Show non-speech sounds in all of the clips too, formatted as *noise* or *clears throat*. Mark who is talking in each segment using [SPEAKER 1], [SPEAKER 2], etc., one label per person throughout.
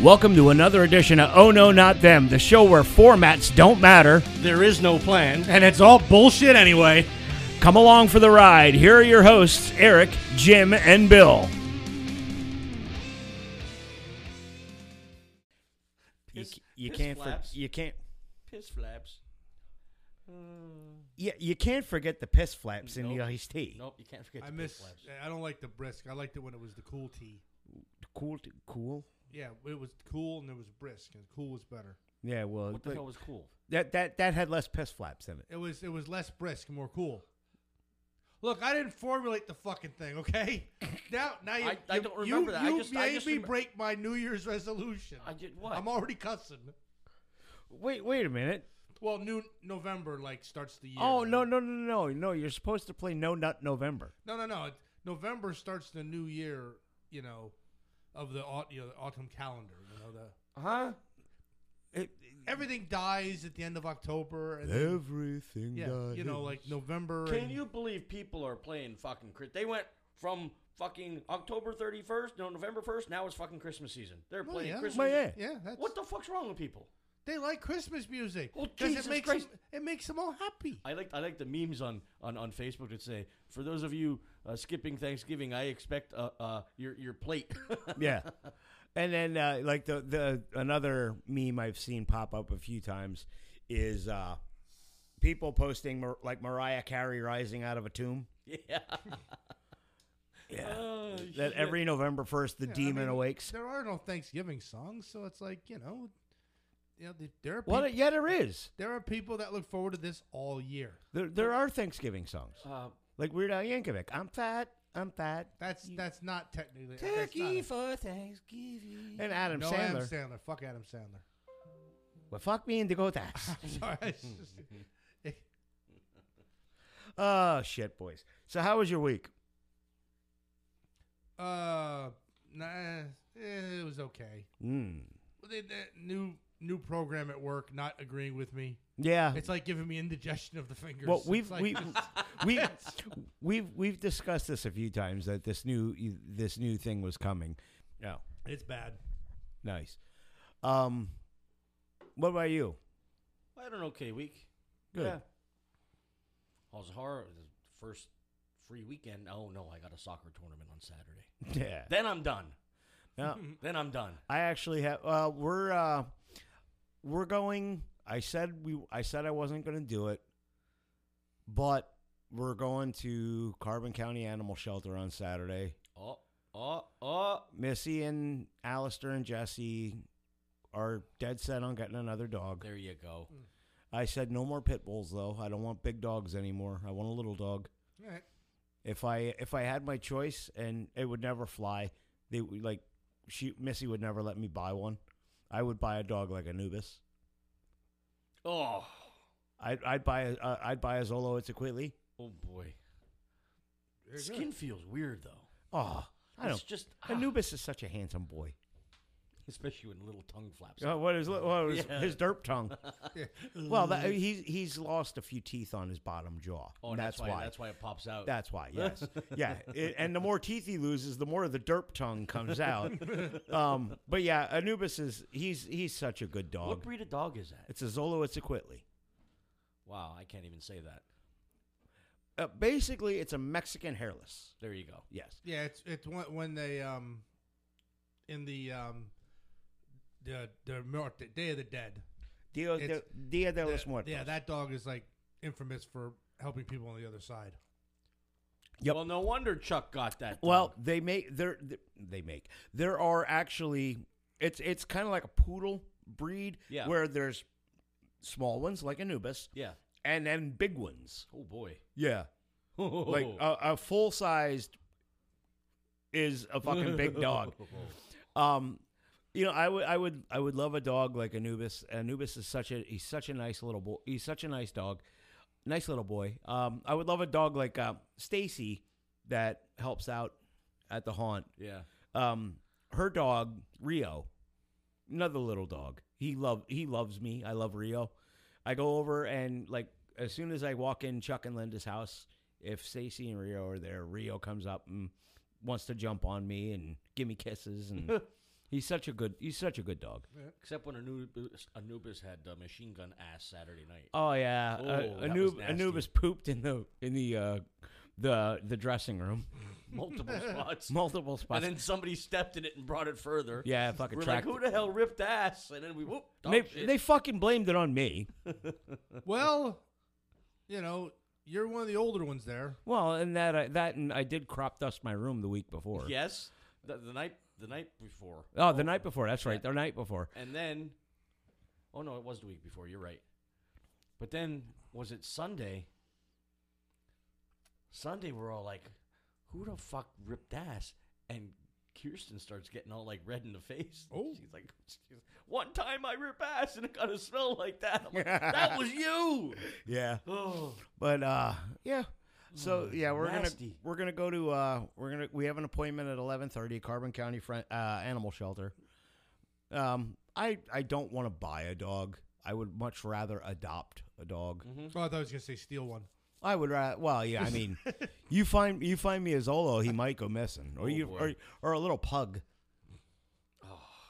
[SPEAKER 1] Welcome to another edition of Oh No Not Them, the show where formats don't matter.
[SPEAKER 2] There is no plan.
[SPEAKER 3] And it's all bullshit anyway.
[SPEAKER 1] Come along for the ride. Here are your hosts, Eric, Jim, and Bill.
[SPEAKER 2] Piss-
[SPEAKER 4] you
[SPEAKER 2] piss
[SPEAKER 4] can't for-
[SPEAKER 2] flaps.
[SPEAKER 4] you can't
[SPEAKER 2] Piss flaps.
[SPEAKER 4] you, you can't forget the piss flaps in
[SPEAKER 2] Nope.
[SPEAKER 4] the iced tea.
[SPEAKER 2] Nope, you can't forget.
[SPEAKER 3] I
[SPEAKER 2] the
[SPEAKER 3] miss.
[SPEAKER 2] piss flaps.
[SPEAKER 3] I don't like the brisk. I liked it when it was the cool tea.
[SPEAKER 4] Cool, t- cool.
[SPEAKER 3] Yeah, it was cool and there was brisk, and cool was better.
[SPEAKER 4] Yeah, well,
[SPEAKER 2] What the hell was cool?
[SPEAKER 4] that that that had less piss flaps in it.
[SPEAKER 3] It was it was less brisk, and more cool. Look, I didn't formulate the fucking thing, okay? *laughs* Now, now you,
[SPEAKER 2] I- I
[SPEAKER 3] you-
[SPEAKER 2] don't
[SPEAKER 3] you-
[SPEAKER 2] remember that. I
[SPEAKER 3] you
[SPEAKER 2] just-
[SPEAKER 3] made
[SPEAKER 2] I just
[SPEAKER 3] me
[SPEAKER 2] remem-
[SPEAKER 3] break my New Year's resolution.
[SPEAKER 2] I did what?
[SPEAKER 3] I'm already cussing.
[SPEAKER 4] Wait, wait a minute.
[SPEAKER 3] Well, new November like starts the year.
[SPEAKER 4] Oh
[SPEAKER 3] right?
[SPEAKER 4] no, no, no, no, no! You're supposed to play No Nut November.
[SPEAKER 3] no, no, no! It- November starts the new year. You know, of the au- you know, the autumn calendar. You know the
[SPEAKER 2] Huh?
[SPEAKER 4] It,
[SPEAKER 3] everything dies at the end of October. And then-
[SPEAKER 4] everything.
[SPEAKER 3] Yeah, you know, *laughs* like November.
[SPEAKER 2] Can
[SPEAKER 3] and-
[SPEAKER 2] you believe people are playing fucking Chris? They went from fucking October 31st, no, November 1st, now it's fucking Christmas season. They're
[SPEAKER 3] Well,
[SPEAKER 2] playing
[SPEAKER 3] Oh, yeah.
[SPEAKER 2] Christmas.
[SPEAKER 4] Well, yeah.
[SPEAKER 3] Yeah, that's,
[SPEAKER 2] What the fuck's wrong with people?
[SPEAKER 3] They like Christmas music.
[SPEAKER 2] Well,
[SPEAKER 3] 'cause
[SPEAKER 2] Jesus
[SPEAKER 3] it makes
[SPEAKER 2] Christ.
[SPEAKER 3] Them, it makes them all happy.
[SPEAKER 2] I like I like the memes on, on, on Facebook that say, for those of you uh, skipping Thanksgiving, I expect uh, uh, your your plate. *laughs*
[SPEAKER 4] yeah. And then uh, like the the another meme I've seen pop up a few times is uh, people posting Mar- like Mariah Carey rising out of a tomb.
[SPEAKER 2] yeah.
[SPEAKER 4] Yeah.
[SPEAKER 2] Oh,
[SPEAKER 4] that
[SPEAKER 2] shit.
[SPEAKER 4] every November first the
[SPEAKER 3] Yeah, I
[SPEAKER 4] demon
[SPEAKER 3] mean,
[SPEAKER 4] awakes.
[SPEAKER 3] There are no Thanksgiving songs, so it's like you know, you know, th- there are people,
[SPEAKER 4] Well, yeah, there is.
[SPEAKER 3] there are people that look forward to this all year.
[SPEAKER 4] There, there are Thanksgiving songs
[SPEAKER 2] Uh,
[SPEAKER 4] like Weird Al Yankovic. I'm fat. I'm fat.
[SPEAKER 3] That's that's not technically that's not
[SPEAKER 4] Turkey
[SPEAKER 3] a-
[SPEAKER 4] for Thanksgiving. And Adam
[SPEAKER 3] no
[SPEAKER 4] Sandler.
[SPEAKER 3] Adam Sandler. Fuck Adam Sandler. *laughs*
[SPEAKER 4] Well, fuck me in the gotas.
[SPEAKER 3] Sorry, it's just- it-
[SPEAKER 4] oh shit, boys. So how was your week?
[SPEAKER 3] uh, nah, eh, it was okay.
[SPEAKER 4] Mm.
[SPEAKER 3] Well, they- that new new program at work not agreeing with me.
[SPEAKER 4] Yeah.
[SPEAKER 3] It's like giving me indigestion of the fingers.
[SPEAKER 4] Well,
[SPEAKER 3] It's
[SPEAKER 4] we've
[SPEAKER 3] like-
[SPEAKER 4] we we we've we've discussed this a few times that this new e, this new thing was coming. Yeah.
[SPEAKER 3] *laughs* it's bad.
[SPEAKER 4] Nice. Um. What about you?
[SPEAKER 2] I had an okay week.
[SPEAKER 4] Good.
[SPEAKER 2] Yeah. I was horror the first free weekend. Oh no, I got a soccer tournament on Saturday.
[SPEAKER 4] *laughs* Yeah.
[SPEAKER 2] Then I'm done.
[SPEAKER 3] *laughs*
[SPEAKER 4] Yeah.
[SPEAKER 2] Then I'm done.
[SPEAKER 4] I actually have. Uh, we're uh, we're going. I said we. I said I wasn't going to do it, but we're going to Carbon County Animal Shelter on Saturday.
[SPEAKER 2] Oh, oh, oh.
[SPEAKER 4] Missy and Alistair and Jesse are dead set on getting another dog.
[SPEAKER 2] There you go.
[SPEAKER 4] I said no more pit bulls though. I don't want big dogs anymore. I want a little dog.
[SPEAKER 3] All right.
[SPEAKER 4] If I if I had my choice and it would never fly, they would, like she Missy would never let me buy one. I would buy a dog like Anubis.
[SPEAKER 2] Oh,
[SPEAKER 4] I'd, I'd buy a, uh, I'd buy a Zolo Itzaquitli.
[SPEAKER 2] oh boy.
[SPEAKER 3] Very good.
[SPEAKER 2] Skin feels weird though.
[SPEAKER 4] Oh, I
[SPEAKER 2] It's
[SPEAKER 4] don't.
[SPEAKER 2] just ah,
[SPEAKER 4] Anubis is such a handsome boy.
[SPEAKER 2] especially when little tongue flaps.
[SPEAKER 4] Oh, what is what is
[SPEAKER 2] Yeah.
[SPEAKER 4] his derp tongue? well, that, he's he's lost a few teeth on his bottom jaw.
[SPEAKER 2] oh,
[SPEAKER 4] and
[SPEAKER 2] that's, why,
[SPEAKER 4] why.
[SPEAKER 2] That's why it pops out.
[SPEAKER 4] That's why, yes, yeah. It- and the more teeth he loses, the more the derp tongue comes
[SPEAKER 2] *laughs*
[SPEAKER 4] out. um, but yeah, Anubis is he's he's such a good
[SPEAKER 2] what
[SPEAKER 4] dog.
[SPEAKER 2] breed of dog is that?
[SPEAKER 4] It's a Zolo Itzaquitli.
[SPEAKER 2] Wow, I can't even say that.
[SPEAKER 4] Uh, basically, it's a Mexican hairless.
[SPEAKER 2] There you go.
[SPEAKER 4] Yes.
[SPEAKER 3] Yeah, it's it's when, when they um, in the um, the the Muerte, Day of the Dead.
[SPEAKER 4] Dia de,
[SPEAKER 3] It's-
[SPEAKER 4] Dia de los
[SPEAKER 3] That-
[SPEAKER 4] Muertos.
[SPEAKER 3] yeah, that dog is like infamous for helping people on the other side. *laughs*
[SPEAKER 4] Yep.
[SPEAKER 2] Well, no wonder Chuck got that.
[SPEAKER 4] Well,
[SPEAKER 2] dog.
[SPEAKER 4] they make there. They make there are actually. It's it's kind of like a poodle breed.
[SPEAKER 2] Yeah.
[SPEAKER 4] Where there's small ones like Anubis,
[SPEAKER 2] yeah.
[SPEAKER 4] and then big ones.
[SPEAKER 2] Oh boy. *laughs*
[SPEAKER 4] Yeah. Like uh, a, a full sized is a fucking big dog. Um, you know, I would I would I would love a dog like Anubis. Anubis is such a he's such a nice little boy. He's such a nice dog, nice little boy. Um, I would love a dog like uh, Stacy that helps out at the haunt.
[SPEAKER 2] yeah.
[SPEAKER 4] um, her dog Rio, another little dog. He love he loves me. I love Rio. I go over and like as soon as I walk in Chuck and Linda's house, if Stacy and
[SPEAKER 2] *laughs*
[SPEAKER 4] Rio are there, Rio comes up and wants to jump on me and give me kisses and He's such a good. He's such a good dog.
[SPEAKER 2] Except when Anubis, Anubis had uh, machine gun ass Saturday
[SPEAKER 4] *laughs*
[SPEAKER 2] night.
[SPEAKER 4] Oh yeah,
[SPEAKER 2] Oh,
[SPEAKER 4] uh,
[SPEAKER 2] that was
[SPEAKER 4] Anub-
[SPEAKER 2] nasty.
[SPEAKER 4] Anubis pooped in the in the uh, the the dressing room, *laughs*
[SPEAKER 2] Multiple spots.
[SPEAKER 4] multiple
[SPEAKER 2] and
[SPEAKER 4] spots.
[SPEAKER 2] then somebody stepped in it and brought it further.
[SPEAKER 4] yeah, fucking
[SPEAKER 2] We're like,
[SPEAKER 4] tracked.
[SPEAKER 2] who the hell ripped ass? And then we whoop. Dog
[SPEAKER 4] they,
[SPEAKER 2] shit.
[SPEAKER 4] they fucking blamed it on me.
[SPEAKER 3] Well, you know, you're one of the older ones there.
[SPEAKER 4] Well, and that I, that and I did crop dust my room the week before.
[SPEAKER 2] yes, the, the night the night before,
[SPEAKER 4] Oh, the night before. That's right. The night before.
[SPEAKER 2] and then, oh no, it was the week before. You're right. But then was it Sunday? Sunday, we're all like, who the fuck ripped ass? And Kirsten starts getting all like red in the face.
[SPEAKER 3] Oh.
[SPEAKER 2] she's like, one time I rip ass and it got to smell like that. I'm like, that was *laughs* you.
[SPEAKER 4] Yeah.
[SPEAKER 2] Oh,
[SPEAKER 4] But uh, yeah. So
[SPEAKER 2] Oh,
[SPEAKER 4] yeah, we're gonna
[SPEAKER 2] nasty.
[SPEAKER 4] we're gonna go to uh, we're gonna we have an appointment at eleven thirty, Carbon County Friend uh, Animal Shelter. Um, I I don't want to buy a dog. I would much rather adopt a dog.
[SPEAKER 2] Mm-hmm.
[SPEAKER 3] Oh, I thought I was gonna say steal one.
[SPEAKER 4] I would rather. Well, yeah. I
[SPEAKER 2] *laughs*
[SPEAKER 4] mean, you find you find me a Zolo, he might go missing, or
[SPEAKER 2] Oh,
[SPEAKER 4] you
[SPEAKER 2] boy. Oh,
[SPEAKER 4] or, or a little pug.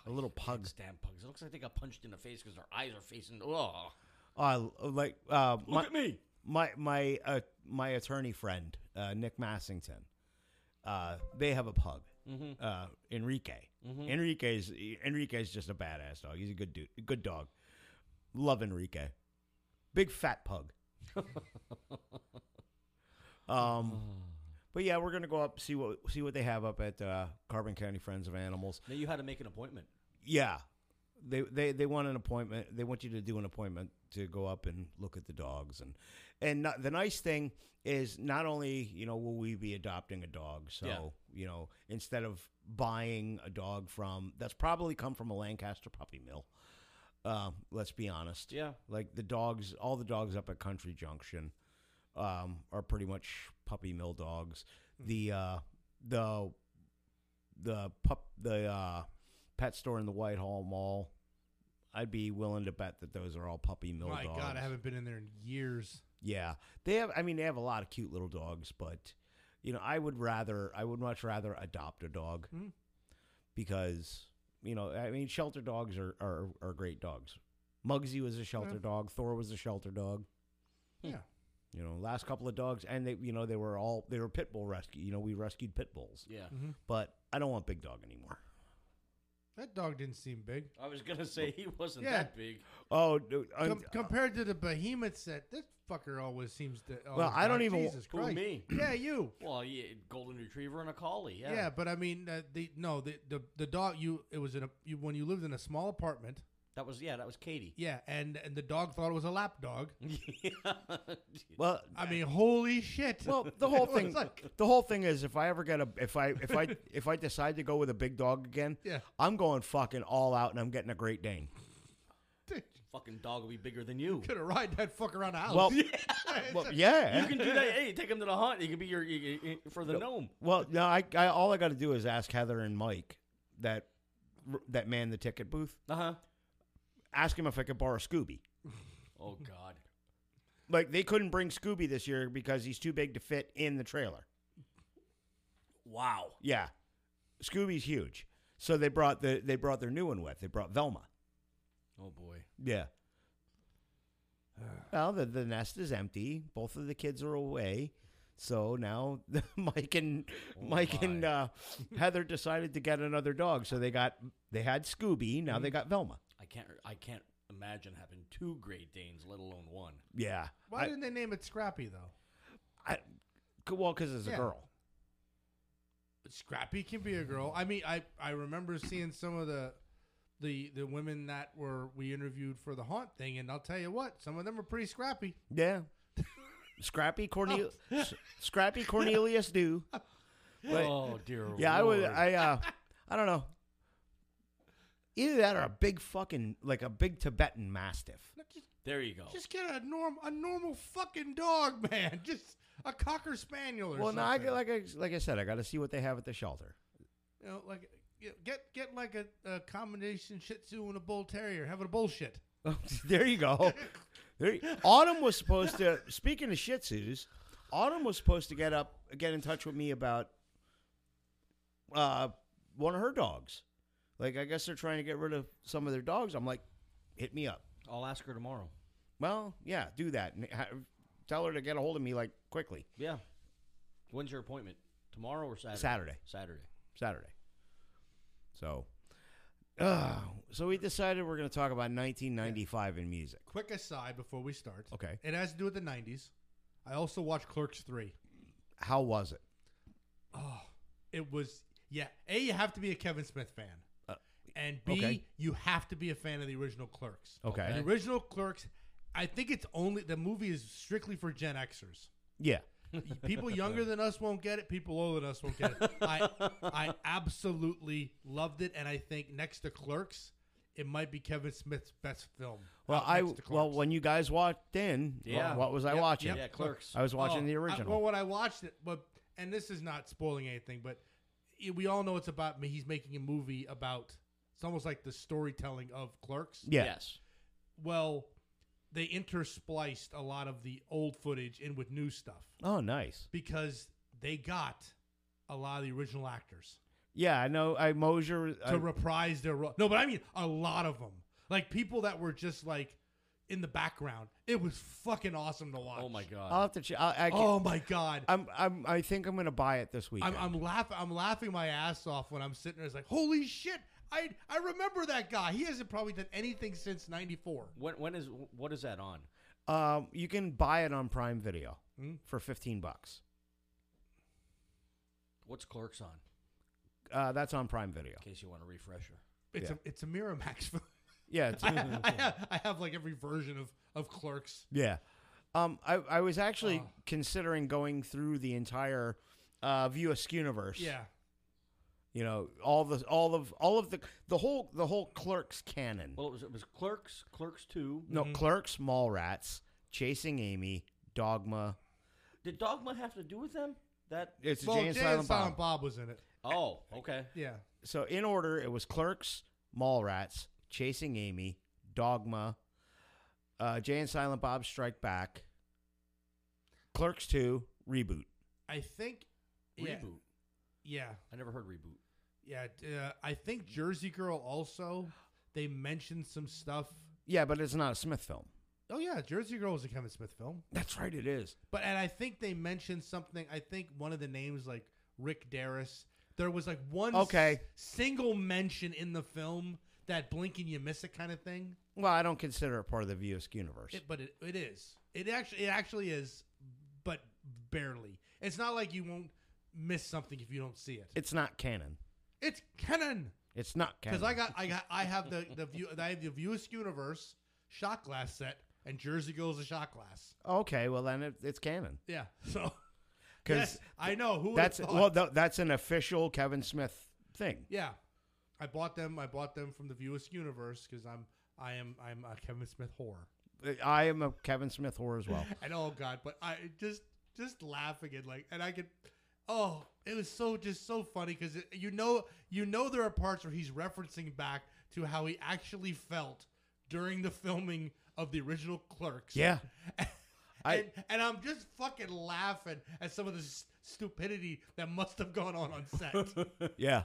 [SPEAKER 4] a little pug.
[SPEAKER 2] damn pugs! It looks like they got punched in the face because their eyes are facing. Oh,
[SPEAKER 4] Uh, like uh,
[SPEAKER 2] look
[SPEAKER 4] my,
[SPEAKER 2] at me.
[SPEAKER 4] my my uh, my attorney friend uh, Nick Massington, uh, they have a pug. Uh, Enrique. Enrique's Enrique's just a badass dog. He's a good dude, good dog. Love Enrique. Big fat pug. um, but yeah, we're gonna go up see what see what they have up at uh, Carbon County Friends of Animals.
[SPEAKER 2] Now you had to make an appointment.
[SPEAKER 4] Yeah. They, they they want an appointment. They want you to do an appointment to go up and look at the dogs and and not, the nice thing is not only you know will we be adopting a dog, so
[SPEAKER 2] Yeah.
[SPEAKER 4] you know instead of buying a dog from that's probably come from a Lancaster puppy mill. Uh, let's be honest.
[SPEAKER 2] Yeah.
[SPEAKER 4] Like the dogs, all the dogs up at Country Junction um, are pretty much puppy mill dogs.
[SPEAKER 3] Hmm.
[SPEAKER 4] The uh, the the pup the uh, pet store in the Whitehall Mall. I'd be willing to bet that those are all puppy mill
[SPEAKER 3] My
[SPEAKER 4] dogs.
[SPEAKER 3] God, I haven't been in there in years.
[SPEAKER 4] Yeah, they have. I mean, they have a lot of cute little dogs, but you know, I would rather, I would much rather adopt a dog
[SPEAKER 3] Mhm.
[SPEAKER 4] because you know, I mean, shelter dogs are are, are great dogs. Muggsy was a shelter
[SPEAKER 3] Yeah.
[SPEAKER 4] dog. Thor was a shelter dog. Hmm.
[SPEAKER 3] Yeah.
[SPEAKER 4] You know, last couple of dogs, and they, you know, they were all they were pit bull rescue. You know, we rescued pit bulls,
[SPEAKER 2] Yeah.
[SPEAKER 3] mm-hmm.
[SPEAKER 4] but I don't want big dog anymore.
[SPEAKER 3] That dog didn't seem big.
[SPEAKER 2] I was gonna say he wasn't
[SPEAKER 3] Yeah.
[SPEAKER 2] that big.
[SPEAKER 4] Oh, dude, I'm-
[SPEAKER 3] Com- compared to the behemoths that this fucker always seems to. Always
[SPEAKER 4] Well, I don't
[SPEAKER 3] got.
[SPEAKER 4] even-
[SPEAKER 3] Jesus
[SPEAKER 2] Who,
[SPEAKER 3] Christ.
[SPEAKER 2] me?
[SPEAKER 3] Yeah, you.
[SPEAKER 2] Well, yeah, golden retriever and a collie. Yeah.
[SPEAKER 3] Yeah. but I mean, uh, the no, the, the the dog. You it was in a you, when you lived in a small apartment.
[SPEAKER 2] That was yeah. That was *laughs* Katie.
[SPEAKER 3] Yeah, and and the dog thought it was a lap dog.
[SPEAKER 4] well,
[SPEAKER 3] I mean, holy shit.
[SPEAKER 4] Well,
[SPEAKER 3] *laughs*
[SPEAKER 4] the whole
[SPEAKER 3] It was
[SPEAKER 4] thing,
[SPEAKER 3] like-
[SPEAKER 4] the whole thing is, if I ever get a, if I, if I, *laughs* if I decide to go with a big dog again,
[SPEAKER 3] Yeah. *laughs*
[SPEAKER 4] I'm going fucking all out, and I'm getting a Great Dane.
[SPEAKER 3] dude,
[SPEAKER 2] Fucking dog will be bigger than you.
[SPEAKER 3] could have ride that fucker around the house. *laughs*
[SPEAKER 4] Well, well, yeah.
[SPEAKER 2] Oh, You can do that. Hey, take him to the hunt. He could be your you- you- for the gnome.
[SPEAKER 4] well, no, I, I, all I got to do is ask Heather and Mike that, that man the ticket booth.
[SPEAKER 2] Uh huh.
[SPEAKER 4] Ask him if I could borrow Scooby.
[SPEAKER 2] Oh God.
[SPEAKER 4] Like they couldn't bring Scooby this year because he's too big to fit in the trailer.
[SPEAKER 2] Wow.
[SPEAKER 4] Yeah, Scooby's huge, so they brought the they brought their new one with. They brought Velma.
[SPEAKER 2] Oh boy.
[SPEAKER 4] Yeah. *sighs* Well, the, the nest is empty. Both of the kids are away. So now *laughs* Mike and Mike and
[SPEAKER 2] my.
[SPEAKER 4] uh, Heather decided to get another dog. So they got they had Scooby. Now they got Velma.
[SPEAKER 2] I can't. I can't imagine having two Great Danes, let alone one.
[SPEAKER 4] Yeah.
[SPEAKER 3] Why
[SPEAKER 4] I,
[SPEAKER 3] didn't they name it Scrappy though?
[SPEAKER 4] I, c- well, because it's a
[SPEAKER 3] Yeah.
[SPEAKER 4] girl.
[SPEAKER 3] Scrappy can be a girl. I mean, I I remember seeing some of the the the women that were we interviewed for the haunt thing, and I'll tell you what, some of them are pretty scrappy.
[SPEAKER 4] Yeah.
[SPEAKER 3] *laughs* Oh.
[SPEAKER 4] Scrappy Cornel S- Scrappy Cornelius *laughs* do. But-
[SPEAKER 2] oh dear.
[SPEAKER 4] Yeah, I would.
[SPEAKER 2] Lord.
[SPEAKER 4] I uh, I don't know. Either that or a big fucking like a big Tibetan Mastiff.
[SPEAKER 3] No, Just,
[SPEAKER 2] there you go.
[SPEAKER 3] just get a norm a normal fucking dog, *laughs* man. Just a cocker spaniel or
[SPEAKER 4] Well,
[SPEAKER 3] something.
[SPEAKER 4] no, I, like I like I said, I got to see what they have at the shelter.
[SPEAKER 3] you know, like you know, get get like a, a combination Shih Tzu and a Bull Terrier. Have it a bullshit.
[SPEAKER 4] *laughs* there you go. There, you- Autumn was supposed to. *laughs* Speaking of Shih Tzus, Autumn was supposed to get up, get in touch with me about uh, one of her dogs. Like I guess they're trying to get rid of some of their dogs. I'm like, hit me up.
[SPEAKER 2] I'll ask her tomorrow.
[SPEAKER 4] Well, yeah, do that. And ha- tell her to get a hold of me like quickly
[SPEAKER 2] Yeah. When's your appointment? Tomorrow or Saturday?
[SPEAKER 4] Saturday.
[SPEAKER 2] Saturday.
[SPEAKER 4] Saturday. So, uh, so we decided we're going to talk about 1995 in music.
[SPEAKER 3] Quick aside before we start.
[SPEAKER 4] Okay.
[SPEAKER 3] It has to do with the 90s. I also watched Clerks 3.
[SPEAKER 4] How was it?
[SPEAKER 3] It was, yeah. A, you have to be a Kevin Smith fan. and B,
[SPEAKER 4] Uh, okay.
[SPEAKER 3] you have to be a fan of the original Clerks.
[SPEAKER 4] Okay.
[SPEAKER 3] The original Clerks, I think it's only, the movie is strictly for Gen
[SPEAKER 4] *laughs*
[SPEAKER 3] Xers.
[SPEAKER 4] Yeah.
[SPEAKER 3] People younger than us won't get it. People older than us won't get it. I, I absolutely loved it, and I think next to Clerks, it might be Kevin Smith's best film.
[SPEAKER 4] Well,
[SPEAKER 3] Uh,
[SPEAKER 4] I
[SPEAKER 3] next to
[SPEAKER 4] well
[SPEAKER 3] Clerks.
[SPEAKER 4] when you guys walked in,
[SPEAKER 2] Yeah.
[SPEAKER 4] what, what was I
[SPEAKER 3] Yep,
[SPEAKER 4] watching?
[SPEAKER 3] yep.
[SPEAKER 2] Yeah, clerks.
[SPEAKER 4] I was watching
[SPEAKER 3] Oh,
[SPEAKER 4] the
[SPEAKER 3] I-
[SPEAKER 4] original.
[SPEAKER 3] well, when I watched it, but and this is not spoiling anything, but i we all know it's about me. He's making a movie about. It's almost like the storytelling of Clerks.
[SPEAKER 4] yeah.
[SPEAKER 2] Yes.
[SPEAKER 3] Well, they interspliced a lot of the old footage in with new stuff
[SPEAKER 4] Oh, nice.
[SPEAKER 3] because they got a lot of the original actors
[SPEAKER 4] Yeah, I know. I Mosier.
[SPEAKER 3] to
[SPEAKER 4] I,
[SPEAKER 3] reprise their role. No, but I mean a lot of them, like people that were just like in the background. It was fucking awesome to watch.
[SPEAKER 2] Oh my god.
[SPEAKER 4] I'll have to. Ch- I, I can't-
[SPEAKER 3] Oh my god!
[SPEAKER 4] I'm. I'm. I think I'm going to buy it this weekend.
[SPEAKER 3] I'm, I'm laughing. I'm laughing my ass off when I'm sitting there. It's like, holy shit! I I remember that guy. He hasn't probably done anything since '94.
[SPEAKER 2] when when is what is that on?
[SPEAKER 4] Um, you can buy it on Prime Video
[SPEAKER 3] Hmm?
[SPEAKER 4] for fifteen bucks.
[SPEAKER 2] What's clerks on?
[SPEAKER 4] Uh, that's on Prime Video.
[SPEAKER 2] In case you want a refresher.
[SPEAKER 3] It's
[SPEAKER 4] Yeah.
[SPEAKER 3] a it's a Miramax *laughs* film.
[SPEAKER 4] Yeah,
[SPEAKER 3] *laughs*
[SPEAKER 4] it's, *laughs*
[SPEAKER 3] I, ha- I, have, I have like every version of of Clerks.
[SPEAKER 4] yeah. Um, I, I was actually
[SPEAKER 3] Oh.
[SPEAKER 4] considering going through the entire uh, View Universe.
[SPEAKER 3] Yeah,
[SPEAKER 4] you know all the all of all of the the whole the whole Clerks canon.
[SPEAKER 2] Well, it was it was clerks, clerks two.
[SPEAKER 4] no, Clerks, Mallrats, Chasing Amy, Dogma.
[SPEAKER 2] Did Dogma have to do with them? That
[SPEAKER 4] It's
[SPEAKER 3] well,
[SPEAKER 4] Jay and Silent Bob.
[SPEAKER 3] was in it.
[SPEAKER 2] oh okay.
[SPEAKER 3] Yeah,
[SPEAKER 4] So in order, it was Clerks, Mallrats, Chasing Amy, Dogma, uh, Jay and Silent Bob Strike Back, Clerks Two reboot.
[SPEAKER 3] I think. Yeah,
[SPEAKER 2] Reboot.
[SPEAKER 3] yeah,
[SPEAKER 2] I never heard reboot.
[SPEAKER 3] yeah. Uh, I think Jersey Girl also. They mentioned some stuff.
[SPEAKER 4] Yeah, but it's not a Smith film.
[SPEAKER 3] Oh yeah, Jersey Girl was a Kevin Smith film.
[SPEAKER 4] That's right, it is.
[SPEAKER 3] But and I think they mentioned something. I think one of the names like Rick Darris. There was like one
[SPEAKER 4] Okay.
[SPEAKER 3] single mention in the film that blink and you miss it kind of thing.
[SPEAKER 4] Well, I don't consider it part of the Viewisk universe.
[SPEAKER 3] It, but it, it is. It actually it actually is, but barely. It's not like you won't miss something if you don't see it.
[SPEAKER 4] it's not canon.
[SPEAKER 3] It's canon
[SPEAKER 4] It's not canon.
[SPEAKER 3] because I got I got I have the the view I have the Viewist Universe shot glass set and Jersey Girl's a shot glass.
[SPEAKER 4] Okay, well then it, it's canon.
[SPEAKER 3] Yeah. So *laughs*
[SPEAKER 4] 'Cause
[SPEAKER 3] yes, I know who would've
[SPEAKER 4] That's
[SPEAKER 3] thought?
[SPEAKER 4] well, th- that's an official Kevin Smith thing.
[SPEAKER 3] Yeah, I bought them. I bought them from the Viewist Universe because I'm I am I'm a Kevin Smith whore.
[SPEAKER 4] I am a Kevin Smith whore as
[SPEAKER 3] *laughs*
[SPEAKER 4] well.
[SPEAKER 3] And oh god, but I just just laughing and like and I could. Oh, it was so just so funny because you know you know there are parts where he's referencing back to how he actually felt during the filming of the original Clerks.
[SPEAKER 4] Yeah. I-
[SPEAKER 3] *laughs* and, and I'm just fucking laughing at some of the s- stupidity that must have gone on on
[SPEAKER 4] *laughs*
[SPEAKER 3] set.
[SPEAKER 4] Yeah.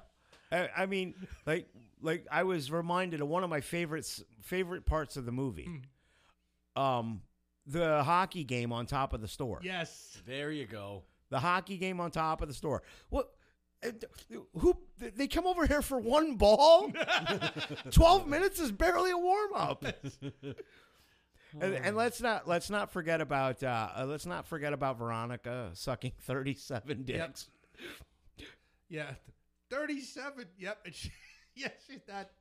[SPEAKER 4] I, I mean, like, like I was reminded of one of my favorites, favorite parts of the movie,
[SPEAKER 3] Hmm.
[SPEAKER 4] um, the hockey game on top of the store.
[SPEAKER 3] yes.
[SPEAKER 2] There you go.
[SPEAKER 4] The hockey game on top of the store. What? uh, Who? They come over here for one ball. *laughs* Twelve minutes is barely a warm up. And, and let's not let's not forget about uh, uh, let's not forget about Veronica sucking *laughs* thirty seven dicks.
[SPEAKER 3] Yeah, thirty-seven. Yep, and she, *laughs* yeah, she's that.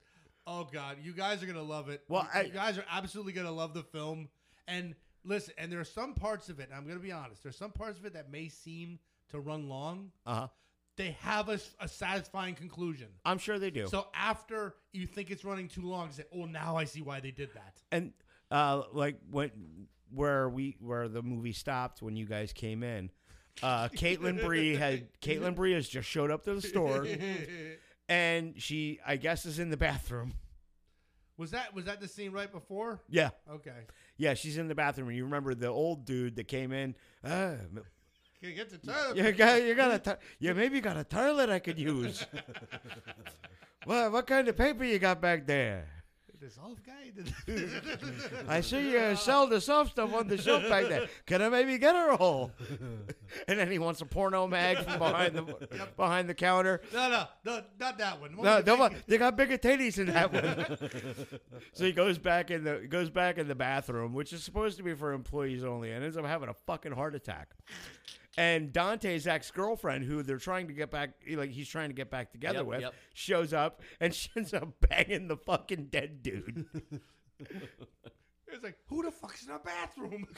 [SPEAKER 3] Oh God, you guys are gonna love it.
[SPEAKER 4] Well,
[SPEAKER 3] you,
[SPEAKER 4] I-
[SPEAKER 3] you guys are absolutely gonna love the film. And listen, and there are some parts of it. And I'm gonna be honest. There's some parts of it that may seem to run long.
[SPEAKER 4] Uh-huh.
[SPEAKER 3] They have a, s- a satisfying conclusion.
[SPEAKER 4] I'm sure they do.
[SPEAKER 3] So after you think it's running too long, say, "Oh, now I see why they did that."
[SPEAKER 4] *laughs* and uh, like when where we where the movie stopped when you guys came in, uh, Caitlin Bree had Caitlin Bree has just showed up to the
[SPEAKER 3] *laughs*
[SPEAKER 4] store and she I guess is in the bathroom.
[SPEAKER 3] was that was that the scene right before?
[SPEAKER 4] Yeah,
[SPEAKER 3] Okay,
[SPEAKER 4] yeah, she's in the bathroom. And you remember the old dude that came in? Uh,
[SPEAKER 3] can get to town.
[SPEAKER 4] you got you got a ti- yeah maybe got a toilet I could use. What what kind of paper you got back there?
[SPEAKER 3] This old guy. *laughs*
[SPEAKER 4] I see you sell the soft stuff on the shelf back there. Can I maybe get a roll? *laughs* and then he wants a porno mag from behind the behind the counter.
[SPEAKER 3] no, no, no, not that one.
[SPEAKER 4] No, they, want, they got bigger titties in that
[SPEAKER 3] *laughs*
[SPEAKER 4] one. so he goes back in the goes back in the bathroom, which is supposed to be for employees only, and ends up having a fucking heart attack. And Dante's ex girlfriend, who they're trying to get back, like he's trying to get back together
[SPEAKER 2] Yep,
[SPEAKER 4] with,
[SPEAKER 2] yep.
[SPEAKER 4] shows up and *laughs* she ends up banging the fucking dead
[SPEAKER 3] *laughs*
[SPEAKER 4] dude.
[SPEAKER 3] It's like, who the fuck's in a bathroom? *laughs*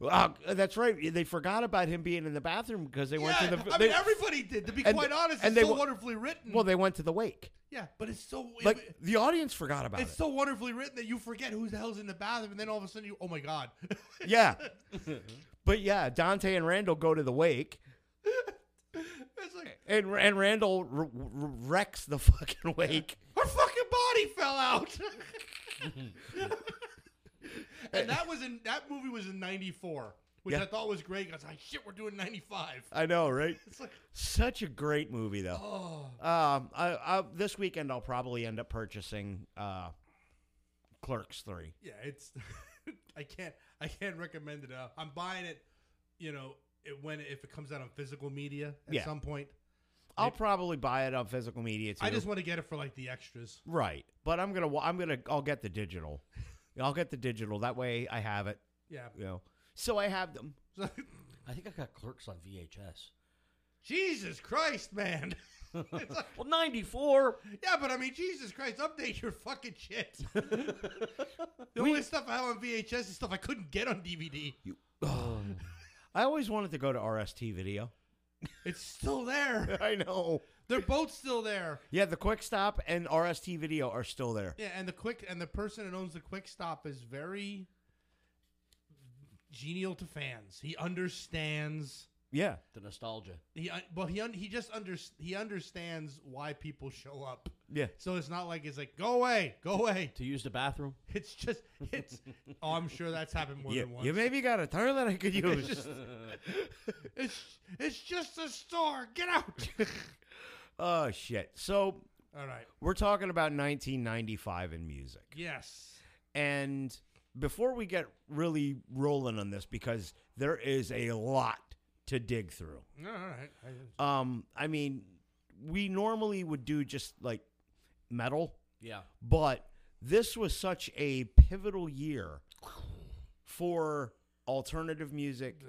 [SPEAKER 4] Wow, uh, that's right. They forgot about him being in the bathroom because they went to the.
[SPEAKER 3] I
[SPEAKER 4] they-
[SPEAKER 3] mean, everybody did. To be
[SPEAKER 4] and-
[SPEAKER 3] quite honest,
[SPEAKER 4] and
[SPEAKER 3] it's
[SPEAKER 4] they
[SPEAKER 3] so
[SPEAKER 4] wa-
[SPEAKER 3] wonderfully written.
[SPEAKER 4] well, they went to the wake.
[SPEAKER 3] yeah, but it's so
[SPEAKER 4] Like the audience forgot about
[SPEAKER 3] it's
[SPEAKER 4] it.
[SPEAKER 3] so wonderfully written that you forget who the hell's in the bathroom, and then all of a sudden you, oh my god, *laughs*
[SPEAKER 4] yeah, but yeah, Dante and Randall go to the wake.
[SPEAKER 3] it's like
[SPEAKER 4] And and Randall r- r- wrecks the *laughs* fucking wake.
[SPEAKER 3] her fucking body fell out. *laughs* and that was in that movie was in '94, which
[SPEAKER 4] Yeah.
[SPEAKER 3] I thought was great. 'cause I was like, shit, we're doing '95.
[SPEAKER 4] I know, right?
[SPEAKER 3] It's like,
[SPEAKER 4] Such a great movie, though.
[SPEAKER 3] oh,
[SPEAKER 4] Um, I, I, this weekend I'll probably end up purchasing uh, Clerks Three.
[SPEAKER 3] yeah, it's *laughs* I can't I can't recommend it. Uh, I'm buying it, you know, it, when if it comes out on physical media at
[SPEAKER 4] Yeah.
[SPEAKER 3] some point.
[SPEAKER 4] I'll probably buy it on physical media too.
[SPEAKER 3] I just want to get it for like the extras.
[SPEAKER 4] right, but I'm gonna wa- I'm gonna I'll get the digital. *laughs* I'll get the digital. That way I have it.
[SPEAKER 3] Yeah.
[SPEAKER 4] You know, so I have them.
[SPEAKER 2] I think I got Clerks on VHS.
[SPEAKER 3] *laughs* Jesus Christ, man. *laughs*
[SPEAKER 2] Well, *laughs* 94.
[SPEAKER 3] Yeah, but I mean, Jesus Christ, update your fucking shit. the only stuff I have on VHS is stuff I couldn't get on DVD.
[SPEAKER 4] I always wanted to go to RST Video.
[SPEAKER 3] It's still there.
[SPEAKER 4] *laughs* I know.
[SPEAKER 3] They're both still there.
[SPEAKER 4] Yeah, the Quick Stop and RST Video are still there.
[SPEAKER 3] Yeah, and the quick and the person that owns the Quick Stop is very genial to fans. He understands.
[SPEAKER 4] Yeah.
[SPEAKER 2] The nostalgia.
[SPEAKER 3] He un- well, he un- he just under he understands why people show up.
[SPEAKER 4] Yeah.
[SPEAKER 3] So it's not like it's like go away, go away. *laughs*
[SPEAKER 2] To use the bathroom.
[SPEAKER 3] It's just it's. oh, I'm sure that's happened more
[SPEAKER 4] You,
[SPEAKER 3] than once.
[SPEAKER 4] you maybe got a toilet I
[SPEAKER 3] *laughs*
[SPEAKER 4] could use.
[SPEAKER 3] It's it's just a store. Get out. *laughs*
[SPEAKER 4] oh shit! So
[SPEAKER 3] All right.
[SPEAKER 4] we're talking about 1995 in music,
[SPEAKER 3] Yes.
[SPEAKER 4] and before we get really rolling on this, because there is a lot to dig through.
[SPEAKER 3] All right.
[SPEAKER 4] Um, I mean, we normally would do just like metal,
[SPEAKER 2] Yeah.
[SPEAKER 4] but this was such a pivotal year for alternative music.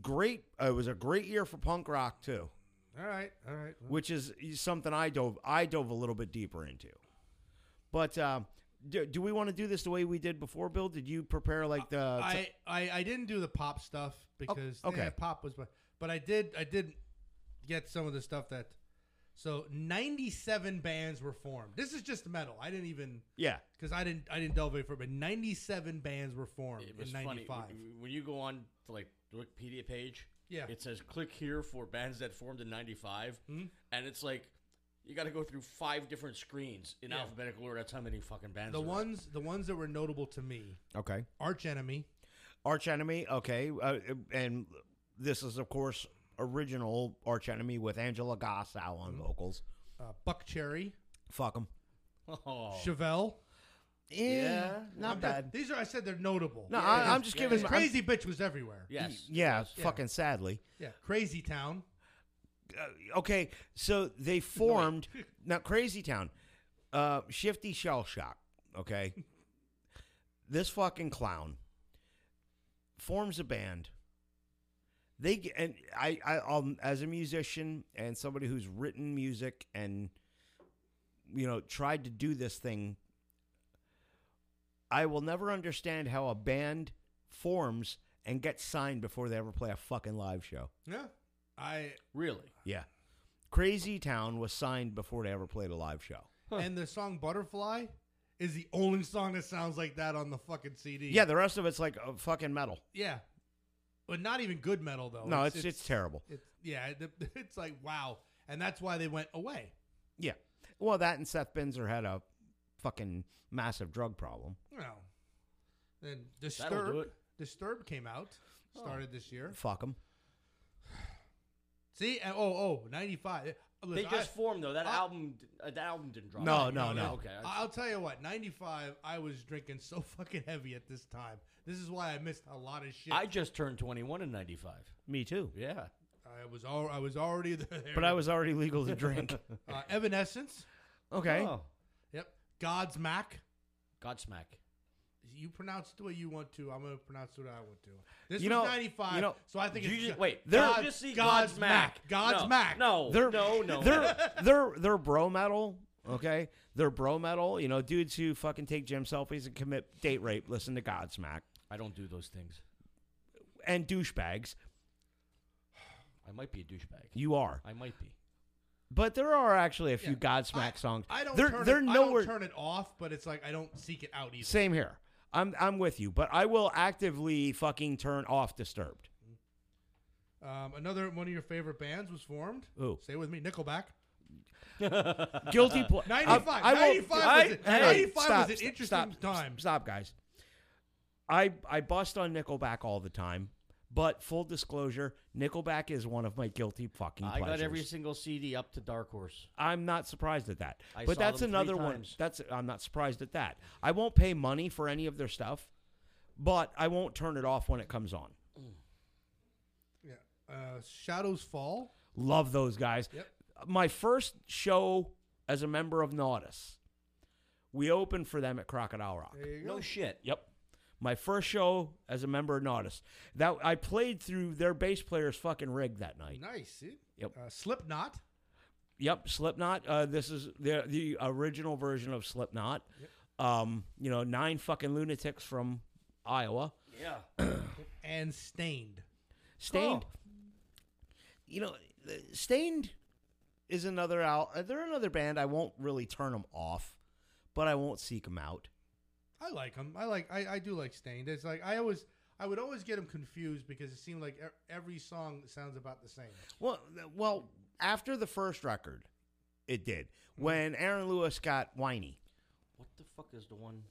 [SPEAKER 4] Great, uh, it was a great year for punk rock too.
[SPEAKER 3] all right. All right.
[SPEAKER 4] which is something I dove I dove a little bit deeper into. But um, do, do we want to do this the way we did before, Bill? Did you prepare like the?
[SPEAKER 3] I, I I didn't do the pop stuff because
[SPEAKER 4] okay.
[SPEAKER 3] eh, pop was my, but I did I did get some of the stuff that so 97 bands were formed. This is just metal. I didn't even
[SPEAKER 4] yeah,
[SPEAKER 3] cuz I didn't I didn't delve very far but 97 bands were formed
[SPEAKER 2] It was
[SPEAKER 3] in
[SPEAKER 2] funny.
[SPEAKER 3] 95.
[SPEAKER 2] When, when you go on to like the Wikipedia page,
[SPEAKER 3] Yeah. Hmm?
[SPEAKER 2] it says click here for bands that formed in 95. And it's like, you got to go through five different screens in alphabetical order. That's how many fucking bands
[SPEAKER 3] The
[SPEAKER 2] there are.
[SPEAKER 3] ones the ones that were notable to me,
[SPEAKER 4] okay.
[SPEAKER 3] Arch Enemy,
[SPEAKER 4] Arch Enemy, okay, uh, and this is of course original Arch Enemy with Angela Gossow on vocals.
[SPEAKER 3] uh, Buck Cherry,
[SPEAKER 4] Fuck them.
[SPEAKER 2] Oh.
[SPEAKER 3] Chevelle.
[SPEAKER 4] Yeah, Eh, not bad.
[SPEAKER 3] These are I said they're notable.
[SPEAKER 4] No, I, I'm just
[SPEAKER 2] yeah,
[SPEAKER 4] giving.
[SPEAKER 2] yeah.
[SPEAKER 4] I'm-
[SPEAKER 3] Crazy bitch was everywhere.
[SPEAKER 2] Yes.
[SPEAKER 4] yeah,
[SPEAKER 2] Yes.
[SPEAKER 4] fucking sadly.
[SPEAKER 3] Yeah, Crazy Town.
[SPEAKER 4] Uh, okay, so they formed now Crazy Town, uh, Shifty Shell Shock. Okay, this fucking clown forms a band. They g- and I, I um, as a musician and somebody who's written music and you know tried to do this thing. I will never understand how a band forms and gets signed before they ever play a fucking live show.
[SPEAKER 3] Yeah, I
[SPEAKER 2] Really?
[SPEAKER 4] Yeah. Crazy Town was signed before they ever played a live show.
[SPEAKER 3] and the song Butterfly is the only song that sounds like that on the fucking CD.
[SPEAKER 4] Yeah, the rest of it's like uh, fucking metal.
[SPEAKER 3] yeah, but not even good metal though.
[SPEAKER 4] No, it's, it's, terrible.
[SPEAKER 3] Oh, It's, yeah, *laughs* the- it's like wow, and that's why they went away.
[SPEAKER 4] Yeah. Well, that and Seth Benzer had a fucking massive drug problem.
[SPEAKER 3] Well, then
[SPEAKER 2] That'll do
[SPEAKER 3] Disturb,
[SPEAKER 2] it. Oh.
[SPEAKER 3] Disturb came out, started this year.
[SPEAKER 4] Fuck him.
[SPEAKER 3] See, and, oh, oh, 95.
[SPEAKER 2] They
[SPEAKER 3] listen,
[SPEAKER 2] just
[SPEAKER 3] I-
[SPEAKER 2] formed though. That
[SPEAKER 3] I-
[SPEAKER 2] album, uh, that album didn't drop.
[SPEAKER 4] No,
[SPEAKER 2] Right.
[SPEAKER 4] no, no.
[SPEAKER 2] Okay. I-
[SPEAKER 3] I'll tell you what, 95, I was drinking so *laughs* fucking heavy at this time. This is why I missed a lot of shit.
[SPEAKER 2] I just turned 21 in 95.
[SPEAKER 4] Me too.
[SPEAKER 2] Yeah.
[SPEAKER 3] I was all I was already *laughs* there.
[SPEAKER 4] But I was already legal to
[SPEAKER 3] *laughs*
[SPEAKER 4] drink.
[SPEAKER 3] uh, Evanescence.
[SPEAKER 4] Okay.
[SPEAKER 2] Oh,
[SPEAKER 3] Yep. God's Mac.
[SPEAKER 2] Godsmack.
[SPEAKER 3] You pronounce it the way you want to. I'm gonna pronounce it the way I want to. This
[SPEAKER 4] You
[SPEAKER 3] was
[SPEAKER 4] know-
[SPEAKER 3] 95,
[SPEAKER 4] you know-
[SPEAKER 3] so I think
[SPEAKER 2] You
[SPEAKER 3] it's
[SPEAKER 2] just,
[SPEAKER 3] Go-
[SPEAKER 2] wait.
[SPEAKER 4] They're-
[SPEAKER 2] God-
[SPEAKER 3] God's-
[SPEAKER 2] just see
[SPEAKER 3] God's
[SPEAKER 2] God's
[SPEAKER 3] Mac.
[SPEAKER 2] Mac.
[SPEAKER 3] God's
[SPEAKER 2] no,
[SPEAKER 3] Mac.
[SPEAKER 2] No.
[SPEAKER 4] They're-
[SPEAKER 2] no. No.
[SPEAKER 4] they're they're they're bro metal. Okay, they're bro metal. You know, dudes who fucking take gym selfies and commit date rape, listen to Godsmack,
[SPEAKER 2] I don't do those things.
[SPEAKER 4] and douchebags.
[SPEAKER 2] I might be a douchebag.
[SPEAKER 4] You are,
[SPEAKER 2] I
[SPEAKER 3] *laughs*
[SPEAKER 2] might be. *laughs*
[SPEAKER 4] but there are actually a few
[SPEAKER 3] Yeah.
[SPEAKER 4] Godsmack songs.
[SPEAKER 3] I don't
[SPEAKER 4] They're
[SPEAKER 3] turn
[SPEAKER 4] they're
[SPEAKER 3] it,
[SPEAKER 4] nowhere.
[SPEAKER 3] I don't turn it off, but it's like I don't seek it out either.
[SPEAKER 4] Same here. I'm I'm with you, but I will actively fucking turn off Disturbed.
[SPEAKER 3] Um, another one of your favorite bands was formed.
[SPEAKER 4] Who?
[SPEAKER 3] Say it with me, Nickelback.
[SPEAKER 4] Guilty ple-
[SPEAKER 3] *laughs*
[SPEAKER 4] I-
[SPEAKER 3] 95.
[SPEAKER 4] I will-
[SPEAKER 3] 95 was it-
[SPEAKER 4] hey,
[SPEAKER 3] 95 was
[SPEAKER 4] stop,
[SPEAKER 3] an
[SPEAKER 4] stop,
[SPEAKER 3] interesting
[SPEAKER 4] stop,
[SPEAKER 3] time.
[SPEAKER 4] Stop, guys. I I bust on Nickelback all the time, but full disclosure, Nickelback is one of my guilty fucking
[SPEAKER 2] I
[SPEAKER 4] pleasures.
[SPEAKER 2] got every single CD up to Dark Horse.
[SPEAKER 4] I'm not surprised at that.
[SPEAKER 2] I
[SPEAKER 4] but
[SPEAKER 2] saw
[SPEAKER 4] that's
[SPEAKER 2] them three
[SPEAKER 4] another one.
[SPEAKER 2] times.
[SPEAKER 4] That's I'm not surprised at that. I won't pay money for any of their stuff, but I won't turn it off when it comes on.
[SPEAKER 3] Yeah. Uh, Shadows Fall.
[SPEAKER 4] Love those guys.
[SPEAKER 3] Yep.
[SPEAKER 4] My first show as a member of Nautis, we opened for them at Crocodile Rock.
[SPEAKER 3] There you go.
[SPEAKER 2] No shit.
[SPEAKER 4] Yep. My first show as a member of Nautis. That I played through their bass player's fucking rig that night.
[SPEAKER 3] Nice. See?
[SPEAKER 4] Yep.
[SPEAKER 3] Uh, Slipknot.
[SPEAKER 4] Yep, Slipknot. Uh, this is the the original version of Slipknot. Um, you know, nine fucking lunatics from Iowa.
[SPEAKER 2] Yeah.
[SPEAKER 3] and Stained.
[SPEAKER 4] Stained. Oh. You know, uh, Stained is another out. They're another band. I won't really turn them off, but I won't seek them out.
[SPEAKER 3] I like them. I like. I, I do like Stained. It's like I always. I would always get them confused because it seemed like e- every song sounds about the same.
[SPEAKER 4] Well, th- well, after the first record, it did. When Aaron Lewis got whiny.
[SPEAKER 2] What the fuck is the one?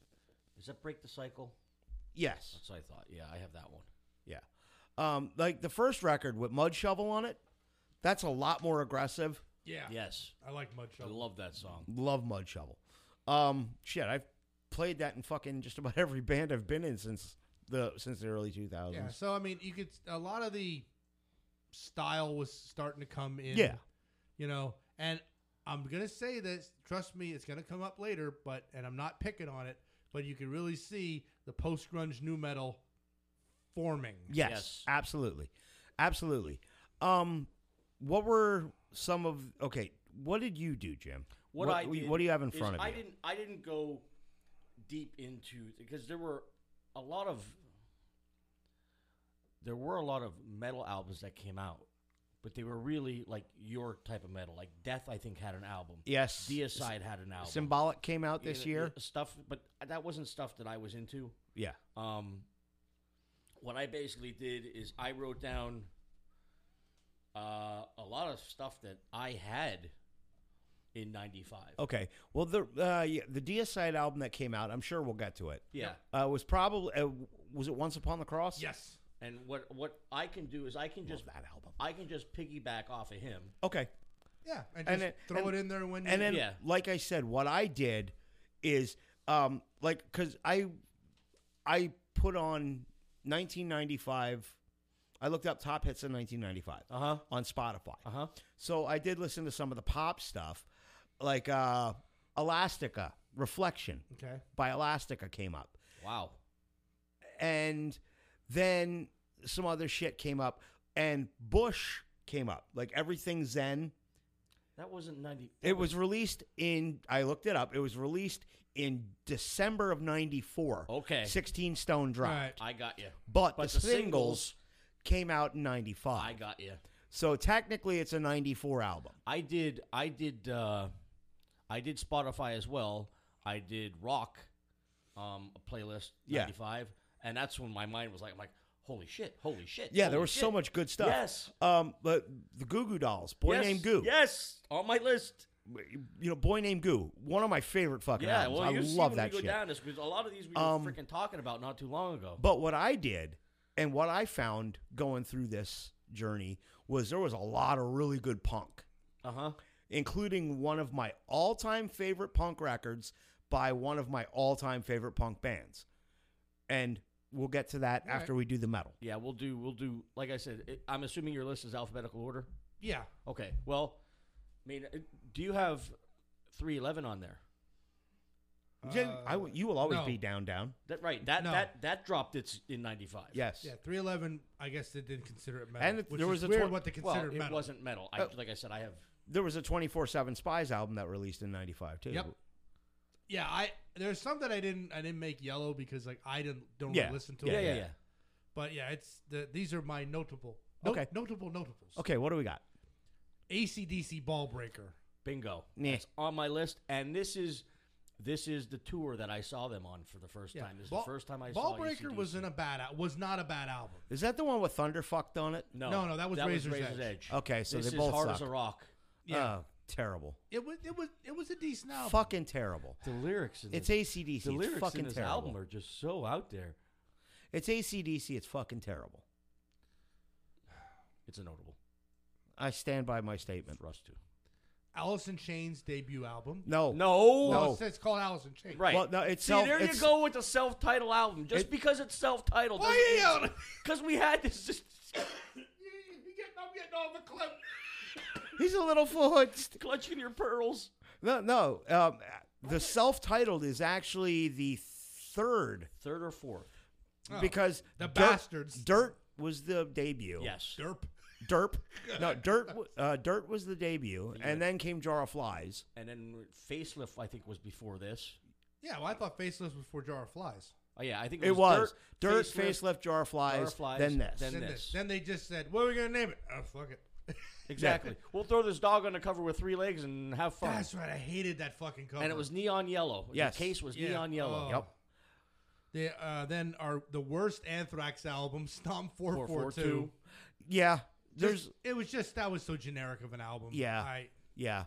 [SPEAKER 2] Does that break the cycle?
[SPEAKER 4] Yes.
[SPEAKER 2] That's what I thought. Yeah, I have that one.
[SPEAKER 4] Yeah. Um, like the first record with Mud Shovel on it, that's a lot more aggressive.
[SPEAKER 3] Yeah.
[SPEAKER 2] Yes.
[SPEAKER 3] I like Mud
[SPEAKER 2] I
[SPEAKER 3] Shovel.
[SPEAKER 2] love that song.
[SPEAKER 4] Love Mud Shovel. Um, shit, I've played that in fucking just about *laughs* every band I've been in since the since the early two thousands.
[SPEAKER 3] Yeah. So I mean, you could. A lot of the style was starting to come in.
[SPEAKER 4] Yeah.
[SPEAKER 3] You know, and I'm gonna say this. Trust me, it's gonna come up later, but and I'm not picking on it, but you can really see the post grunge new metal forming.
[SPEAKER 4] Yes,
[SPEAKER 2] Yes.
[SPEAKER 4] absolutely, absolutely. Um, what were some of? Okay, what did you do, Jim?
[SPEAKER 2] What, I
[SPEAKER 4] we-
[SPEAKER 2] did
[SPEAKER 4] what do you have in
[SPEAKER 2] is
[SPEAKER 4] front of
[SPEAKER 2] I
[SPEAKER 4] you?
[SPEAKER 2] didn't. I didn't go deep into because there were a lot of there were a lot of metal albums that came out, but they were really like your type of metal. Like Death, I think had an album.
[SPEAKER 4] Yes,
[SPEAKER 2] Deicide had an album.
[SPEAKER 4] Symbolic came out
[SPEAKER 2] You
[SPEAKER 4] this
[SPEAKER 2] know,
[SPEAKER 4] year.
[SPEAKER 2] stuff, but that wasn't stuff that I was into.
[SPEAKER 4] Yeah,
[SPEAKER 2] Um, what I basically did is I wrote down uh, a lot of stuff that I had in '95.
[SPEAKER 4] Okay. Well, the uh, yeah, the Deicide album that came out, I'm sure we'll get to it.
[SPEAKER 2] Yeah.
[SPEAKER 4] Uh, was probably uh, was it Once Upon the Cross?
[SPEAKER 3] Yes.
[SPEAKER 2] And what what I can do is I can just
[SPEAKER 4] that album.
[SPEAKER 2] I can just piggyback off of him.
[SPEAKER 4] Okay.
[SPEAKER 3] Yeah. And just
[SPEAKER 4] And it-
[SPEAKER 3] throw
[SPEAKER 4] and-
[SPEAKER 3] it in there when.
[SPEAKER 4] And
[SPEAKER 3] you,
[SPEAKER 4] then,
[SPEAKER 2] Yeah.
[SPEAKER 4] like I said, what I did is um, like because I I put on 1995. I looked up top hits in 1995
[SPEAKER 2] huh.
[SPEAKER 4] on Spotify.
[SPEAKER 2] Uh huh.
[SPEAKER 4] So I did listen to some of the pop stuff, like uh, Elastica, Reflection
[SPEAKER 3] okay.
[SPEAKER 4] by Elastica came up.
[SPEAKER 2] Wow.
[SPEAKER 4] and then some other shit came up and bush came up like everything zen
[SPEAKER 2] That wasn't ninety.
[SPEAKER 4] it was released in i looked it up it was released in december of 94
[SPEAKER 2] Okay.
[SPEAKER 4] 16 stone dropped
[SPEAKER 3] Right.
[SPEAKER 2] I got you.
[SPEAKER 4] but,
[SPEAKER 2] But
[SPEAKER 4] the,
[SPEAKER 2] the
[SPEAKER 4] singles,
[SPEAKER 2] singles-
[SPEAKER 4] came out in
[SPEAKER 2] I
[SPEAKER 4] 95
[SPEAKER 2] got you.
[SPEAKER 4] so technically it's a 94 album
[SPEAKER 2] I did. I did. Uh, I did Spotify as well. I did rock, um, a playlist
[SPEAKER 4] Yeah.
[SPEAKER 2] '95, and that's when my mind was like, I'm like, holy shit, holy shit.
[SPEAKER 4] yeah there
[SPEAKER 2] holy
[SPEAKER 4] was so
[SPEAKER 2] shit.
[SPEAKER 4] much good stuff
[SPEAKER 2] Yes.
[SPEAKER 4] um but the goo goo dolls boy
[SPEAKER 2] yes,
[SPEAKER 4] named goo
[SPEAKER 2] Yes, on my list.
[SPEAKER 4] you know boy named goo one of my favorite fucking
[SPEAKER 2] Yeah,
[SPEAKER 4] albums
[SPEAKER 2] well,
[SPEAKER 4] i
[SPEAKER 2] you see
[SPEAKER 4] love
[SPEAKER 2] when
[SPEAKER 4] that
[SPEAKER 2] we go
[SPEAKER 4] shit
[SPEAKER 2] down this because a lot of these we were
[SPEAKER 4] Um,
[SPEAKER 2] freaking talking about not too long ago.
[SPEAKER 4] But what I did and what I found going through this journey was there was a lot of really good punk.
[SPEAKER 2] Uh huh.
[SPEAKER 4] Yeah, including one of my all time favorite punk records by one of my all time favorite punk bands. And we'll get to that
[SPEAKER 3] All right.
[SPEAKER 4] after we do the metal.
[SPEAKER 2] Yeah, we'll do. We'll do. Like I said, it, I'm assuming your list is alphabetical order.
[SPEAKER 3] Yeah.
[SPEAKER 2] Okay. Well, I mean, uh, do you have 311 on there?
[SPEAKER 4] Jen, I w- you will always
[SPEAKER 3] no.
[SPEAKER 4] be down, down.
[SPEAKER 2] That right. That
[SPEAKER 3] No.
[SPEAKER 2] that that dropped its in 95.
[SPEAKER 4] Yes.
[SPEAKER 3] Yeah, 311. I guess they didn't consider it metal.
[SPEAKER 4] And it-
[SPEAKER 3] which
[SPEAKER 4] there
[SPEAKER 3] is
[SPEAKER 4] was a
[SPEAKER 3] weird
[SPEAKER 4] twen-
[SPEAKER 3] what they
[SPEAKER 2] Well,
[SPEAKER 3] considered
[SPEAKER 2] it
[SPEAKER 3] metal.
[SPEAKER 2] wasn't metal. I, like I said, I have.
[SPEAKER 4] There was a 24 7 Spies album that released in 95, too.
[SPEAKER 3] Yep. Yeah, I there's some that I didn't I didn't make yellow because like I didn't don't
[SPEAKER 4] Yeah.
[SPEAKER 3] really listen to
[SPEAKER 4] Yeah,
[SPEAKER 3] it.
[SPEAKER 4] yeah,
[SPEAKER 3] But yeah, it's the these are my notable. no-
[SPEAKER 4] Okay.
[SPEAKER 3] Notable notables.
[SPEAKER 4] Okay, what do we got?
[SPEAKER 3] ACDC Ball Breaker.
[SPEAKER 2] Bingo.
[SPEAKER 4] Nah.
[SPEAKER 2] That's on my list, and this is this is the tour that I saw them on for the first time. This is
[SPEAKER 3] Ball-
[SPEAKER 2] the first time I
[SPEAKER 3] Ball
[SPEAKER 2] saw
[SPEAKER 3] Breaker
[SPEAKER 2] AC/DC.
[SPEAKER 3] wasn't a bad al- was not a bad album.
[SPEAKER 4] Is that the one with Thunderfucked on it?
[SPEAKER 2] No,
[SPEAKER 3] No, no, that was Razor's Edge.
[SPEAKER 2] Razor's Edge.
[SPEAKER 4] Okay, so
[SPEAKER 2] this
[SPEAKER 4] they
[SPEAKER 2] is
[SPEAKER 4] both
[SPEAKER 2] hard
[SPEAKER 4] suck.
[SPEAKER 2] as a rock.
[SPEAKER 3] Yeah.
[SPEAKER 4] Oh, terrible.
[SPEAKER 3] It was it was it was a decent album.
[SPEAKER 4] Fucking terrible.
[SPEAKER 2] The lyrics in
[SPEAKER 4] It's
[SPEAKER 2] this,
[SPEAKER 4] ACDC.
[SPEAKER 2] the lyrics
[SPEAKER 4] it's fucking
[SPEAKER 2] in this
[SPEAKER 4] terrible.
[SPEAKER 2] album are just so out there.
[SPEAKER 4] It's ACDC. It's fucking terrible.
[SPEAKER 2] It's a notable
[SPEAKER 4] I stand by my statement.
[SPEAKER 2] for us too.
[SPEAKER 3] Alice in Chains debut album.
[SPEAKER 4] No.
[SPEAKER 2] No,
[SPEAKER 3] Well,
[SPEAKER 4] Oh. No.
[SPEAKER 3] it's, it's called Alice in Chains.
[SPEAKER 2] right.
[SPEAKER 4] Well, no, it's
[SPEAKER 2] See,
[SPEAKER 4] self-
[SPEAKER 2] there
[SPEAKER 4] it's-
[SPEAKER 2] you go with the self-titled album. Just
[SPEAKER 4] It-
[SPEAKER 2] because it's self-titled,
[SPEAKER 3] Why are you yelling?
[SPEAKER 2] Because we had this. Just,
[SPEAKER 3] *laughs*
[SPEAKER 2] *laughs*
[SPEAKER 3] You getting- I'm getting all the clip.
[SPEAKER 4] He's a little full-hooded.
[SPEAKER 2] clutching your pearls.
[SPEAKER 4] No, no. Um, the self-titled is actually the third
[SPEAKER 2] Third or fourth?
[SPEAKER 4] because
[SPEAKER 3] Oh, The
[SPEAKER 4] Dirt-
[SPEAKER 3] Bastards.
[SPEAKER 4] Dirt was the debut.
[SPEAKER 2] Yes.
[SPEAKER 3] Oh, Derp.
[SPEAKER 4] Derp. No, Dirt. w- Uh, Dirt was the debut, and then came Jar of Flies.
[SPEAKER 2] And then facelift, I think, was before this.
[SPEAKER 3] Yeah, well, I thought Faceless was for Jar of Flies.
[SPEAKER 2] Oh yeah, I think it,
[SPEAKER 4] It was Dirt,
[SPEAKER 2] Dirt,
[SPEAKER 4] Facelift, Jar of Flies,
[SPEAKER 2] Jar of Flies,
[SPEAKER 4] then this.
[SPEAKER 2] then-
[SPEAKER 3] Then,
[SPEAKER 2] this.
[SPEAKER 3] this. then they just said, "What are we gonna name it?" Oh, fuck it.
[SPEAKER 2] Exactly. We'll throw this dog on the cover with three legs and have
[SPEAKER 3] *laughs*
[SPEAKER 2] fun.
[SPEAKER 3] That's right. I hated that fucking cover.
[SPEAKER 2] and it was neon yellow.
[SPEAKER 4] Yes.
[SPEAKER 2] The case was
[SPEAKER 3] Yeah.
[SPEAKER 2] neon yellow.
[SPEAKER 3] Oh. Yep. They, uh, then our the worst Anthrax album, Stomp Four Four
[SPEAKER 2] 442.
[SPEAKER 3] Two.
[SPEAKER 4] yeah, there's
[SPEAKER 3] It was just that was so generic of an album.
[SPEAKER 4] Yeah.
[SPEAKER 3] I,
[SPEAKER 4] yeah.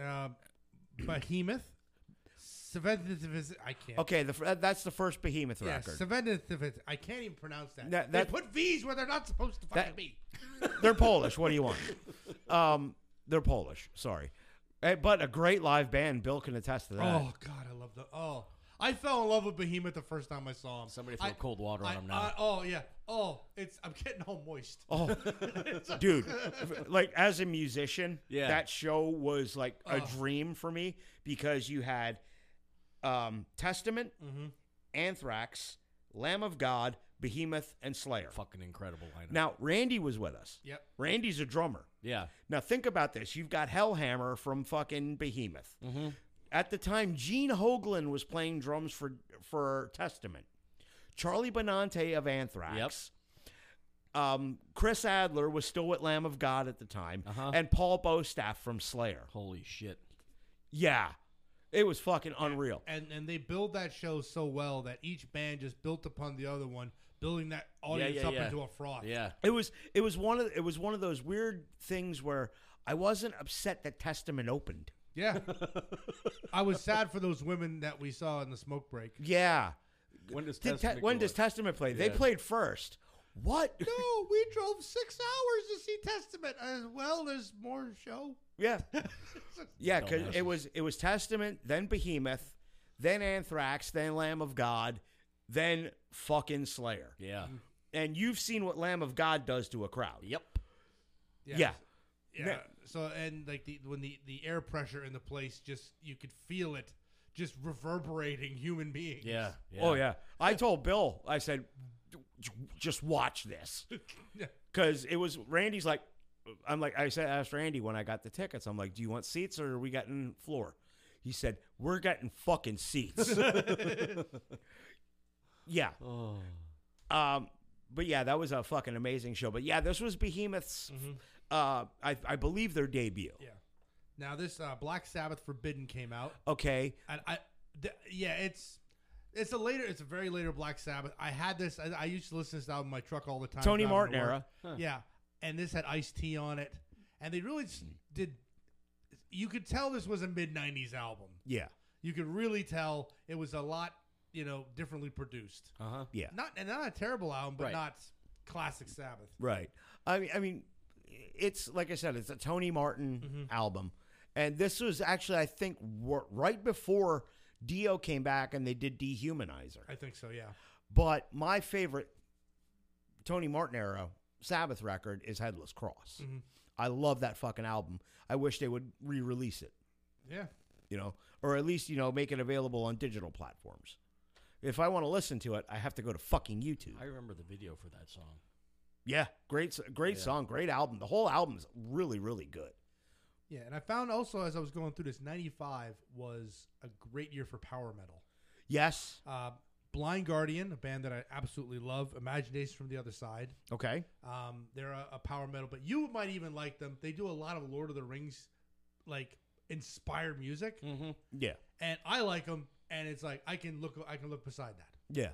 [SPEAKER 3] uh, Behemoth. Seventh. I can't.
[SPEAKER 4] Okay, the, fir- that's the first Behemoth
[SPEAKER 3] Yeah,
[SPEAKER 4] record.
[SPEAKER 3] Seventh. I can't even pronounce that.
[SPEAKER 4] That- that-
[SPEAKER 3] they put V's where they're not supposed to fucking
[SPEAKER 4] That-
[SPEAKER 3] be.
[SPEAKER 4] They're Polish. What do you want? Um, they're Polish. Sorry, Eh, but a great live band. Bill can attest to that.
[SPEAKER 3] Oh God, I love the. Oh, I fell in love with Behemoth the first time I saw him.
[SPEAKER 2] Somebody throw
[SPEAKER 3] I-
[SPEAKER 2] cold water on
[SPEAKER 3] I-
[SPEAKER 2] him now.
[SPEAKER 3] I- oh yeah. Oh, it's. I'm getting all moist.
[SPEAKER 4] Oh, dude! Like as a musician,
[SPEAKER 2] Yeah.
[SPEAKER 4] that show was like a
[SPEAKER 3] Oh.
[SPEAKER 4] dream for me because you had um, Testament, Anthrax, Lamb of God, Behemoth, and Slayer.
[SPEAKER 2] Fucking incredible. I know.
[SPEAKER 4] Now Randy was with us.
[SPEAKER 3] Yep.
[SPEAKER 4] Randy's a drummer.
[SPEAKER 2] yeah.
[SPEAKER 4] Now think about this: you've got Hellhammer from fucking Behemoth.
[SPEAKER 2] Mhm.
[SPEAKER 4] At the time, Gene Hoglan was playing drums for for Testament. Charlie Benante of Anthrax. Um, Chris Adler was still with Lamb of God at the time,
[SPEAKER 2] Uh-huh.
[SPEAKER 4] and Paul Bostaff from Slayer.
[SPEAKER 2] Holy shit.
[SPEAKER 4] Yeah, it was fucking unreal.
[SPEAKER 3] and and they build that show so well that each band just built upon the other one, building that audience
[SPEAKER 2] yeah,
[SPEAKER 3] up
[SPEAKER 2] yeah.
[SPEAKER 3] into a froth.
[SPEAKER 2] Yeah.
[SPEAKER 4] It was it was one of it was one of those weird things where I wasn't upset that Testament opened.
[SPEAKER 2] *laughs*
[SPEAKER 3] yeah. I was sad for those women that we saw in the smoke break.
[SPEAKER 2] *laughs*
[SPEAKER 4] Yeah,
[SPEAKER 2] When does
[SPEAKER 4] Did Te- when does Testament play? They
[SPEAKER 2] Yeah.
[SPEAKER 4] played first. What?
[SPEAKER 3] No, we drove six hours to see Testament. As well, there's more show.
[SPEAKER 4] Yeah, yeah. Cause
[SPEAKER 2] Dumbasses.
[SPEAKER 4] it was it was Testament, then Behemoth, then Anthrax, then Lamb of God, then fucking Slayer.
[SPEAKER 2] Yeah.
[SPEAKER 4] And you've seen what Lamb of God does to a crowd.
[SPEAKER 2] Yep.
[SPEAKER 4] Yeah.
[SPEAKER 3] yeah.
[SPEAKER 4] Ne-
[SPEAKER 3] So and like the when the the air pressure in the place just you could feel it just reverberating human beings. *laughs*
[SPEAKER 2] Yeah. yeah.
[SPEAKER 4] Oh yeah. I told Bill. I said, "J- just watch this, because it was Randy's like. I'm like I said, asked Randy when I got the tickets. I'm like, do you want seats or are we getting floor? He said, we're getting fucking seats. *laughs* yeah.
[SPEAKER 2] Oh.
[SPEAKER 4] Um, but yeah, that was a fucking amazing show. But yeah, this was Behemoth's, uh, I, I believe their debut.
[SPEAKER 3] Yeah. Now this uh, Black Sabbath Forbidden came out.
[SPEAKER 4] Okay,
[SPEAKER 3] and I, th- yeah, it's it's a later, it's a very later Black Sabbath. I had this. I, I used to listen to this album in my truck all the time.
[SPEAKER 4] Tony
[SPEAKER 3] driving
[SPEAKER 4] Martin
[SPEAKER 3] to work.
[SPEAKER 4] era.
[SPEAKER 3] Yeah, and this had Ice T on it, and they really s- did. You could tell this was a mid '90s album.
[SPEAKER 4] Yeah,
[SPEAKER 3] You could really tell it was a lot, you know, differently produced.
[SPEAKER 2] Uh huh.
[SPEAKER 4] yeah,
[SPEAKER 3] Not and not a terrible album, but
[SPEAKER 2] Right.
[SPEAKER 3] not classic Sabbath.
[SPEAKER 4] right. I mean, I mean, it's like I said, it's a Tony Martin album. And this was actually, I think, wor- right before Dio came back and they did Dehumanizer.
[SPEAKER 3] I think so. Yeah.
[SPEAKER 4] But my favorite Tony Martin era Sabbath record is Headless Cross. I love that fucking album. I wish they would re release it,
[SPEAKER 3] Yeah.
[SPEAKER 4] you know, or at least, you know, make it available on digital platforms. If I want to listen to it, I have to go to fucking YouTube.
[SPEAKER 2] I remember the video for that song.
[SPEAKER 4] Yeah, great, s- great song, great album. The whole album's really, really good.
[SPEAKER 3] Yeah, and I found also as I was going through this, '95 was a great year for power metal.
[SPEAKER 4] Yes.
[SPEAKER 3] Uh, Blind Guardian, a band that I absolutely love, Imagination from the Other Side.
[SPEAKER 4] Okay.
[SPEAKER 3] Um, they're a, a power metal, but you might even like them. They do a lot of Lord of the Rings, like inspired music,
[SPEAKER 4] Yeah.
[SPEAKER 3] and I like them. And it's like I can look, I can look beside that.
[SPEAKER 4] Yeah.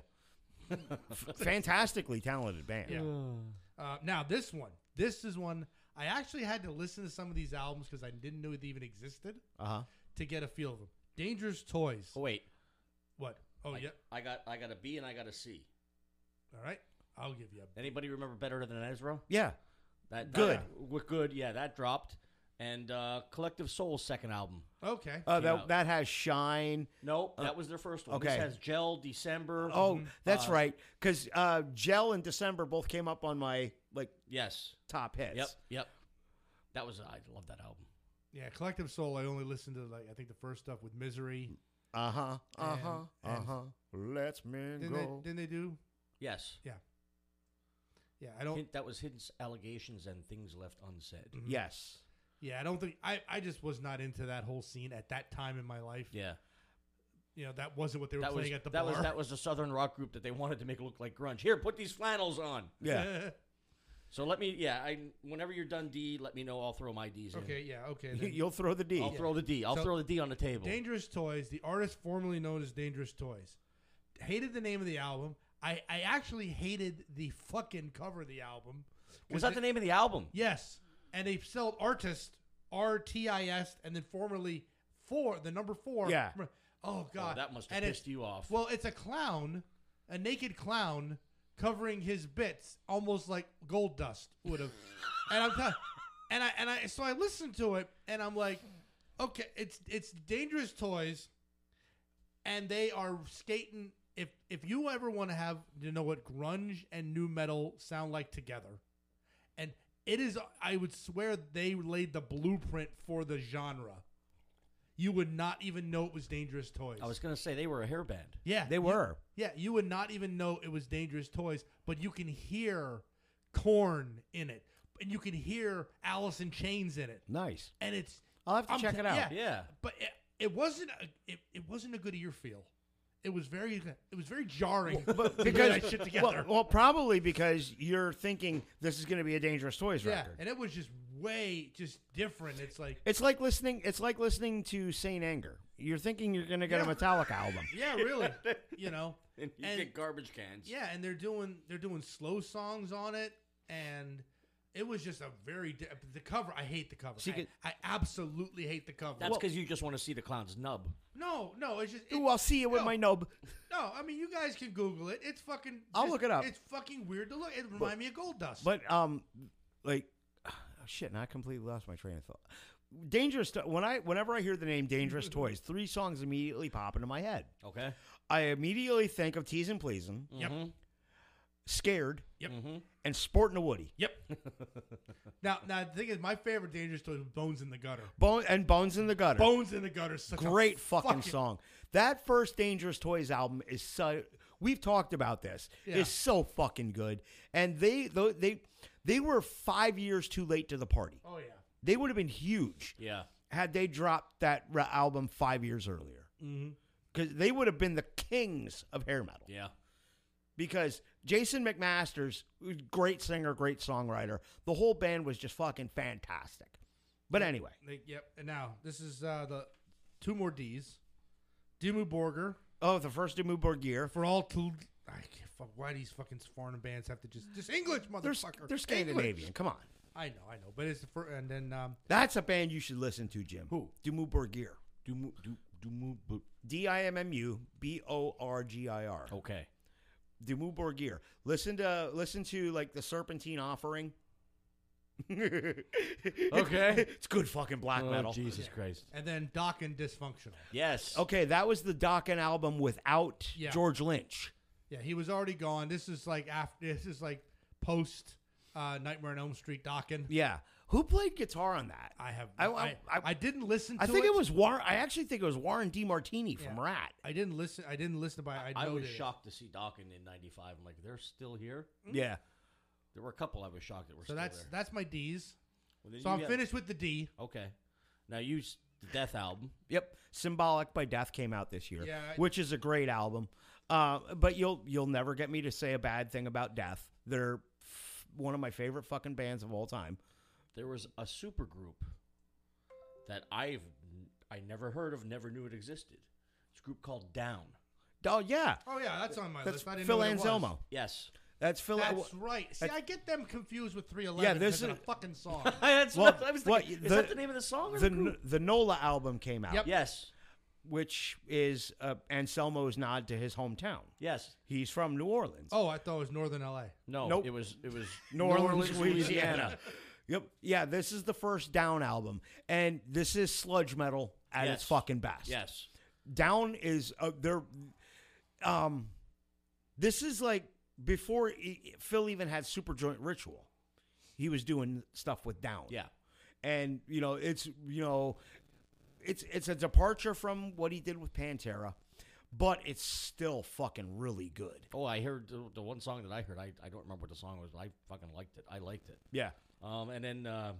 [SPEAKER 4] F- *laughs* Fantastically talented band.
[SPEAKER 3] Yeah. Uh, now this one, this is one I actually had to listen to some of these albums because I didn't know they even existed
[SPEAKER 4] Uh huh.
[SPEAKER 3] to get a feel of them. Dangerous Toys.
[SPEAKER 2] Oh wait,
[SPEAKER 3] What? Oh
[SPEAKER 2] I,
[SPEAKER 3] yeah.
[SPEAKER 2] I got I got a B and I got a C.
[SPEAKER 3] All right. I'll give you a
[SPEAKER 2] Anybody remember better than Ezra?
[SPEAKER 4] Yeah.
[SPEAKER 2] That, that
[SPEAKER 4] Good.
[SPEAKER 2] with good, yeah, that dropped. And uh, Collective Soul's second album.
[SPEAKER 3] Okay.
[SPEAKER 4] Uh,
[SPEAKER 2] Came
[SPEAKER 4] that,
[SPEAKER 2] out.
[SPEAKER 4] that has Shine.
[SPEAKER 2] No,
[SPEAKER 3] Uh,
[SPEAKER 2] that was their first one.
[SPEAKER 4] okay.
[SPEAKER 2] This has Gel, December.
[SPEAKER 4] Oh, that's
[SPEAKER 2] Uh,
[SPEAKER 4] right. Because uh, Gel and December both came up on my like
[SPEAKER 2] yes.
[SPEAKER 4] top hits.
[SPEAKER 2] Yep, yep. That was I love that album.
[SPEAKER 3] yeah, Collective Soul. I only listened to like I think the first stuff with Misery.
[SPEAKER 4] Uh huh. Uh huh.
[SPEAKER 3] And-
[SPEAKER 4] Uh
[SPEAKER 3] and-
[SPEAKER 4] huh. Let's men
[SPEAKER 3] Didn't
[SPEAKER 4] go.
[SPEAKER 3] they, didn't they do?
[SPEAKER 2] Yes,
[SPEAKER 3] Yeah, I don't.
[SPEAKER 2] Hint- that was hidden s- allegations and things left unsaid.
[SPEAKER 3] Mm-hmm.
[SPEAKER 4] yes.
[SPEAKER 3] Yeah, I don't think I. I just was not into that whole scene at that time in my life.
[SPEAKER 2] Yeah,
[SPEAKER 3] You know, that wasn't what they were
[SPEAKER 2] that was
[SPEAKER 3] playing at the
[SPEAKER 2] that
[SPEAKER 3] bar. *laughs*
[SPEAKER 2] was that was the southern rock group that they wanted to make look like grunge. Here, put these flannels on.
[SPEAKER 4] Yeah.
[SPEAKER 2] So let me, yeah, I whenever you're done D, let me know. I'll throw my D's in.
[SPEAKER 3] okay. Yeah. Okay.
[SPEAKER 4] You-
[SPEAKER 2] *laughs*
[SPEAKER 3] then.
[SPEAKER 4] You'll throw the D.
[SPEAKER 2] I'll throw the D. I'll
[SPEAKER 3] So-
[SPEAKER 2] throw the D on the
[SPEAKER 3] *laughs*
[SPEAKER 2] table.
[SPEAKER 3] Dangerous Toys, the artist formerly known as Dangerous Toys, hated the name of the album. I, I actually hated the fucking cover of the album.
[SPEAKER 2] Was that the name of the album?
[SPEAKER 3] Yes, and they spelled artist R T I S, and then formerly four, the number four.
[SPEAKER 4] Yeah.
[SPEAKER 3] Oh God,
[SPEAKER 2] that must have
[SPEAKER 3] And it-
[SPEAKER 2] pissed you off.
[SPEAKER 3] Well, it's a clown, a naked clown covering his bits, almost like gold dust would have. and I'm telling, and I and I so I listened to it, and I'm like, okay, it's it's dangerous toys, and they are skating. If if you ever want to have you know what grunge and new metal sound like together, and it is I would swear they laid the blueprint for the genre. You would not even know it was Dangerous Toys.
[SPEAKER 2] I was gonna say they were a hair band.
[SPEAKER 3] Yeah,
[SPEAKER 4] They were.
[SPEAKER 3] yeah, you would not even know it was Dangerous Toys, but you can hear corn in it, and you can hear Alice in Chains in it,
[SPEAKER 4] Nice.
[SPEAKER 3] and it's.
[SPEAKER 4] I'll have to check
[SPEAKER 3] t-
[SPEAKER 4] it out.
[SPEAKER 3] Yeah,
[SPEAKER 2] Yeah.
[SPEAKER 3] but it, it wasn't. A, it, it wasn't a good ear feel. It was very. It was very jarring. *laughs* to hear
[SPEAKER 4] because-
[SPEAKER 3] that shit together.
[SPEAKER 4] Well, well, probably because you're thinking this is going to be a dangerous toys
[SPEAKER 3] yeah,
[SPEAKER 4] record.
[SPEAKER 3] and it was just way just different. It's like
[SPEAKER 4] It's like listening. It's like listening to Saint Anger. You're thinking you're going to get
[SPEAKER 3] Yeah.
[SPEAKER 4] a Metallica
[SPEAKER 3] *laughs*
[SPEAKER 4] album. *laughs*
[SPEAKER 3] yeah, really, you know,
[SPEAKER 2] And you
[SPEAKER 3] And-
[SPEAKER 2] get garbage cans.
[SPEAKER 3] yeah, and they're doing they're doing slow songs on it, and it was just a very di- the cover. I hate the cover.
[SPEAKER 4] See,
[SPEAKER 3] I, I absolutely hate the cover.
[SPEAKER 2] That's because you just want to see the clown's nub.
[SPEAKER 3] No, no, it's just it-
[SPEAKER 4] Ooh, I'll see you with
[SPEAKER 3] No.
[SPEAKER 4] my nub.
[SPEAKER 3] no. I mean, you guys can Google it. It's fucking.
[SPEAKER 4] I'll
[SPEAKER 3] just-
[SPEAKER 4] look it up.
[SPEAKER 3] It's fucking weird to look. It reminds me of Gold Dust.
[SPEAKER 4] But um, like, *sighs* oh, shit, and I completely lost my train of thought. Dangerous. To- when I, whenever I hear the name
[SPEAKER 3] *laughs*
[SPEAKER 4] Dangerous Toys, three songs immediately pop into my head.
[SPEAKER 2] Okay.
[SPEAKER 4] I immediately think of Teasing Pleasing,
[SPEAKER 3] yep,
[SPEAKER 4] Scared,
[SPEAKER 3] Yep.
[SPEAKER 4] and Sporting a Woody, *laughs*
[SPEAKER 3] yep. now, now the thing is, my favorite Dangerous Toys was Bones in the Gutter.
[SPEAKER 4] Bone and Bones in the Gutter.
[SPEAKER 3] Bones in the Gutter, is such a
[SPEAKER 4] Great fucking, song. That first Dangerous Toys album is so. We've talked about this.
[SPEAKER 3] Yeah.
[SPEAKER 4] It's so fucking good, and they tho- they they were five years too late to the party.
[SPEAKER 3] Oh yeah,
[SPEAKER 4] They would have been huge.
[SPEAKER 2] Yeah.
[SPEAKER 4] had they dropped that ra- album five years earlier. Because they would have been the kings of hair metal.
[SPEAKER 2] Yeah.
[SPEAKER 4] Because Jason McMasters, who's a great singer, great songwriter, the whole band was just fucking fantastic. But anyway,
[SPEAKER 3] They- yep. And now this is uh, the two more D's. Dimmu Borgir
[SPEAKER 4] oh, the first Dimmu Borgir.
[SPEAKER 3] for all two. I can't fuck. Why these fucking foreign bands have to just just English
[SPEAKER 4] They're,
[SPEAKER 3] motherfucker?
[SPEAKER 4] they're Scandinavian.
[SPEAKER 3] English.
[SPEAKER 4] Come on.
[SPEAKER 3] I know, I know, but it's the first. And then um,
[SPEAKER 4] That's a band you should listen to, Jim.
[SPEAKER 2] Who?
[SPEAKER 4] Dimmu Borgir.
[SPEAKER 2] Do do do move.
[SPEAKER 4] D I M M U B O R G I R.
[SPEAKER 2] Okay.
[SPEAKER 4] *laughs* Dimmu Borgir. Listen to listen to like the Serpentine Offering.
[SPEAKER 2] Okay.
[SPEAKER 4] it's good fucking black metal.
[SPEAKER 2] Oh, Jesus Christ.
[SPEAKER 3] And then Dokken dysfunctional.
[SPEAKER 2] Yes.
[SPEAKER 4] Okay, that was the Dokken album without
[SPEAKER 3] Yeah.
[SPEAKER 4] George Lynch.
[SPEAKER 3] Yeah, he was already gone. This is like after. This is like post uh, Nightmare on Elm Street Dokken.
[SPEAKER 4] Yeah, who played guitar on that?
[SPEAKER 3] I have. I
[SPEAKER 4] I-
[SPEAKER 3] I,
[SPEAKER 4] I- I-
[SPEAKER 3] didn't listen. to
[SPEAKER 4] I think it, was Warren. I actually think it was Warren D. Martini from
[SPEAKER 3] Yeah.
[SPEAKER 4] Rat.
[SPEAKER 3] I didn't listen. I didn't listen, but I,
[SPEAKER 2] I was
[SPEAKER 3] noted it.
[SPEAKER 2] shocked to see Dawkins in '95. I'm like, they're still here.
[SPEAKER 4] Yeah,
[SPEAKER 2] There were a couple I was shocked that were
[SPEAKER 3] So
[SPEAKER 2] still
[SPEAKER 3] that's
[SPEAKER 2] there.
[SPEAKER 3] that's my D's.
[SPEAKER 2] Well, then
[SPEAKER 3] So
[SPEAKER 2] you
[SPEAKER 3] I'm
[SPEAKER 2] got-
[SPEAKER 3] finished with the D.
[SPEAKER 2] Okay. Now you s- the Death album.
[SPEAKER 4] yep. Symbolic by Death came out this year,
[SPEAKER 3] Yeah, I-
[SPEAKER 4] which is a great album. Uh, but you'll you'll never get me to say a bad thing about Death. They're f- one of my favorite fucking bands of all time.
[SPEAKER 2] There was a super group that I've n- I never heard of, never knew it existed. It's a group called Down.
[SPEAKER 4] Oh yeah,
[SPEAKER 3] Oh yeah, that's on my
[SPEAKER 4] that's
[SPEAKER 3] list. I didn't
[SPEAKER 4] Phil
[SPEAKER 3] know what it was.
[SPEAKER 4] Anselmo.
[SPEAKER 2] Yes.
[SPEAKER 4] That's Phil.
[SPEAKER 3] That's right. See,
[SPEAKER 4] that's-
[SPEAKER 3] I get them confused with 311.
[SPEAKER 4] Yeah,
[SPEAKER 3] Yeah,
[SPEAKER 4] this
[SPEAKER 3] this is a
[SPEAKER 4] is-
[SPEAKER 3] fucking song.
[SPEAKER 4] *laughs*
[SPEAKER 3] *laughs*
[SPEAKER 2] that's
[SPEAKER 4] Well,
[SPEAKER 2] what I was
[SPEAKER 4] what,
[SPEAKER 2] thinking.
[SPEAKER 4] the-
[SPEAKER 2] is that the name of the song or
[SPEAKER 4] the
[SPEAKER 2] the group?
[SPEAKER 4] the Nola album came out,
[SPEAKER 3] Yep.
[SPEAKER 2] yes.
[SPEAKER 4] which is uh, Anselmo's nod to his hometown.
[SPEAKER 2] Yes.
[SPEAKER 4] He's from New Orleans.
[SPEAKER 3] oh, I thought it was Northern LA.
[SPEAKER 2] No.
[SPEAKER 4] Nope.
[SPEAKER 2] It was it was
[SPEAKER 4] *laughs* New Orleans, Louisiana. *laughs* yep. Yeah, this is the first Down album, and this is sludge metal at its
[SPEAKER 2] Yes.
[SPEAKER 4] fucking best.
[SPEAKER 2] *laughs* yes.
[SPEAKER 4] Down is uh, they're, um, this is like before e- Phil even had Super Joint Ritual, he was doing stuff with Down.
[SPEAKER 2] Yeah.
[SPEAKER 4] and you know it's you know, it's it's a departure from what he did with Pantera, but it's still fucking really good.
[SPEAKER 2] Oh, I heard the, the one song that I heard. I, I don't remember what the song was, but I fucking liked it. I liked it.
[SPEAKER 4] Yeah.
[SPEAKER 2] Um, and then uh,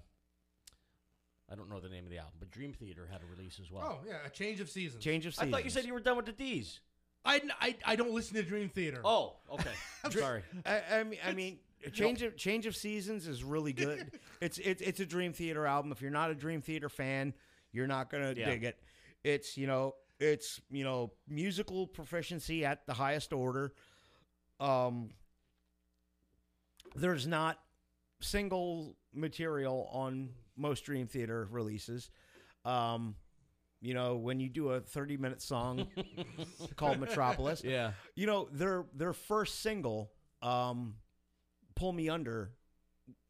[SPEAKER 2] I don't know the name of the album, but Dream Theater had a release as well.
[SPEAKER 3] Oh yeah, a change of seasons.
[SPEAKER 4] Change of
[SPEAKER 2] I
[SPEAKER 4] seasons.
[SPEAKER 2] thought you said you were done with the D's.
[SPEAKER 3] I, I, I don't listen to Dream Theater.
[SPEAKER 2] Oh, okay. *laughs* I'm sorry.
[SPEAKER 4] I, I mean, I mean, a change of change of seasons is really good. it's it's it's a Dream Theater album. If you're not a Dream Theater fan, you're not gonna
[SPEAKER 2] Yeah.
[SPEAKER 4] dig it. It's you know, it's you know, musical proficiency at the highest order. Um, there's not single material on most Dream Theater releases. Um, you know, when you do a 30 minute song called Metropolis,
[SPEAKER 2] *laughs* Yeah.
[SPEAKER 4] you know their their first single, um, "Pull Me Under,"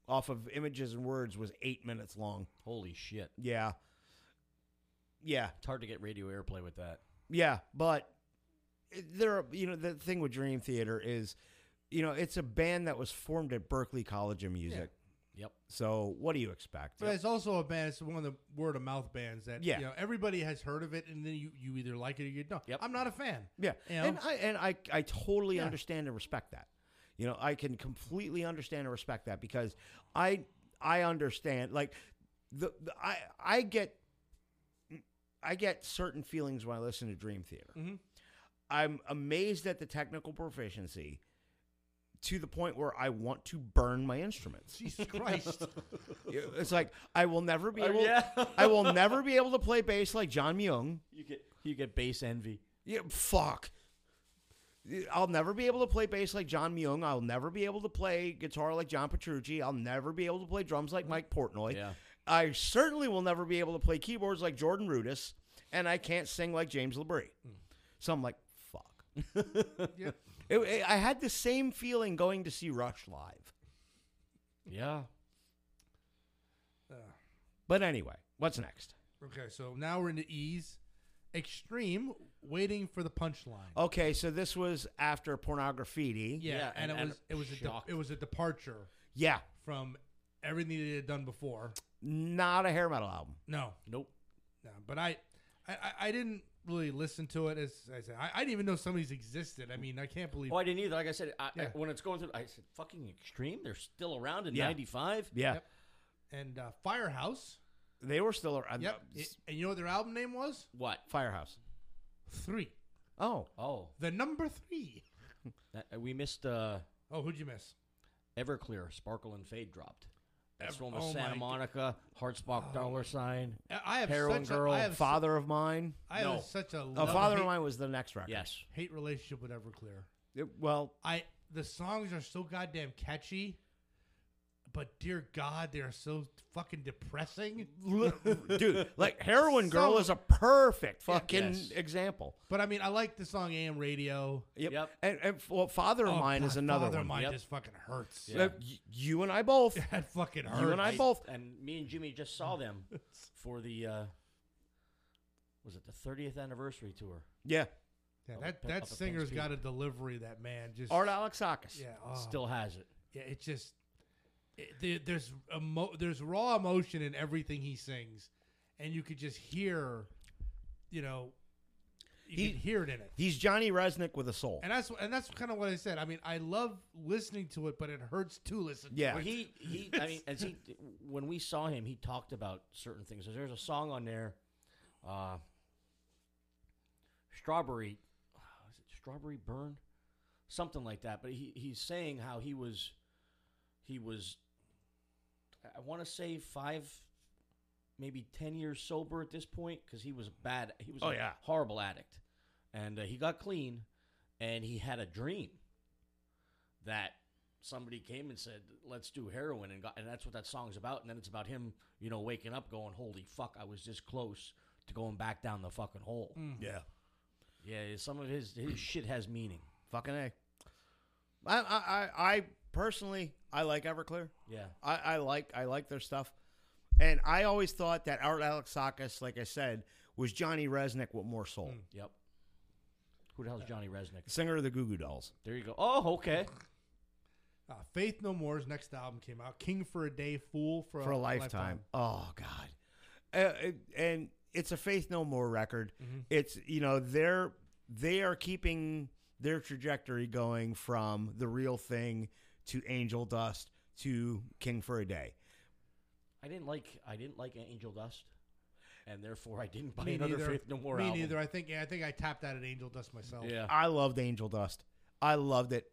[SPEAKER 4] off of Images and Words was eight minutes long.
[SPEAKER 2] Holy shit.
[SPEAKER 4] Yeah, yeah,
[SPEAKER 2] It's hard to get radio airplay with *laughs* that.
[SPEAKER 4] yeah. But there, you know, the thing with Dream Theater is, you know, it's a band that was formed at Berkeley College of Music.
[SPEAKER 2] Yep.
[SPEAKER 4] So what do you expect?
[SPEAKER 3] But it's also a band. It's one of the word of mouth bands that
[SPEAKER 4] Yeah.
[SPEAKER 3] you know everybody has heard of it, and then you, you either like it or you don't.
[SPEAKER 2] Yep.
[SPEAKER 3] I'm not a fan.
[SPEAKER 4] Yeah,
[SPEAKER 3] You know?
[SPEAKER 4] and I and I I totally
[SPEAKER 3] Yeah.
[SPEAKER 4] understand and respect that. You know, I can completely understand and respect that because I I understand like the, the I I get I get certain feelings when I listen to Dream Theater.
[SPEAKER 3] Mhm.
[SPEAKER 4] I'm amazed at the technical proficiency to the point where I want to burn my instruments.
[SPEAKER 3] *laughs* Jesus Oh, Christ.
[SPEAKER 4] it's like I will never be
[SPEAKER 2] Uh,
[SPEAKER 4] able
[SPEAKER 2] yeah.
[SPEAKER 4] I will never be able to play bass like John Myung.
[SPEAKER 2] *laughs* You get you get bass envy.
[SPEAKER 4] Yeah, fuck. I'll never be able to play bass like John Myung. I'll never be able to play guitar like John Petrucci. I'll never be able to play drums like Mike Portnoy.
[SPEAKER 2] Yeah.
[SPEAKER 4] I certainly will never be able to play keyboards like Jordan Rudess, and I can't sing like James Labrie. So I'm like, fuck.
[SPEAKER 3] Yeah.
[SPEAKER 4] It- it- I had the same feeling going to see Rush live.
[SPEAKER 2] Yeah.
[SPEAKER 3] Uh,
[SPEAKER 4] But anyway, what's next?
[SPEAKER 3] Okay, so now we're into E's. Extreme, waiting for the punchline.
[SPEAKER 4] Okay, so this was after Pornograffiti.
[SPEAKER 3] yeah,
[SPEAKER 2] yeah,
[SPEAKER 3] and,
[SPEAKER 2] and- and
[SPEAKER 3] it was it was a de-
[SPEAKER 2] shocked.
[SPEAKER 3] it was a departure
[SPEAKER 4] Yeah,
[SPEAKER 3] from everything they had done before.
[SPEAKER 4] not a hair metal album.
[SPEAKER 3] No,
[SPEAKER 2] Nope.
[SPEAKER 3] no, but I, I, I- I didn't really listen to it. As I said, I, I didn't even know some of these existed. I mean, I can't believe.
[SPEAKER 2] Oh, I didn't either. Like I said, I,
[SPEAKER 3] Yeah.
[SPEAKER 2] when it's going through, I said, "Fucking extreme." They're still around in
[SPEAKER 4] Yeah.
[SPEAKER 2] '95.
[SPEAKER 4] Yeah,
[SPEAKER 3] Yep. And uh, Firehouse.
[SPEAKER 4] they were still around.
[SPEAKER 3] Yep. It- and you know what their album name was?
[SPEAKER 2] What?
[SPEAKER 4] Firehouse.
[SPEAKER 3] Three.
[SPEAKER 4] Oh,
[SPEAKER 2] Oh,
[SPEAKER 3] The number three.
[SPEAKER 2] that, uh, we missed uh,
[SPEAKER 3] Oh, who'd you miss?
[SPEAKER 2] Everclear. Sparkle and Fade dropped. That's
[SPEAKER 3] Ev-
[SPEAKER 2] the one with
[SPEAKER 3] oh my
[SPEAKER 2] Santa
[SPEAKER 3] g-
[SPEAKER 2] Monica, Heartspark Dollar Sign.
[SPEAKER 3] I- I have
[SPEAKER 2] Heroin
[SPEAKER 3] such
[SPEAKER 2] Girl,
[SPEAKER 3] a I have, su-
[SPEAKER 4] Father of Mine.
[SPEAKER 3] I have
[SPEAKER 2] No.
[SPEAKER 3] such a
[SPEAKER 4] Uh,
[SPEAKER 3] love-
[SPEAKER 4] Father of
[SPEAKER 3] hate,
[SPEAKER 4] Mine was the next record.
[SPEAKER 2] Yes.
[SPEAKER 3] hate relationship with Everclear.
[SPEAKER 4] It- well,
[SPEAKER 3] I the songs are so goddamn catchy, but dear God, they are so fucking depressing.
[SPEAKER 4] dude. *laughs* Like heroin girl
[SPEAKER 3] So-
[SPEAKER 4] is a perfect fucking
[SPEAKER 2] Yes.
[SPEAKER 4] example.
[SPEAKER 3] But I mean, I like the song "AM Radio."
[SPEAKER 4] Yep.
[SPEAKER 2] Yep.
[SPEAKER 4] And, and well, father of
[SPEAKER 3] Oh,
[SPEAKER 4] mine is
[SPEAKER 3] God,
[SPEAKER 4] another
[SPEAKER 3] Father
[SPEAKER 4] one.
[SPEAKER 3] Mine
[SPEAKER 2] Yep.
[SPEAKER 3] just fucking hurts.
[SPEAKER 4] Uh, y- you and I both.
[SPEAKER 3] *laughs* That fucking hurts.
[SPEAKER 4] You and I both.
[SPEAKER 2] And me and Jimmy just saw them *laughs* for the uh, was it the thirtieth anniversary tour?
[SPEAKER 4] Yeah.
[SPEAKER 3] Yeah,
[SPEAKER 2] Up
[SPEAKER 3] that
[SPEAKER 2] at- up
[SPEAKER 3] that
[SPEAKER 2] at Penn
[SPEAKER 3] singer's
[SPEAKER 2] Speed.
[SPEAKER 3] got a delivery that man just.
[SPEAKER 4] Art Alexakis.
[SPEAKER 3] yeah, oh,
[SPEAKER 2] Still has it.
[SPEAKER 3] yeah. It just it, there, there's emo, there's raw emotion in everything he sings, and you could just hear, you know, you
[SPEAKER 4] He-
[SPEAKER 3] could hear it in it.
[SPEAKER 4] He's Johnny Resnick with a soul.
[SPEAKER 3] And that's and that's kind of what I said. I mean, I love listening to it, but it hurts to listen. to
[SPEAKER 4] Yeah.
[SPEAKER 2] Well, he he. I mean, as he when we saw him, he talked about certain things. There's a song on there, uh, strawberry, is it strawberry burn, something like that. But he he's saying how he was, he was. I want to say five, maybe ten years sober at this point because he was bad. He was
[SPEAKER 4] Oh,
[SPEAKER 2] a
[SPEAKER 4] yeah.
[SPEAKER 2] horrible addict, and uh, he got clean, and he had a dream that somebody came and said, "Let's do heroin," and got, and that's what that song's about. And then it's about him, you know, waking up, going, "Holy fuck, I was this close to going back down the fucking hole."
[SPEAKER 4] yeah.
[SPEAKER 2] Yeah, some of his his shit has meaning.
[SPEAKER 4] Fucking A. I, I, I, I personally, I like Everclear.
[SPEAKER 2] Yeah,
[SPEAKER 4] I, I like I like their stuff. And I always thought that Art Alexakis, like I said, was Johnny Resnick with more soul.
[SPEAKER 3] Hmm.
[SPEAKER 2] yep. Who the hell's Johnny Resnick?
[SPEAKER 4] Singer of the Goo Goo Dolls.
[SPEAKER 2] There you go. Oh, okay.
[SPEAKER 3] Uh, Faith No More's next album came out. King for a Day, Fool for,
[SPEAKER 4] for a lifetime. Oh God, Uh, it- and it's a Faith No More record. It's you know they're they are keeping their trajectory going from the real thing to Angel Dust to King for a Day.
[SPEAKER 2] I didn't like I didn't like Angel Dust, and therefore I didn't buy
[SPEAKER 3] Me
[SPEAKER 2] another
[SPEAKER 3] neither.
[SPEAKER 2] Faith No More
[SPEAKER 3] Me
[SPEAKER 2] album.
[SPEAKER 3] neither. I think yeah, I think I tapped out at Angel Dust myself.
[SPEAKER 2] Yeah.
[SPEAKER 4] I loved Angel Dust. I loved it.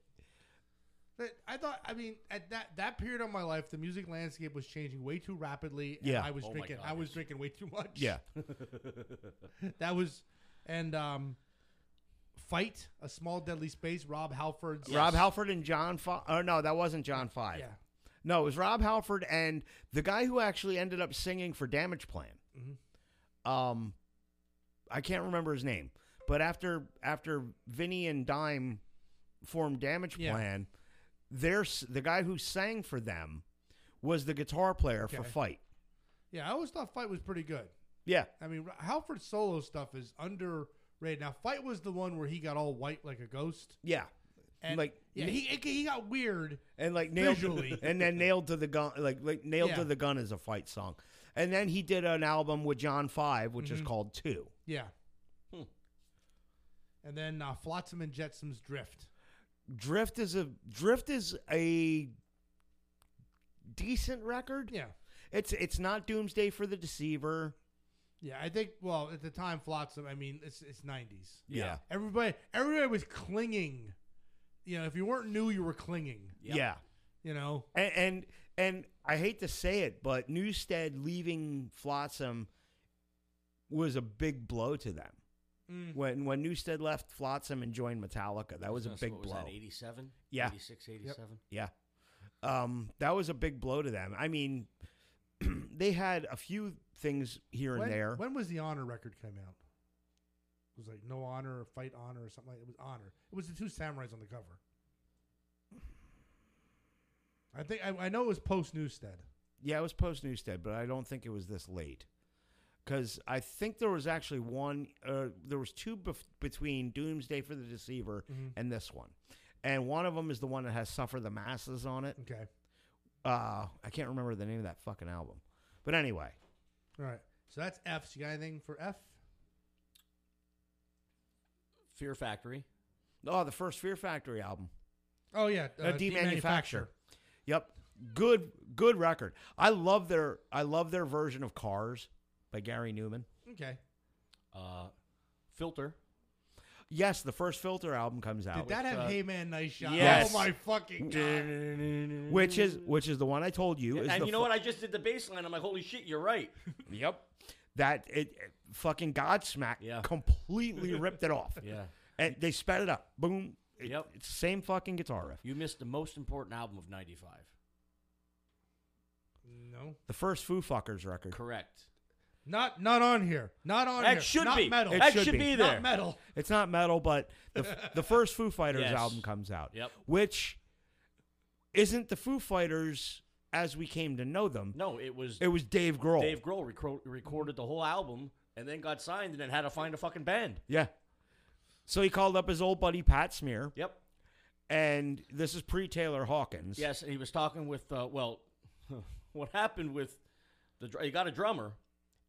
[SPEAKER 3] But I thought I mean at that that period of my life the music landscape was changing way too rapidly. and
[SPEAKER 4] Yeah.
[SPEAKER 3] I was
[SPEAKER 2] Oh my
[SPEAKER 3] drinking
[SPEAKER 2] God,
[SPEAKER 3] I was
[SPEAKER 2] yes.
[SPEAKER 3] drinking way too much.
[SPEAKER 4] Yeah,
[SPEAKER 3] *laughs* That was and um Fight, A Small Deadly Space, Rob Halford's
[SPEAKER 4] Rob Halford and John. Fi- oh no, that wasn't John Five.
[SPEAKER 3] Yeah.
[SPEAKER 4] No, it was Rob Halford and the guy who actually ended up singing for Damage Plan.
[SPEAKER 3] Mm-hmm.
[SPEAKER 4] Um, I can't remember his name, but after after Vinny and Dime formed Damage
[SPEAKER 3] Yeah.
[SPEAKER 4] Plan, there's the guy who sang for them was the guitar player for
[SPEAKER 3] Okay.
[SPEAKER 4] Fight.
[SPEAKER 3] Yeah, I always thought Fight was pretty good.
[SPEAKER 4] Yeah,
[SPEAKER 3] I mean Ro- Halford's solo stuff is underrated. Now Fight was the one where he got all white like a ghost.
[SPEAKER 4] yeah,
[SPEAKER 3] And
[SPEAKER 4] like
[SPEAKER 3] yeah, he it- he got weird.
[SPEAKER 4] and like nailed
[SPEAKER 3] Visually.
[SPEAKER 4] *laughs* and then nailed to the gun like like nailed
[SPEAKER 3] Yeah.
[SPEAKER 4] to the gun is a fight song, and then he did an album with John Five, which
[SPEAKER 3] Mm-hmm.
[SPEAKER 4] is called Two.
[SPEAKER 3] Yeah.
[SPEAKER 2] Hmm.
[SPEAKER 3] And then uh, Flotsam and Jetsam's Drift.
[SPEAKER 4] Drift is a Drift is a decent record.
[SPEAKER 3] Yeah.
[SPEAKER 4] It's it's not Doomsday for the Deceiver.
[SPEAKER 3] Yeah, I think. Well, at the time, Flotsam. I mean, it's it's nineties.
[SPEAKER 4] Yeah.
[SPEAKER 3] Everybody, everybody was clinging. You know, if you weren't new, you were clinging.
[SPEAKER 2] Yep.
[SPEAKER 4] Yeah.
[SPEAKER 3] You know.
[SPEAKER 4] And, and and I hate to say it, but Newstead leaving Flotsam was a big blow to them.
[SPEAKER 3] Mm.
[SPEAKER 4] When when Newstead left Flotsam and joined Metallica, that was a
[SPEAKER 2] So
[SPEAKER 4] big
[SPEAKER 2] what was
[SPEAKER 4] blow.
[SPEAKER 2] That 87?
[SPEAKER 4] Yeah.
[SPEAKER 2] 86, 87?
[SPEAKER 4] Yeah. Um, that was a big blow to them. I mean, *clears throat* they had a few things here
[SPEAKER 3] When,
[SPEAKER 4] and there.
[SPEAKER 3] when was the Honor record come out? It was like No Honor or Fight Honor or something like. It was Honor. It was the two samurais on the cover. I think I, I know it was post Newstead.
[SPEAKER 4] Yeah, it was post Newstead, but I don't think it was this late. Because I think there was actually one, uh, there was two bef- between Doomsday for the Deceiver
[SPEAKER 2] Mm-hmm.
[SPEAKER 4] and this one, and one of them is the one that has "Suffer the Masses" on it.
[SPEAKER 3] Okay.
[SPEAKER 4] Uh, I can't remember the name of that fucking album, but anyway,
[SPEAKER 3] All right. So that's F. So you got anything for F?
[SPEAKER 2] Fear Factory.
[SPEAKER 4] oh, the first Fear Factory album,
[SPEAKER 3] Oh yeah.
[SPEAKER 4] uh, Demanufacture. Yep, good, good record. I love their, I love their version of "Cars" by Gary Newman.
[SPEAKER 3] Okay.
[SPEAKER 2] Uh, filter.
[SPEAKER 4] Yes, the first Filter album comes out.
[SPEAKER 3] Did that have
[SPEAKER 2] uh,
[SPEAKER 3] Hey Man Nice Shot?
[SPEAKER 4] Yes.
[SPEAKER 3] Oh my fucking god.
[SPEAKER 4] which is which is the one I told you. is
[SPEAKER 2] And
[SPEAKER 4] the
[SPEAKER 2] you know
[SPEAKER 4] fu-
[SPEAKER 2] what? I just did the bass line. I'm like, holy shit, you're right.
[SPEAKER 4] Yep. That it, it- fucking Godsmack
[SPEAKER 2] Yeah. *laughs*
[SPEAKER 4] completely ripped it off.
[SPEAKER 2] Yeah.
[SPEAKER 4] And they sped it up. Boom. It-
[SPEAKER 2] Yep.
[SPEAKER 4] It's the same fucking guitar riff.
[SPEAKER 2] You missed the most important album of 95.
[SPEAKER 3] No,
[SPEAKER 4] The first Foo Fuckers record.
[SPEAKER 2] Correct.
[SPEAKER 3] not not on here. Not on here.
[SPEAKER 2] That should
[SPEAKER 3] not
[SPEAKER 2] be.
[SPEAKER 3] metal.
[SPEAKER 2] That
[SPEAKER 4] It should
[SPEAKER 2] should
[SPEAKER 4] be.
[SPEAKER 2] be
[SPEAKER 3] not
[SPEAKER 2] there.
[SPEAKER 3] metal.
[SPEAKER 4] It's not metal, but the
[SPEAKER 2] *laughs*
[SPEAKER 4] f- the first Foo Fighters
[SPEAKER 2] Yes.
[SPEAKER 4] album comes out.
[SPEAKER 2] Yep.
[SPEAKER 4] Which isn't the Foo Fighters as we came to know them.
[SPEAKER 2] No, it was
[SPEAKER 4] It was Dave Grohl.
[SPEAKER 2] Dave Grohl recro- recorded the whole album and then got signed and then had to find a fucking band.
[SPEAKER 4] Yeah. So he called up his old buddy Pat Smear,
[SPEAKER 2] Yep.
[SPEAKER 4] and this is pre Taylor Hawkins.
[SPEAKER 2] Yes, and he was talking with uh, well, *laughs* what happened with the dr- he got a drummer,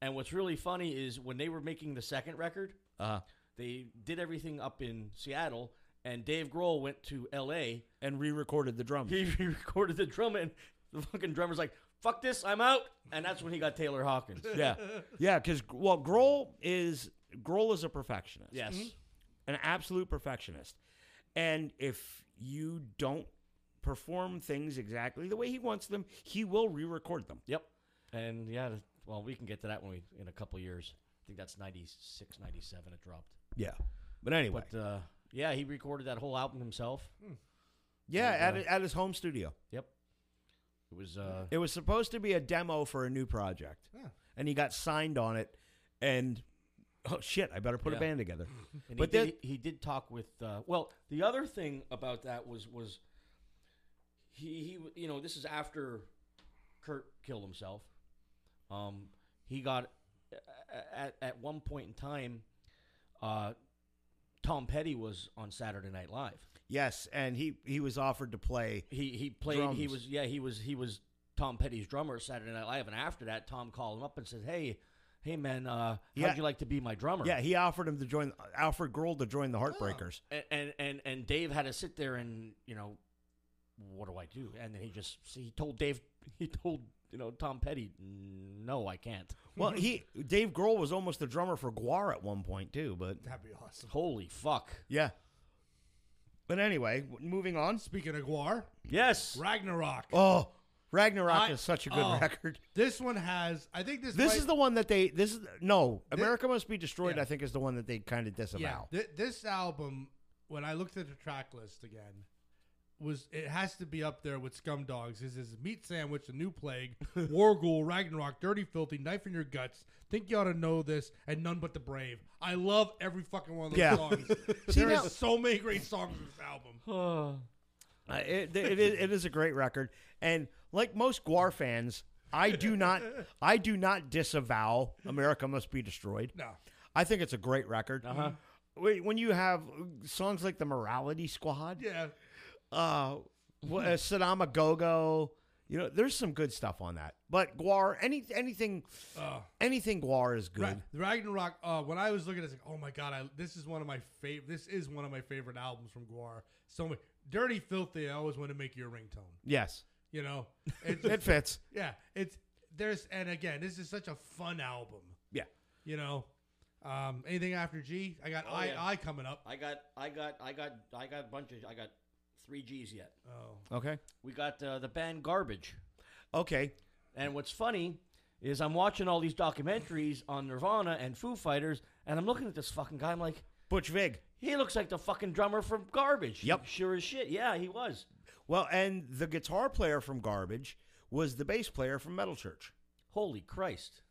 [SPEAKER 2] and what's really funny is when they were making the second record,
[SPEAKER 4] Uh,
[SPEAKER 2] they did everything up in Seattle, and Dave Grohl went to L.A.
[SPEAKER 4] and re-recorded the drums.
[SPEAKER 2] *laughs* He recorded the drum, and the fucking drummer's like, "Fuck this, I'm out," and that's when he got Taylor Hawkins. *laughs*
[SPEAKER 4] yeah, *laughs* yeah. Because well, Grohl is Grohl is a perfectionist.
[SPEAKER 2] Yes,
[SPEAKER 4] an absolute perfectionist. And if you don't perform things exactly the way he wants them, he will re-record them.
[SPEAKER 2] yep, and yeah, th- well, we can get to that when we in a couple years. I think that's 96, 97 It dropped,
[SPEAKER 4] Yeah. But anyway,
[SPEAKER 2] but uh, yeah, he recorded that whole album himself.
[SPEAKER 4] yeah, at,
[SPEAKER 2] and, uh,
[SPEAKER 4] at his home studio.
[SPEAKER 2] Yep, it was. Uh,
[SPEAKER 4] It was supposed to be a demo for a new project,
[SPEAKER 3] Yeah.
[SPEAKER 4] and he got signed on it. And oh shit, I better put a
[SPEAKER 2] Yeah.
[SPEAKER 4] band together.
[SPEAKER 2] And
[SPEAKER 4] But
[SPEAKER 2] he, did, he did talk with. Uh, well, the other thing about that was was he he w- you know this is after Kurt killed himself. Um, he got a- at at one point in time. Uh, Tom Petty was on Saturday Night Live.
[SPEAKER 4] Yes, and he he was offered to play.
[SPEAKER 2] He he played. He
[SPEAKER 4] Drums.
[SPEAKER 2] was yeah. He was he was Tom Petty's drummer at Saturday Night Live, and after that, Tom called him up and said, "Hey, hey man, uh,
[SPEAKER 4] Yeah.
[SPEAKER 2] how'd you like to be my drummer?"
[SPEAKER 4] Yeah, he offered him to join Alfred Grohl to join the Heartbreakers.
[SPEAKER 2] and- and and and Dave had to sit there and you know, what do I do? And then he just so he told Dave *laughs* he told you know Tom Petty, no, I can't.
[SPEAKER 4] Well,
[SPEAKER 3] Mm-hmm.
[SPEAKER 4] he Dave Grohl was almost the drummer for Guar at one point too, but
[SPEAKER 3] That'd be awesome.
[SPEAKER 2] Holy fuck!
[SPEAKER 4] Yeah. But anyway, w- moving on.
[SPEAKER 3] Speaking of Guar,
[SPEAKER 2] Yes,
[SPEAKER 3] Ragnarok.
[SPEAKER 4] Oh, Ragnarok
[SPEAKER 3] I-
[SPEAKER 4] is such a good
[SPEAKER 3] oh.
[SPEAKER 4] record.
[SPEAKER 3] This one has. I think this.
[SPEAKER 4] This
[SPEAKER 3] might-
[SPEAKER 4] is the one that they. This is no America must be destroyed.
[SPEAKER 3] yeah.
[SPEAKER 4] I think is the one that they kind of disavow.
[SPEAKER 3] thi- this album, when I looked at the track list again, was it has to be up there with Scum Dogs. This is Meat Sandwich, The
[SPEAKER 4] *laughs*
[SPEAKER 3] New Plague, War Ghoul, Ragnarok, Dirty Filthy, Knife in Your Guts. Think you ought to know this, and None But the Brave. I love every fucking one of those
[SPEAKER 4] Yeah. *laughs*
[SPEAKER 3] songs.
[SPEAKER 4] See,
[SPEAKER 3] there
[SPEAKER 4] now-
[SPEAKER 3] is so many great songs in this album.
[SPEAKER 4] Uh, it, it, is, it is a great record, and like most Guar fans, I do not. I do not disavow America must be destroyed.
[SPEAKER 3] No,
[SPEAKER 4] I think it's a great record. Uh-huh. When you have songs like the Morality Squad,
[SPEAKER 3] yeah,
[SPEAKER 4] uh, wha- uh Sadama Gogo. You know, there's some good stuff on that. But Guar, any anything,
[SPEAKER 3] Oh.
[SPEAKER 4] anything Guar is good.
[SPEAKER 3] Ra- Ragnarok. Uh, when I was looking at, this, like, oh my god, I, this is one of my favorite. This is one of my favorite albums from Guar. So many. Dirty Filthy. I always want to make your ringtone.
[SPEAKER 4] Yes,
[SPEAKER 3] You
[SPEAKER 2] *laughs*
[SPEAKER 3] know, it's,
[SPEAKER 4] it fits.
[SPEAKER 3] Yeah, it's there's and again, this is such a fun album.
[SPEAKER 4] Yeah,
[SPEAKER 3] You know, um, anything after G? I got
[SPEAKER 2] Oh,
[SPEAKER 3] I
[SPEAKER 2] yeah.
[SPEAKER 3] I coming up.
[SPEAKER 2] I got I got I got I got a bunch of I got three G's yet.
[SPEAKER 3] Oh,
[SPEAKER 4] okay,
[SPEAKER 2] We got uh, the band Garbage,
[SPEAKER 4] okay.
[SPEAKER 2] and what's funny is I'm watching all these documentaries on Nirvana and Foo Fighters, and I'm looking at this fucking guy. I'm like.
[SPEAKER 4] Butch Vig.
[SPEAKER 2] He looks like the fucking drummer from Garbage.
[SPEAKER 4] Yep.
[SPEAKER 2] Sure as shit. Yeah, he was.
[SPEAKER 4] Well, and the guitar player from Garbage was the bass player from Metal Church.
[SPEAKER 2] Holy Christ.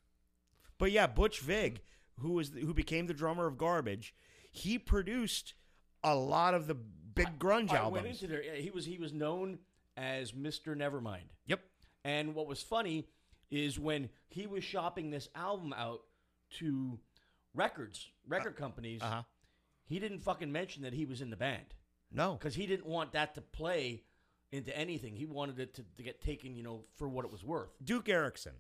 [SPEAKER 4] But yeah, Butch Vig, who was the, who became the drummer of Garbage, he produced a lot of the big grunge
[SPEAKER 2] I
[SPEAKER 4] albums.
[SPEAKER 2] went into there. yeah, He was he was known as Mister Nevermind.
[SPEAKER 4] yep.
[SPEAKER 2] And what was funny is when he was shopping this album out to records, record companies,
[SPEAKER 4] Uh huh.
[SPEAKER 2] he didn't fucking mention that he was in the band
[SPEAKER 4] No.
[SPEAKER 2] because he didn't want that to play into anything. He wanted it to, to get taken, you know, for what it was worth.
[SPEAKER 4] Duke Erickson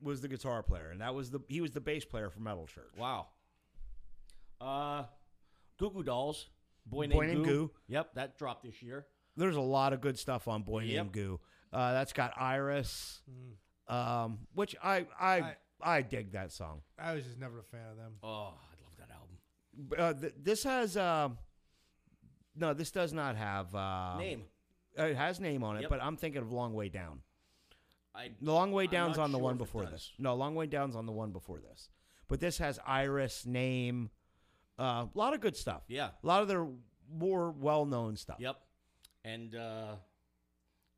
[SPEAKER 4] was the guitar player, and that was the he was the bass player for Metal Church.
[SPEAKER 2] Wow. Uh, Goo Goo Dolls, boy named,
[SPEAKER 4] Boy Named Goo.
[SPEAKER 2] Yep, that dropped this year.
[SPEAKER 4] There's a lot of good stuff on Boy
[SPEAKER 2] Yep. Hmm.
[SPEAKER 4] Named Goo. Uh, that's got Iris, um, which I I, I
[SPEAKER 3] I-
[SPEAKER 4] dig that song.
[SPEAKER 3] I was just never a fan of them.
[SPEAKER 2] Oh, I love that album.
[SPEAKER 4] B- Uh, th- this has uh, no, this does not have uh,
[SPEAKER 2] Um, Name.
[SPEAKER 4] uh, It has name on it,
[SPEAKER 2] Yep.
[SPEAKER 4] but I'm thinking of Long Way Down.
[SPEAKER 2] I
[SPEAKER 4] The Long Way
[SPEAKER 2] I'm
[SPEAKER 4] Down's
[SPEAKER 2] not
[SPEAKER 4] on the
[SPEAKER 2] sure
[SPEAKER 4] one
[SPEAKER 2] if it
[SPEAKER 4] before
[SPEAKER 2] does.
[SPEAKER 4] this. No, Long Way Down's on the one before this. But this has Iris, name, uh, a lot of good stuff.
[SPEAKER 2] Yeah.
[SPEAKER 4] a lot of their more well-known stuff.
[SPEAKER 2] Yep. And uh,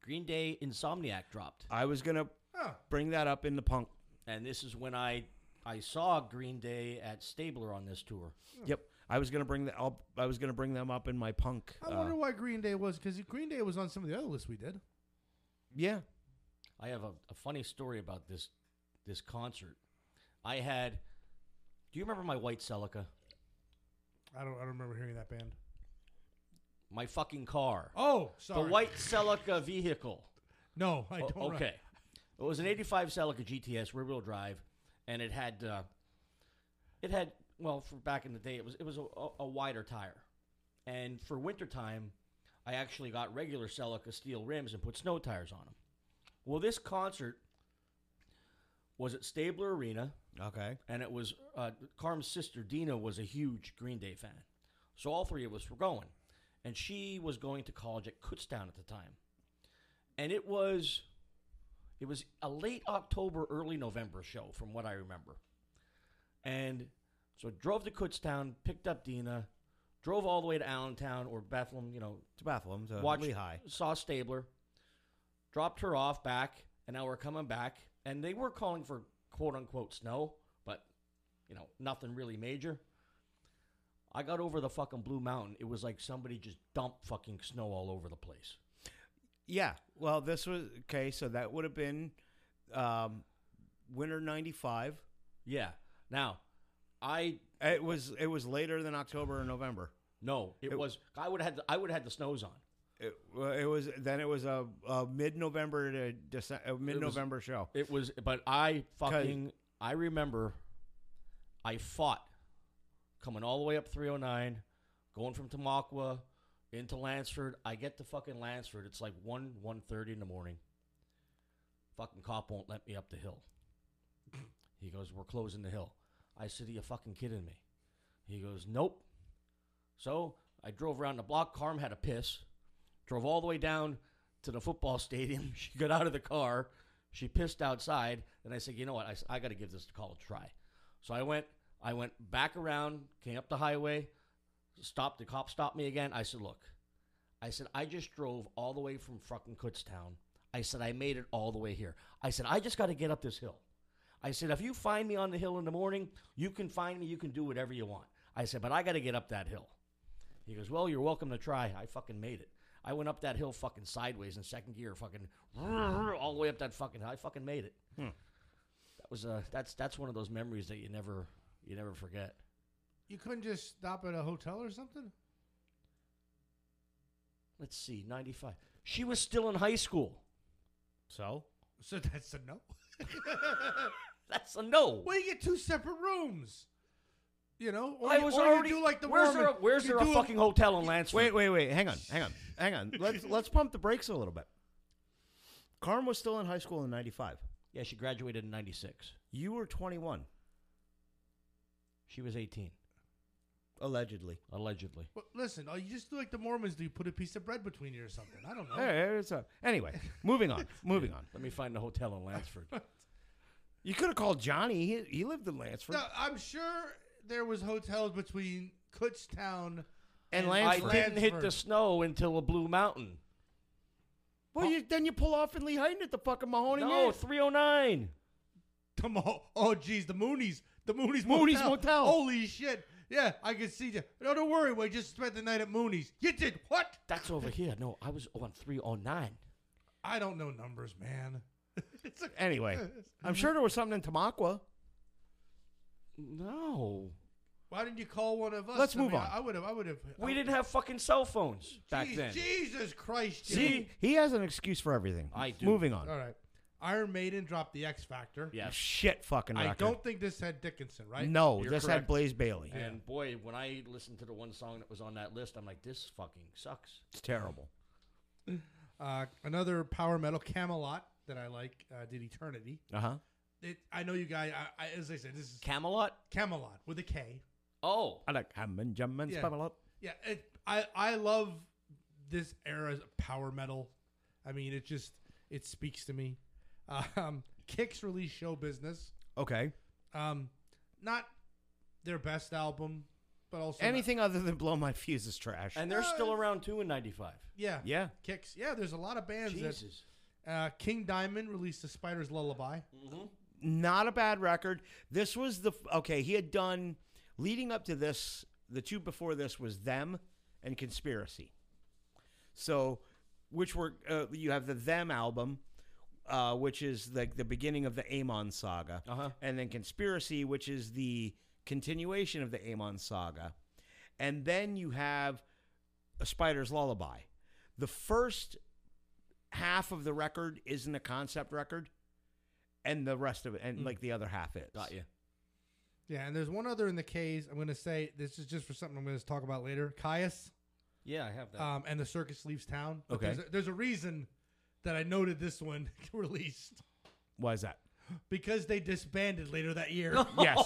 [SPEAKER 2] Green Day Insomniac dropped.
[SPEAKER 4] I was gonna
[SPEAKER 3] Huh.
[SPEAKER 4] Bring that up in the punk.
[SPEAKER 2] And this is when I I saw Green Day at Stabler on this tour.
[SPEAKER 4] Yep. I was gonna bring that. I'll- I was gonna bring them up in my punk.
[SPEAKER 3] I
[SPEAKER 4] uh,
[SPEAKER 3] wonder why Green Day was because Green Day was on some of the other lists we did.
[SPEAKER 4] yeah.
[SPEAKER 2] I have a, a funny story about this this concert. I had. Do you remember my white Celica?
[SPEAKER 3] I don't. I don't remember hearing that band.
[SPEAKER 2] My fucking car.
[SPEAKER 3] Oh,
[SPEAKER 2] the
[SPEAKER 3] sorry.
[SPEAKER 2] white Celica vehicle.
[SPEAKER 3] No, *laughs* I don't.
[SPEAKER 2] O-
[SPEAKER 3] re-
[SPEAKER 2] okay. It was an 85 Celica GTS rear wheel drive, and it had uh, it had well for back in the day it was it was a, a- a wider tire, and for wintertime, I actually got regular Celica steel rims and put snow tires on them. Well, this concert was at Stabler Arena,
[SPEAKER 4] Okay.
[SPEAKER 2] and it was uh, Carm's sister Dina was a huge Green Day fan, so all three of us were going, and she was going to college at Kutztown at the time, and it was, it was a late October, early November show from what I remember, and so drove to Kutztown, picked up Dina, drove all the way to Allentown or Bethlehem, you know,
[SPEAKER 4] To Bethlehem. To
[SPEAKER 2] watched
[SPEAKER 4] Lehigh.
[SPEAKER 2] saw Stabler, dropped her off back, and now we're coming back. And they were calling for quote unquote snow, but you know nothing really major. I got over the fucking Blue Mountain. It was like somebody just dumped fucking snow all over the place.
[SPEAKER 4] Yeah. Well, this was okay. So that would have been um, winter '95.
[SPEAKER 2] Yeah. Now, I
[SPEAKER 4] It was. It was later than October or November.
[SPEAKER 2] no, it,
[SPEAKER 4] It-
[SPEAKER 2] was I would have had the, I would have had the snows on.
[SPEAKER 4] It, well, it was then. It was a, a mid-November to Dece- a mid-November show.
[SPEAKER 2] It was, but I fucking I remember I fought coming all the way up 309, going from Tamaqua into Lansford. I get to fucking Lansford. It's like 1 1.30 in the morning. Fucking cop won't let me up the hill. He goes, "We're closing the hill." I said, "Are you fucking kidding me?" He goes, "Nope." So I drove around the block. Carm had a piss. Drove all the way down to the football *laughs* stadium. She got out of the car. She pissed outside. And I said, you know what? I, got to give this call a try. So I went. I went back around, came up the highway, stopped. The cop stopped me again. I said, look, I said I just drove all the way from fucking Kutztown. I said I made it all the way here. I said I just got to get up this hill. I said if you find me on the hill in the morning, you can find me. You can do whatever you want. I said, but I got to get up that hill. He goes, Well, you're welcome to try. I fucking made it. I went up that hill fucking sideways in second gear, fucking *laughs* all the way up that fucking hill. I fucking made it.
[SPEAKER 3] Hmm.
[SPEAKER 2] That was uh that's that's one of those memories that you never you never forget.
[SPEAKER 3] You couldn't just stop at a hotel or something.
[SPEAKER 2] Let's see, ninety five. She was still in high school.
[SPEAKER 4] So
[SPEAKER 3] So that's a no. *laughs*
[SPEAKER 2] That's a no.
[SPEAKER 3] well, you get two separate rooms. You know, or
[SPEAKER 2] I
[SPEAKER 3] you-
[SPEAKER 2] was
[SPEAKER 3] or you
[SPEAKER 2] already
[SPEAKER 3] do like the
[SPEAKER 2] where's there a,
[SPEAKER 3] Mormon-
[SPEAKER 2] where's
[SPEAKER 3] you
[SPEAKER 2] there a
[SPEAKER 3] do
[SPEAKER 2] fucking hotel in Lansford?
[SPEAKER 4] wait, wait, wait. Hang on. Hang on. Hang
[SPEAKER 3] *laughs*
[SPEAKER 4] on. Let's let's pump the brakes a little bit. Carm was still in high school in '95.
[SPEAKER 2] Yeah, she graduated in ninety six.
[SPEAKER 4] You were 21,
[SPEAKER 2] She was eighteen,
[SPEAKER 4] allegedly.
[SPEAKER 2] allegedly.
[SPEAKER 3] Well, listen, oh, you just do like the Mormons do. You put a piece of bread between you or something. I don't know.
[SPEAKER 4] Hey, it's a- anyway, moving on. *laughs* Moving on.
[SPEAKER 2] Let me find the hotel in Lansford.
[SPEAKER 4] You could have called Johnny. He, he lived in Lansford
[SPEAKER 3] No, I'm sure there was hotels between Kutztown.
[SPEAKER 4] and
[SPEAKER 2] I
[SPEAKER 4] Lansford.
[SPEAKER 2] didn't hit the
[SPEAKER 3] Lansford.
[SPEAKER 2] snow until a blue mountain.
[SPEAKER 4] Well, you, then you pull off in Lehighton at the fucking Mahoney.
[SPEAKER 2] No,
[SPEAKER 4] Inn.
[SPEAKER 2] three oh nine.
[SPEAKER 3] The Mo- oh, geez, the Moonies, the Moonies,
[SPEAKER 4] Mooney's
[SPEAKER 3] Motel.
[SPEAKER 4] Motel.
[SPEAKER 3] Holy shit! Yeah, I can see you. No, don't worry. We just spent the night at Moonies. You did what?
[SPEAKER 2] That's *laughs* over here. No, I was on 309.
[SPEAKER 3] I don't know numbers, man. *laughs* it's a,
[SPEAKER 4] Anyway, I'm sure there was something in Tamaqua.
[SPEAKER 2] No.
[SPEAKER 3] why didn't you call one of us?
[SPEAKER 4] Let's
[SPEAKER 3] I
[SPEAKER 4] move
[SPEAKER 3] mean,
[SPEAKER 4] on.
[SPEAKER 3] I would have. I would have.
[SPEAKER 2] We didn't have fucking cell phones back then.
[SPEAKER 3] Jesus Christ! Jim.
[SPEAKER 4] See, he has an excuse for everything.
[SPEAKER 2] I do.
[SPEAKER 4] Moving on.
[SPEAKER 3] All right, Iron Maiden dropped the X Factor.
[SPEAKER 2] Yeah.
[SPEAKER 4] Shit, fucking.
[SPEAKER 3] I
[SPEAKER 4] record.
[SPEAKER 3] don't think this had Dickinson, right?
[SPEAKER 4] No,
[SPEAKER 2] You're
[SPEAKER 4] this
[SPEAKER 2] correct.
[SPEAKER 4] had Blaze Bailey.
[SPEAKER 2] And boy, when I listened to the one song that was on that list, I'm like, this fucking sucks.
[SPEAKER 4] It's terrible.
[SPEAKER 3] Uh, another power metal, Camelot, that I like, uh, did Eternity.
[SPEAKER 4] Uh huh.
[SPEAKER 3] It, I know you guys. I, I, as I said, this is
[SPEAKER 2] Camelot?
[SPEAKER 3] Camelot with a K.
[SPEAKER 2] Oh.
[SPEAKER 4] I like ham and jam and
[SPEAKER 3] Yeah.
[SPEAKER 4] spam a lot.
[SPEAKER 3] Yeah, it, I I love this era's power metal. I mean, it just it speaks to me. Um, Kicks released Show Business.
[SPEAKER 4] Okay.
[SPEAKER 3] Um, not their best album, but also not-
[SPEAKER 4] Anything other than blow my fuse is trash.
[SPEAKER 2] And they're still around too in 95.
[SPEAKER 3] yeah,
[SPEAKER 4] yeah.
[SPEAKER 3] Kicks. Yeah, there's a lot of bands that
[SPEAKER 2] Jesus.
[SPEAKER 3] Uh, King Diamond released The Spider's Lullaby.
[SPEAKER 4] Not a bad record. This was the f- okay. He had done leading up to this. The two before this was them and conspiracy. So, which were uh, you have the them album, uh, which is like the beginning of the Amon saga,
[SPEAKER 2] Uh-huh.
[SPEAKER 4] and then conspiracy, which is the continuation of the Amon saga, and then you have a spider's lullaby. The first half of the record isn't a concept record, and the rest of it, and like the other half is.
[SPEAKER 2] Got you.
[SPEAKER 3] Yeah, and there's one other in the K's. I'm going to say this is just for something I'm going to talk about later. Caius
[SPEAKER 2] Yeah, I have that. *laughs*
[SPEAKER 3] um, and the circus leaves town. But
[SPEAKER 4] Okay.
[SPEAKER 3] There's a, there's a reason that I noted this one *laughs* released
[SPEAKER 4] Why is that?
[SPEAKER 3] because they disbanded later that year.
[SPEAKER 4] Yes,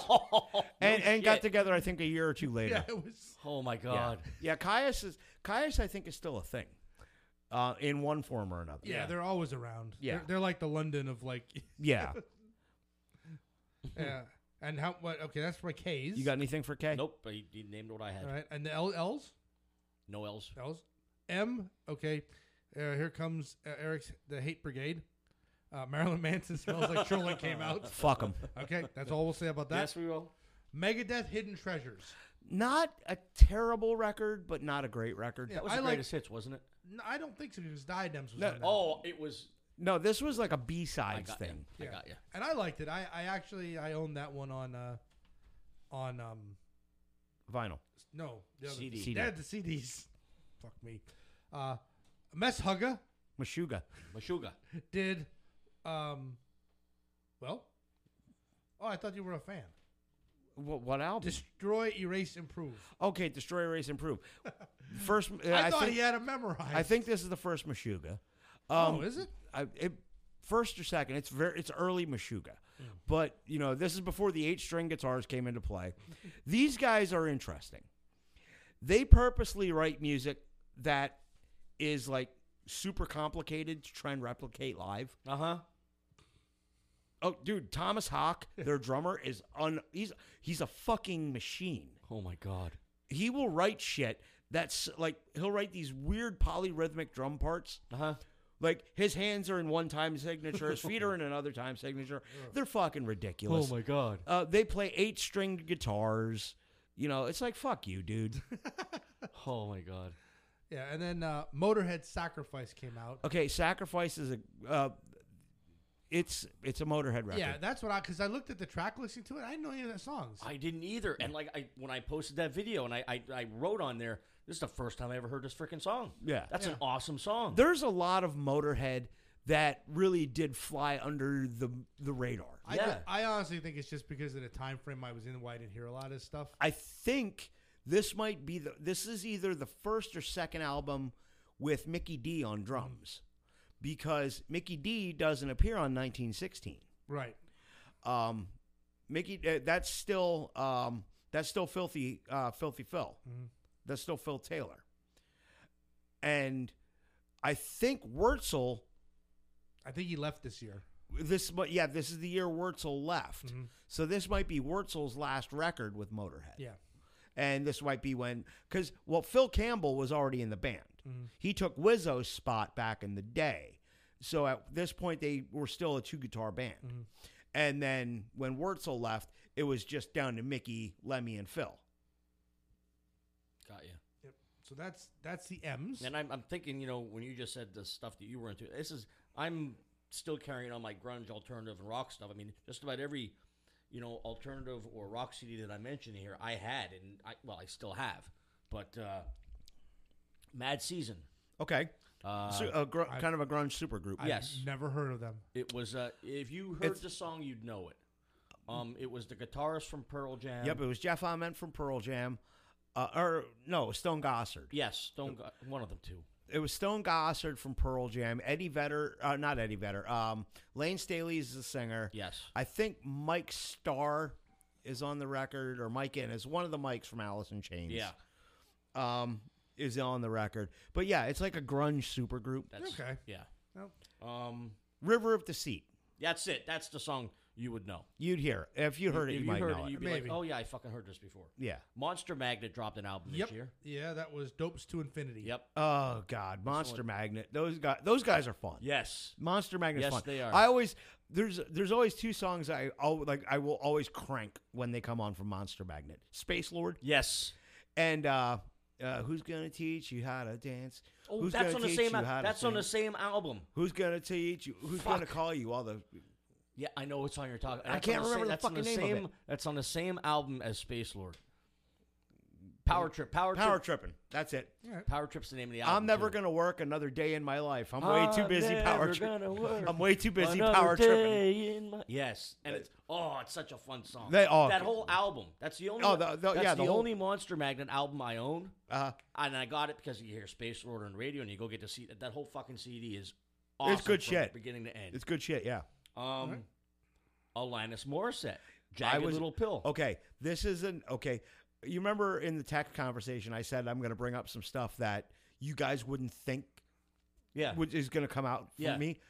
[SPEAKER 4] and
[SPEAKER 2] *laughs* No
[SPEAKER 4] and got
[SPEAKER 2] shit.
[SPEAKER 4] together I think a year or two later.
[SPEAKER 3] *laughs* yeah, it was.
[SPEAKER 2] Oh my god.
[SPEAKER 4] Yeah, Caius is Caius. I think is still a thing, uh, in one form or another.
[SPEAKER 3] Yeah, they're always around.
[SPEAKER 4] Yeah.
[SPEAKER 3] they're, they're like the London of like. *laughs*
[SPEAKER 4] *laughs* yeah.
[SPEAKER 3] yeah, and how? What? Okay, that's my K's.
[SPEAKER 4] You got anything for K?
[SPEAKER 2] Nope. He, he named what I had.
[SPEAKER 3] all right, and the L- L's.
[SPEAKER 2] No L's.
[SPEAKER 3] L's. M. Okay, uh, here comes uh, Eric's the Hate Brigade. Uh, Marilyn Manson smells like Trolling
[SPEAKER 4] *laughs*
[SPEAKER 3] came out.
[SPEAKER 4] Fuck them.
[SPEAKER 3] Okay, that's all we'll say about that.
[SPEAKER 2] yes, we will.
[SPEAKER 3] Megadeth Hidden Treasures.
[SPEAKER 4] Not a terrible record, but not a great record.
[SPEAKER 3] Yeah.
[SPEAKER 2] That was
[SPEAKER 3] I
[SPEAKER 2] the
[SPEAKER 3] like-
[SPEAKER 2] greatest hits, wasn't it?
[SPEAKER 3] No, I don't think so because Diadems was
[SPEAKER 4] No,
[SPEAKER 3] on that.
[SPEAKER 2] Oh, it was.
[SPEAKER 4] No, this was like a
[SPEAKER 2] I
[SPEAKER 4] B-sides
[SPEAKER 2] got
[SPEAKER 4] thing.
[SPEAKER 2] you.
[SPEAKER 3] Yeah.
[SPEAKER 2] I got you.
[SPEAKER 3] and I liked it. I, I actually I owned that one on uh on um
[SPEAKER 4] Vinyl.
[SPEAKER 3] no the other,
[SPEAKER 2] CD.
[SPEAKER 4] CD.
[SPEAKER 3] They had the CDs. *laughs* Fuck me. Uh, Mess Hugger
[SPEAKER 4] Meshuga.
[SPEAKER 2] Meshuga.
[SPEAKER 3] did um well. Oh, I thought you were a fan.
[SPEAKER 4] What, what album?
[SPEAKER 3] Destroy, erase, improve.
[SPEAKER 4] okay, Destroy, Erase, Improve. First, uh,
[SPEAKER 3] I,
[SPEAKER 4] I,
[SPEAKER 3] thought
[SPEAKER 4] think,
[SPEAKER 3] he had it memorized.
[SPEAKER 4] I think um, this is the first Meshuga.
[SPEAKER 3] oh, is it?
[SPEAKER 4] I, it, first or second. It's very it's early Meshuga, but you know this is before the eight string guitars came into *laughs* play. These guys are interesting. They purposely write music that is like super complicated to try and replicate live.
[SPEAKER 2] Uh huh.
[SPEAKER 4] Oh, dude, Thomas *laughs* Hawk, their drummer, is un he's he's a fucking machine.
[SPEAKER 2] Oh my god.
[SPEAKER 4] He will write shit that's like he'll write these weird polyrhythmic drum parts
[SPEAKER 2] Uh huh.
[SPEAKER 4] Like his hands are in one time signature, his feet are in another time signature. They're fucking ridiculous. *laughs*
[SPEAKER 2] god.
[SPEAKER 4] uh, they play eight stringed guitars. You know, it's like fuck you, dude.
[SPEAKER 2] Oh my god.
[SPEAKER 3] Yeah, and then uh, Motorhead Sacrifice came out.
[SPEAKER 4] Okay, sacrifice is a. Uh, it's it's a Motorhead record.
[SPEAKER 3] Yeah, that's what I because I looked at the track listening to it. I didn't know any of the songs.
[SPEAKER 2] I didn't either. And like I, when I posted that video and I, I, I wrote on there, this is the first time I ever heard this freaking song.
[SPEAKER 4] Yeah.
[SPEAKER 2] That's an awesome song.
[SPEAKER 4] there's a lot of Motorhead that really did fly under the the radar.
[SPEAKER 3] I,
[SPEAKER 2] Yeah.
[SPEAKER 3] ju- I honestly think it's just because of the time frame I was in, why I didn't hear a lot of this stuff.
[SPEAKER 4] I think this might be the this is either the first or second album with Mickey D on drums because Mickey D doesn't appear on 1916.
[SPEAKER 3] Right.
[SPEAKER 4] Um Mickey uh, that's still um that's still filthy uh filthy Phil. That's still Phil Taylor. And I think Wurzel
[SPEAKER 3] I think he left this year.
[SPEAKER 4] this mu- yeah, this is the year Wurzel left. So this might be Wurzel's last record with Motorhead.
[SPEAKER 3] Yeah.
[SPEAKER 4] and this might be when because well phil campbell was already in the band he took Wizzo's spot back in the day so at this point they were still a two guitar band
[SPEAKER 2] Mm-hmm.
[SPEAKER 4] and then when wurzel left it was just down to mickey lemmy and phil
[SPEAKER 2] Got you.
[SPEAKER 3] So that's that's the M's.
[SPEAKER 2] And I'm, I'm thinking, you know, when you just said the stuff that you were into, this is I'm still carrying on my grunge, alternative, and rock stuff. I mean, just about every, you know, alternative or rock CD that I mentioned here, I had, and I well, I still have. But uh, Mad Season,
[SPEAKER 4] okay
[SPEAKER 2] uh,
[SPEAKER 4] so, a gr- kind of a grunge supergroup
[SPEAKER 3] I've
[SPEAKER 2] yes.
[SPEAKER 3] Never heard of them.
[SPEAKER 2] it was. Uh, if you heard
[SPEAKER 4] It's-
[SPEAKER 2] the song, you'd know it. Um, it was the guitarist from Pearl Jam.
[SPEAKER 4] yep it was jeff ament from pearl jam uh, or no stone gossard
[SPEAKER 2] Yes, don't go, one of them two.
[SPEAKER 4] it was Stone Gossard from Pearl Jam. Eddie Vedder, uh, not Eddie Vedder. Um, Lane Staley is the singer.
[SPEAKER 2] Yes.
[SPEAKER 4] I think Mike Starr is on the record, or Mike In is one of the mics from Alice in Chains.
[SPEAKER 2] Yeah,
[SPEAKER 4] um, is on the record. But yeah, it's like a grunge supergroup.
[SPEAKER 2] that's
[SPEAKER 3] Okay.
[SPEAKER 2] Yeah.
[SPEAKER 3] Nope.
[SPEAKER 2] Um,
[SPEAKER 4] River of Deceit.
[SPEAKER 2] that's it. That's the song you would know.
[SPEAKER 4] You'd hear it. if you heard it.
[SPEAKER 2] If
[SPEAKER 4] You
[SPEAKER 2] you
[SPEAKER 4] might
[SPEAKER 2] heard
[SPEAKER 4] know
[SPEAKER 2] it,
[SPEAKER 4] it.
[SPEAKER 2] you'd be like,
[SPEAKER 3] Maybe.
[SPEAKER 2] "Oh yeah, I fucking heard this before."
[SPEAKER 4] Yeah.
[SPEAKER 2] Monster Magnet dropped an album
[SPEAKER 3] Yep.
[SPEAKER 2] this year.
[SPEAKER 3] Yeah, that was Dopes to Infinity.
[SPEAKER 2] Yep.
[SPEAKER 4] Oh God, Monster
[SPEAKER 2] one-
[SPEAKER 4] Magnet. Those guys. Those guys are fun.
[SPEAKER 2] Yes.
[SPEAKER 4] Monster Magnet's
[SPEAKER 2] Yes,
[SPEAKER 4] fun.
[SPEAKER 2] they are.
[SPEAKER 4] I always there's there's always two songs I al- like. I will always crank when they come on from Monster Magnet. Space Lord
[SPEAKER 2] Yes.
[SPEAKER 4] and uh, uh, who's gonna teach you how to dance?
[SPEAKER 2] Oh,
[SPEAKER 4] who's
[SPEAKER 2] that's
[SPEAKER 4] gonna
[SPEAKER 2] on the
[SPEAKER 4] teach
[SPEAKER 2] same.
[SPEAKER 4] you how
[SPEAKER 2] Al-
[SPEAKER 4] to
[SPEAKER 2] that's on
[SPEAKER 4] sing?
[SPEAKER 2] the same album.
[SPEAKER 4] Who's gonna teach you? Who's gonna
[SPEAKER 2] Fuck.
[SPEAKER 4] call you? All the
[SPEAKER 2] Yeah, I know it's on your talk. that's on
[SPEAKER 4] can't
[SPEAKER 2] the
[SPEAKER 4] remember
[SPEAKER 2] same,
[SPEAKER 4] the
[SPEAKER 2] that's on the
[SPEAKER 4] fucking name
[SPEAKER 2] same,
[SPEAKER 4] of
[SPEAKER 2] That's on the same album as Space Lord. Power Trip. Power,
[SPEAKER 4] power
[SPEAKER 2] Trip.
[SPEAKER 4] tripping. That's it.
[SPEAKER 2] Power Trip's the name of the album.
[SPEAKER 4] I'm never
[SPEAKER 2] too.
[SPEAKER 4] gonna work another day in my life. I'm way too
[SPEAKER 2] I'm
[SPEAKER 4] busy power *laughs*
[SPEAKER 2] never
[SPEAKER 4] tripping.
[SPEAKER 2] gonna work
[SPEAKER 4] I'm way too busy
[SPEAKER 2] another
[SPEAKER 4] power tripping.
[SPEAKER 2] day in my- Yes, and it's oh, it's such a fun song.
[SPEAKER 4] They- oh,
[SPEAKER 2] that
[SPEAKER 4] okay.
[SPEAKER 2] whole album. That's the only.
[SPEAKER 4] Oh, the- the-
[SPEAKER 2] that's
[SPEAKER 4] yeah,
[SPEAKER 2] the,
[SPEAKER 4] the whole-
[SPEAKER 2] only Monster Magnet album I own,
[SPEAKER 4] Uh,
[SPEAKER 2] and I got it because you hear Space Lord on the radio, and you go get to see that whole fucking CD is. Awesome
[SPEAKER 4] good
[SPEAKER 2] from
[SPEAKER 4] shit.
[SPEAKER 2] beginning to end.
[SPEAKER 4] it's good shit. Yeah.
[SPEAKER 2] um, Alanis Morissette, Jagged
[SPEAKER 4] was-
[SPEAKER 2] Little Pill.
[SPEAKER 4] Okay, this is an okay. You remember in the tech conversation, I said I'm going to bring up some stuff that you guys wouldn't think
[SPEAKER 2] yeah,
[SPEAKER 4] would, is going to come out from
[SPEAKER 2] Yeah.
[SPEAKER 4] me.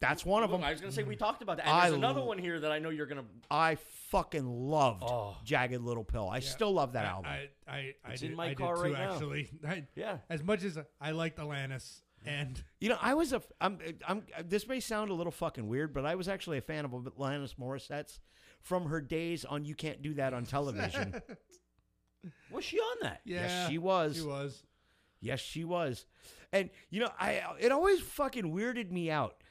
[SPEAKER 4] That's one of
[SPEAKER 2] Well,
[SPEAKER 4] them.
[SPEAKER 2] I was gonna say we talked about that. And
[SPEAKER 4] I
[SPEAKER 2] there's another
[SPEAKER 4] l-
[SPEAKER 2] one here that I know you're gonna.
[SPEAKER 4] I fucking loved
[SPEAKER 2] Oh.
[SPEAKER 4] Jagged Little Pill. I still love that album.
[SPEAKER 3] I, I, I,
[SPEAKER 2] It's
[SPEAKER 3] did,
[SPEAKER 2] in my
[SPEAKER 3] I did
[SPEAKER 2] car
[SPEAKER 3] too,
[SPEAKER 2] right now.
[SPEAKER 3] actually. *laughs* I-
[SPEAKER 2] Yeah.
[SPEAKER 3] As much as I liked Alanis
[SPEAKER 2] Mm-hmm.
[SPEAKER 3] and
[SPEAKER 4] you know, I was a. f- I'm, I'm. This may sound a little fucking weird, but I was actually a fan of Alanis Morissette's from her days on "You Can't Do That on *laughs*
[SPEAKER 3] *laughs*
[SPEAKER 4] Television."
[SPEAKER 2] Was she on that?
[SPEAKER 3] yeah,
[SPEAKER 4] she was.
[SPEAKER 3] She was.
[SPEAKER 4] Yes, she was. And you know, I it always fucking weirded me out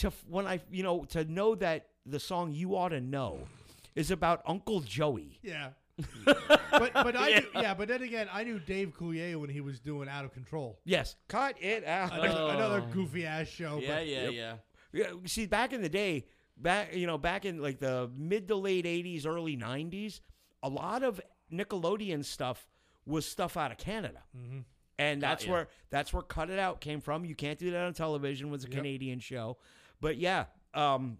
[SPEAKER 4] to f- when I you know to know that the song you ought to know is about Uncle Joey.
[SPEAKER 2] *laughs*
[SPEAKER 3] Yeah. but but I knew, yeah but then again I knew Dave Coulier when he was doing Out of Control
[SPEAKER 4] Yes, cut it out.
[SPEAKER 3] another,
[SPEAKER 2] Oh.
[SPEAKER 3] another goofy ass show
[SPEAKER 2] Yeah,
[SPEAKER 3] but
[SPEAKER 2] yeah, yeah.
[SPEAKER 4] Yeah, See, back in the day, back you know, back in like the mid to late '80s, early '90s, a lot of Nickelodeon stuff was stuff out of Canada, and that's
[SPEAKER 2] ya.
[SPEAKER 4] where that's where "Cut It Out" came from. You can't do that on television; was a Canadian show, but yeah, um,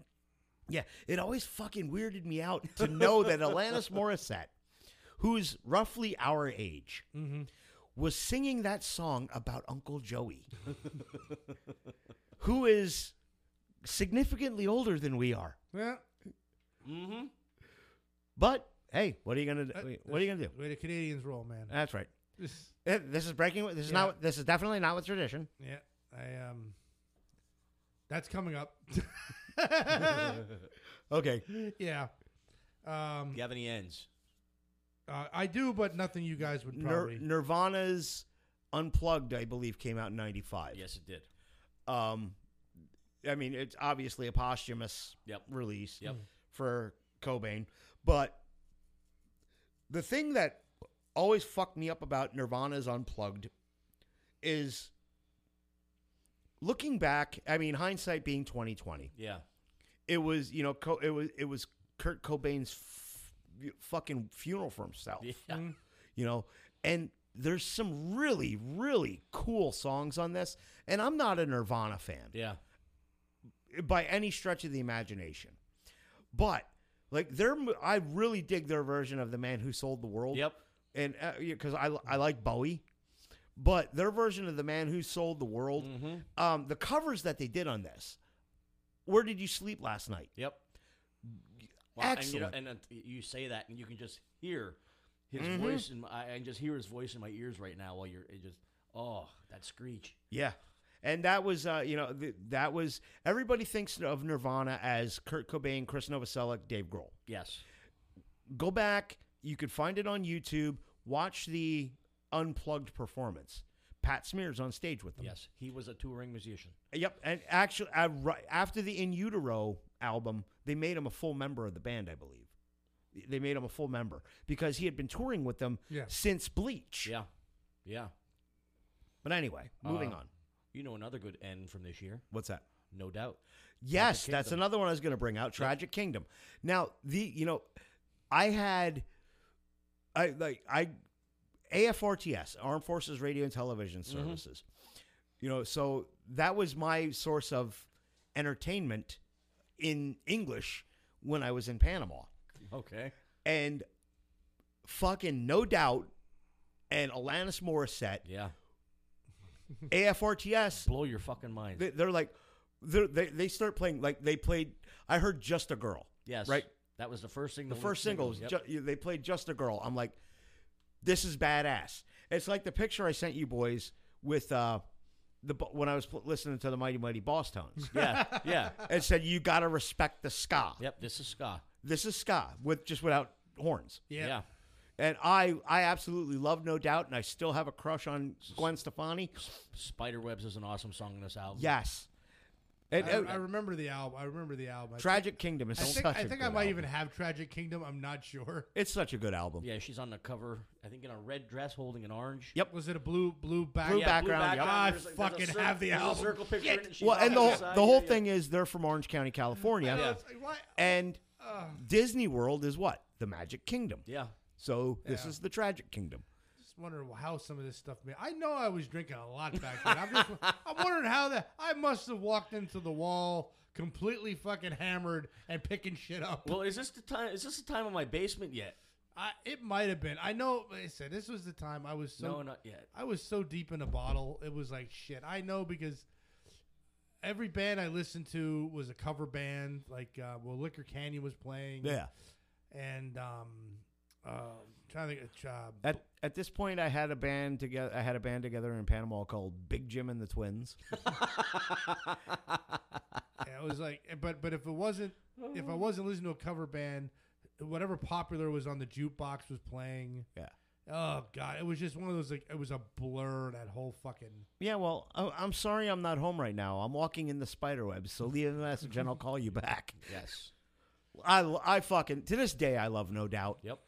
[SPEAKER 4] yeah, it always fucking weirded me out to know that Alanis Morissette, who's roughly our age.
[SPEAKER 3] mm-hmm.
[SPEAKER 4] Was singing that song about Uncle Joey, who is significantly older than we are.
[SPEAKER 3] well,
[SPEAKER 2] Mm-hmm.
[SPEAKER 4] But hey, what are you gonna do? what are you gonna do?
[SPEAKER 3] way the Canadians roll man
[SPEAKER 4] That's right. Eh, This is breaking. This is
[SPEAKER 3] Yeah.
[SPEAKER 4] not. This is definitely not with tradition.
[SPEAKER 3] yeah I um that's coming up *laughs*
[SPEAKER 4] Okay.
[SPEAKER 3] yeah um
[SPEAKER 2] Do you have any ends?
[SPEAKER 3] uh, I do but nothing you guys would probably
[SPEAKER 4] Nirvana's Unplugged, I believe, came out in '95.
[SPEAKER 2] Yes, it did.
[SPEAKER 4] Um, I mean, it's obviously a posthumous
[SPEAKER 2] Yep.
[SPEAKER 4] release.
[SPEAKER 2] Yep.
[SPEAKER 4] For Cobain, but the thing that always fucked me up about Nirvana's Unplugged is looking back. I mean, hindsight being twenty twenty. *laughs*
[SPEAKER 2] Yeah.
[SPEAKER 4] it was you know Co- it was it was Kurt Cobain's f- fucking funeral for himself.
[SPEAKER 2] Yeah.
[SPEAKER 4] You know, and there's some really really cool songs on this, and I'm not a Nirvana fan
[SPEAKER 2] Yeah.
[SPEAKER 4] by any stretch of the imagination, but like their mo- I really dig their version of the Man Who Sold the World.
[SPEAKER 2] Yep.
[SPEAKER 4] and because I I like Bowie. But their version of the man who sold the world,
[SPEAKER 2] Mm-hmm.
[SPEAKER 4] um, the covers that they did on this, where did you sleep last night?
[SPEAKER 2] Yep. Wow,
[SPEAKER 4] Excellent.
[SPEAKER 2] And, you know, and uh, you say that, and you can just hear his
[SPEAKER 4] Mm-hmm.
[SPEAKER 2] voice, and I I can just hear his voice in my ears right now while you're it just oh that screech.
[SPEAKER 4] Yeah. And that was, uh, you know, th- that was everybody thinks of Nirvana as Kurt Cobain, Chris Novoselic, Dave Grohl.
[SPEAKER 2] Yes.
[SPEAKER 4] Go back, you could find it on YouTube. Watch the unplugged performance. Pat Smears on stage with them.
[SPEAKER 2] Yes. He was a touring musician.
[SPEAKER 4] Yep. And actually, uh, right after the In Utero album, they made him a full member of the band, I believe. They made him a full member because he had been touring with them
[SPEAKER 3] Yeah.
[SPEAKER 4] since Bleach.
[SPEAKER 2] Yeah. Yeah.
[SPEAKER 4] But anyway, moving
[SPEAKER 2] Uh,
[SPEAKER 4] on.
[SPEAKER 2] You know another good end from this year,
[SPEAKER 4] What's that?
[SPEAKER 2] no doubt.
[SPEAKER 4] Yes,
[SPEAKER 2] Tragic
[SPEAKER 4] that's
[SPEAKER 2] Kingdom.
[SPEAKER 4] another one I was going to bring out. Tragic Kingdom. Now the you know, I had, I like I, AFRTS Armed Forces Radio and Television Services. You know, so that was my source of entertainment in English when I was in Panama,
[SPEAKER 2] Okay.
[SPEAKER 4] and fucking no doubt, and Alanis Morissette,
[SPEAKER 2] Yeah.
[SPEAKER 4] AFRTS
[SPEAKER 2] Blow your fucking mind.
[SPEAKER 4] they, they're like they're, they they start playing like they played i heard just a girl
[SPEAKER 2] Yes.
[SPEAKER 4] Right?
[SPEAKER 2] That was the first thing.
[SPEAKER 4] The first single was
[SPEAKER 2] Yep.
[SPEAKER 4] ju- *laughs* they played "Just a Girl." I'm like, this is badass. It's like the picture I sent you boys with uh, the bo- when I was pl- listening to the Mighty Mighty Boss Tones.
[SPEAKER 2] *laughs* yeah. Yeah.
[SPEAKER 4] it said you gotta respect the ska.
[SPEAKER 2] Yep. This is ska.
[SPEAKER 4] This is ska with just without horns.
[SPEAKER 3] Yeah.
[SPEAKER 2] yeah.
[SPEAKER 4] And I I absolutely love No Doubt, and I still have a crush on Gwen Stefani.
[SPEAKER 2] Spiderwebs is an awesome song in this album.
[SPEAKER 4] Yes. And,
[SPEAKER 3] I,
[SPEAKER 4] uh,
[SPEAKER 3] I remember the album. I remember the album. I
[SPEAKER 4] Tragic Kingdom is
[SPEAKER 3] I think,
[SPEAKER 4] such
[SPEAKER 3] I,
[SPEAKER 4] a
[SPEAKER 3] think
[SPEAKER 4] good
[SPEAKER 3] I might
[SPEAKER 4] album.
[SPEAKER 3] even have Tragic Kingdom. I'm not sure. *laughs*
[SPEAKER 4] It's such a good album.
[SPEAKER 2] Yeah, she's on the cover. I think in a red dress, holding an orange.
[SPEAKER 4] Yep.
[SPEAKER 3] Was it a blue blue back?
[SPEAKER 4] Blue
[SPEAKER 2] Yeah,
[SPEAKER 4] back- background,
[SPEAKER 2] Blue
[SPEAKER 4] yep.
[SPEAKER 3] I
[SPEAKER 2] There's a- there's a
[SPEAKER 3] fucking
[SPEAKER 2] cir-
[SPEAKER 3] have the
[SPEAKER 2] there's a
[SPEAKER 3] album.
[SPEAKER 2] circle picture.
[SPEAKER 3] Shit.
[SPEAKER 2] in it. She's
[SPEAKER 4] Well,
[SPEAKER 2] on
[SPEAKER 4] and the whole,
[SPEAKER 2] side.
[SPEAKER 4] the whole
[SPEAKER 2] Yeah, yeah.
[SPEAKER 4] thing is they're from Orange County, California,
[SPEAKER 3] I know,
[SPEAKER 2] Yeah.
[SPEAKER 3] it's like, why-
[SPEAKER 4] and
[SPEAKER 3] uh,
[SPEAKER 4] Disney World is what the Magic Kingdom.
[SPEAKER 2] Yeah.
[SPEAKER 4] So this
[SPEAKER 3] Yeah.
[SPEAKER 4] is the Tragic Kingdom.
[SPEAKER 3] just wondering how some of this stuff. Made. I know I was drinking a lot back
[SPEAKER 4] *laughs*
[SPEAKER 3] then. I'm just. I'm wondering how that. I must have walked into the wall completely fucking hammered and picking shit up.
[SPEAKER 2] Well, is this the time? Is this the time of my basement yet?
[SPEAKER 3] I, it might have been. I know. Like I said this was the time I was so.
[SPEAKER 2] no, not yet.
[SPEAKER 3] I was so deep in a bottle. It was like shit. I know because every band I listened to was a cover band. Like uh, well, Liquor Canyon was playing.
[SPEAKER 4] Yeah.
[SPEAKER 3] and um, uh, trying to think. Uh,
[SPEAKER 4] At at this point, I had a band together. I had a band together in Panama called Big Jim and the Twins.
[SPEAKER 3] *laughs* yeah, it was like, but but if it wasn't, if
[SPEAKER 2] Oh.
[SPEAKER 3] I wasn't listening to a cover band, whatever popular was on the jukebox was playing.
[SPEAKER 4] Yeah.
[SPEAKER 3] Oh god, it was just one of those like it was a blur. That whole fucking.
[SPEAKER 4] Yeah, well, I- I'm sorry I'm not home right now. I'm walking in the spider web, so leave a message and I'll call you back. *laughs*
[SPEAKER 2] Yes.
[SPEAKER 4] I, I fucking to this day I love No Doubt.
[SPEAKER 2] Yep.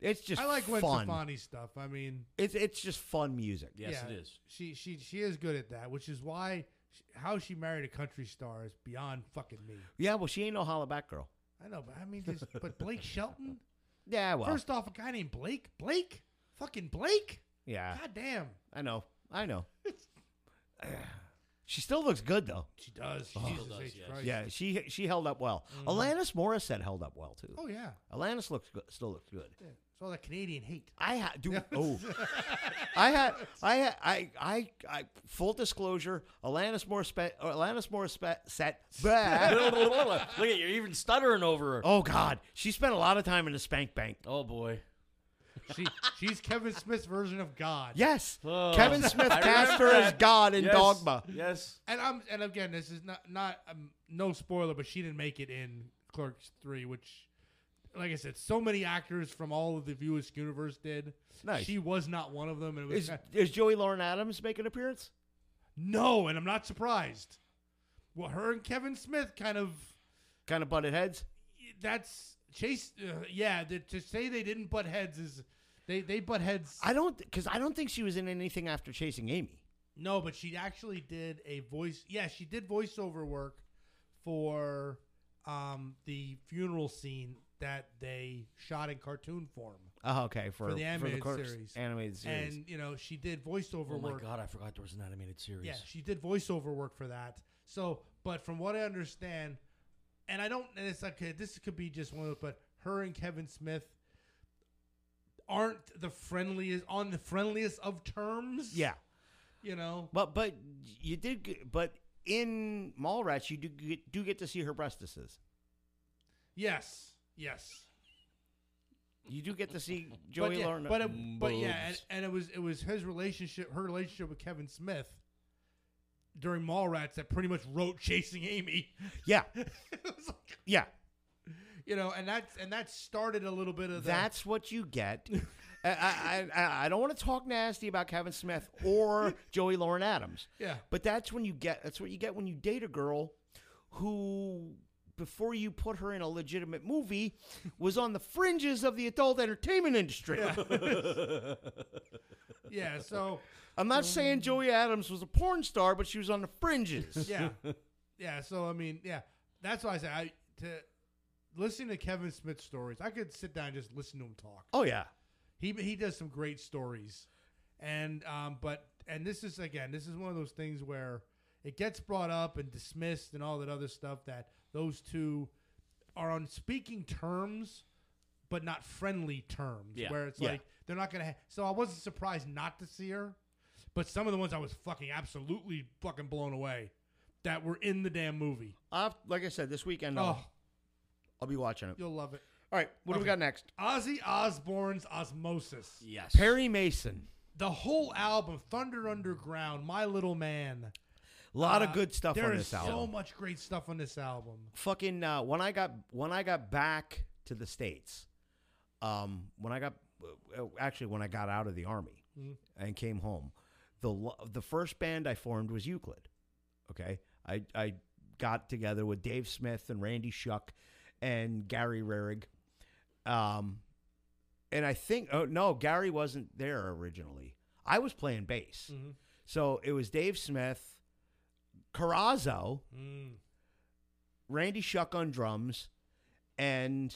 [SPEAKER 4] It's just
[SPEAKER 3] I like Gwen
[SPEAKER 4] fun.
[SPEAKER 3] Stefani stuff. I mean,
[SPEAKER 4] It's it's just fun music.
[SPEAKER 2] Yes,
[SPEAKER 3] Yeah.
[SPEAKER 2] it
[SPEAKER 4] *laughs*
[SPEAKER 2] is.
[SPEAKER 3] she she she is good at that, which is why sh how she married a country star is beyond fucking me.
[SPEAKER 4] Yeah, well, she ain't no holla back girl.
[SPEAKER 3] I know, but I mean, just, *laughs* but Blake Shelton.
[SPEAKER 4] Yeah, well,
[SPEAKER 3] First off, a guy named Blake. Blake, fucking Blake.
[SPEAKER 2] Uh,
[SPEAKER 4] yeah,
[SPEAKER 3] God damn,
[SPEAKER 4] I know, I know. she still looks good though.
[SPEAKER 3] she does.
[SPEAKER 2] Oh.
[SPEAKER 3] Jesus
[SPEAKER 2] Still does,
[SPEAKER 3] H.
[SPEAKER 2] yes.
[SPEAKER 3] Christ.
[SPEAKER 4] Yeah, she she held up well.
[SPEAKER 2] Mm-hmm.
[SPEAKER 4] Alanis Morissette held up well too.
[SPEAKER 3] Oh yeah.
[SPEAKER 4] Alanis looks good, still looks good.
[SPEAKER 3] yeah. It's all that Canadian hate.
[SPEAKER 4] I had dude.
[SPEAKER 2] *laughs*
[SPEAKER 4] Oh, I had I had I I, I full disclosure. Alanis Morissette. Alanis Morissette. Blah.
[SPEAKER 2] Look at you, you're even stuttering over her.
[SPEAKER 4] *laughs* oh God, she spent a lot of time in the spank bank.
[SPEAKER 2] Oh boy.
[SPEAKER 3] She she's Kevin Smith's version of God.
[SPEAKER 4] Yes,
[SPEAKER 2] *laughs* Oh.
[SPEAKER 4] Kevin Smith
[SPEAKER 2] I remember
[SPEAKER 4] cast her as
[SPEAKER 2] that.
[SPEAKER 4] God in
[SPEAKER 2] Yes.
[SPEAKER 4] Dogma.
[SPEAKER 2] Yes.
[SPEAKER 3] And I'm and again, this is not not um, no spoiler, but she didn't make it in Clerks Three, which, like I said, so many actors from all of the viewers universe did.
[SPEAKER 4] Nice.
[SPEAKER 3] She was not one of them, and it
[SPEAKER 2] *laughs*
[SPEAKER 3] was
[SPEAKER 4] Is
[SPEAKER 3] kind-
[SPEAKER 4] is Joey Lauren Adams make an appearance?
[SPEAKER 3] no, and I'm not surprised. Well, her and Kevin Smith kind of
[SPEAKER 4] Kind of butted heads.
[SPEAKER 3] that's chase. Uh, yeah, the, to say they didn't butt heads is they they butt heads.
[SPEAKER 4] I don't because I don't think she was in anything after Chasing Amy.
[SPEAKER 3] No, but she actually did a voice. Yeah, she did voiceover work for um, the funeral scene that they shot in cartoon form,
[SPEAKER 4] Oh, okay, for,
[SPEAKER 3] For the animated
[SPEAKER 4] Clerks
[SPEAKER 3] series.
[SPEAKER 4] Animated series.
[SPEAKER 3] and you know she did voiceover
[SPEAKER 2] Oh my
[SPEAKER 3] work.
[SPEAKER 2] god, I forgot there was an animated series.
[SPEAKER 3] Yeah, she did voiceover work for that. So, but from what I understand, and I don't, and it's like okay, this could be just one of, but her and Kevin Smith aren't the friendliest on the friendliest of terms.
[SPEAKER 4] yeah,
[SPEAKER 3] you know,
[SPEAKER 4] but but you did g- but in Mallrats you do get, do get to see her breastises.
[SPEAKER 3] yes, yes.
[SPEAKER 4] You do get to
[SPEAKER 3] *laughs*
[SPEAKER 4] see Joey
[SPEAKER 3] but yeah,
[SPEAKER 4] Lauren.
[SPEAKER 3] But, it, but yeah, and,
[SPEAKER 2] Boobs.
[SPEAKER 3] and it was it was his relationship, her relationship with Kevin Smith during Mallrats that pretty much wrote Chasing Amy. *laughs*
[SPEAKER 4] yeah,
[SPEAKER 3] It was like,
[SPEAKER 4] yeah.
[SPEAKER 3] you know, and that's and that started a little bit of the,
[SPEAKER 4] That's what you
[SPEAKER 3] *laughs*
[SPEAKER 4] get. I, I, I I don't want to talk nasty about Kevin Smith
[SPEAKER 3] *laughs*
[SPEAKER 4] or Joey Lauren Adams.
[SPEAKER 3] yeah.
[SPEAKER 4] But that's when you get that's what you get when you date a girl who before you put her in a legitimate movie was on the fringes of the adult entertainment industry.
[SPEAKER 3] Yeah, so
[SPEAKER 4] *laughs* I'm not saying Joey Adams was a porn star, but she was on the fringes.
[SPEAKER 3] yeah. Yeah, so I mean, yeah. That's why I say I to listening to Kevin Smith's stories, I could sit down and just listen to him talk.
[SPEAKER 4] Oh yeah.
[SPEAKER 3] he he does some great stories and um but and this is again this is one of those things where it gets brought up and dismissed and all that other stuff that those two are on speaking terms but not friendly terms
[SPEAKER 2] Yeah.
[SPEAKER 3] where it's
[SPEAKER 4] Yeah.
[SPEAKER 3] like they're not gonna ha- so i wasn't surprised not to see her but some of the ones i was fucking absolutely fucking blown away that were in the damn movie
[SPEAKER 4] I've, like I said, this weekend I'll,
[SPEAKER 3] oh
[SPEAKER 4] I'll be watching it.
[SPEAKER 3] You'll love it.
[SPEAKER 4] All right, what do we
[SPEAKER 3] Okay.
[SPEAKER 4] got next?
[SPEAKER 3] Ozzy Osbourne's Osmosis.
[SPEAKER 2] Yes. *laughs*
[SPEAKER 4] Perry Mason.
[SPEAKER 3] The whole album, Thunder Underground, My Little Man.
[SPEAKER 4] A lot
[SPEAKER 3] Uh,
[SPEAKER 4] of good stuff
[SPEAKER 3] There
[SPEAKER 4] on this
[SPEAKER 3] is so
[SPEAKER 4] album.
[SPEAKER 3] much great stuff on this album.
[SPEAKER 4] fucking uh, when I got when I got back to the states, um, when I got uh, actually when I got out of the army and came home, the lo- the first band I formed was Euclid. Okay, I I got together with Dave Smith and Randy Shuck and Gary Rarig. Um, and I think oh no, Gary wasn't there originally. I was playing bass,
[SPEAKER 3] Mhm.
[SPEAKER 4] so it was Dave Smith, Carrazzo,
[SPEAKER 3] Mm.
[SPEAKER 4] Randy Shuck on drums, and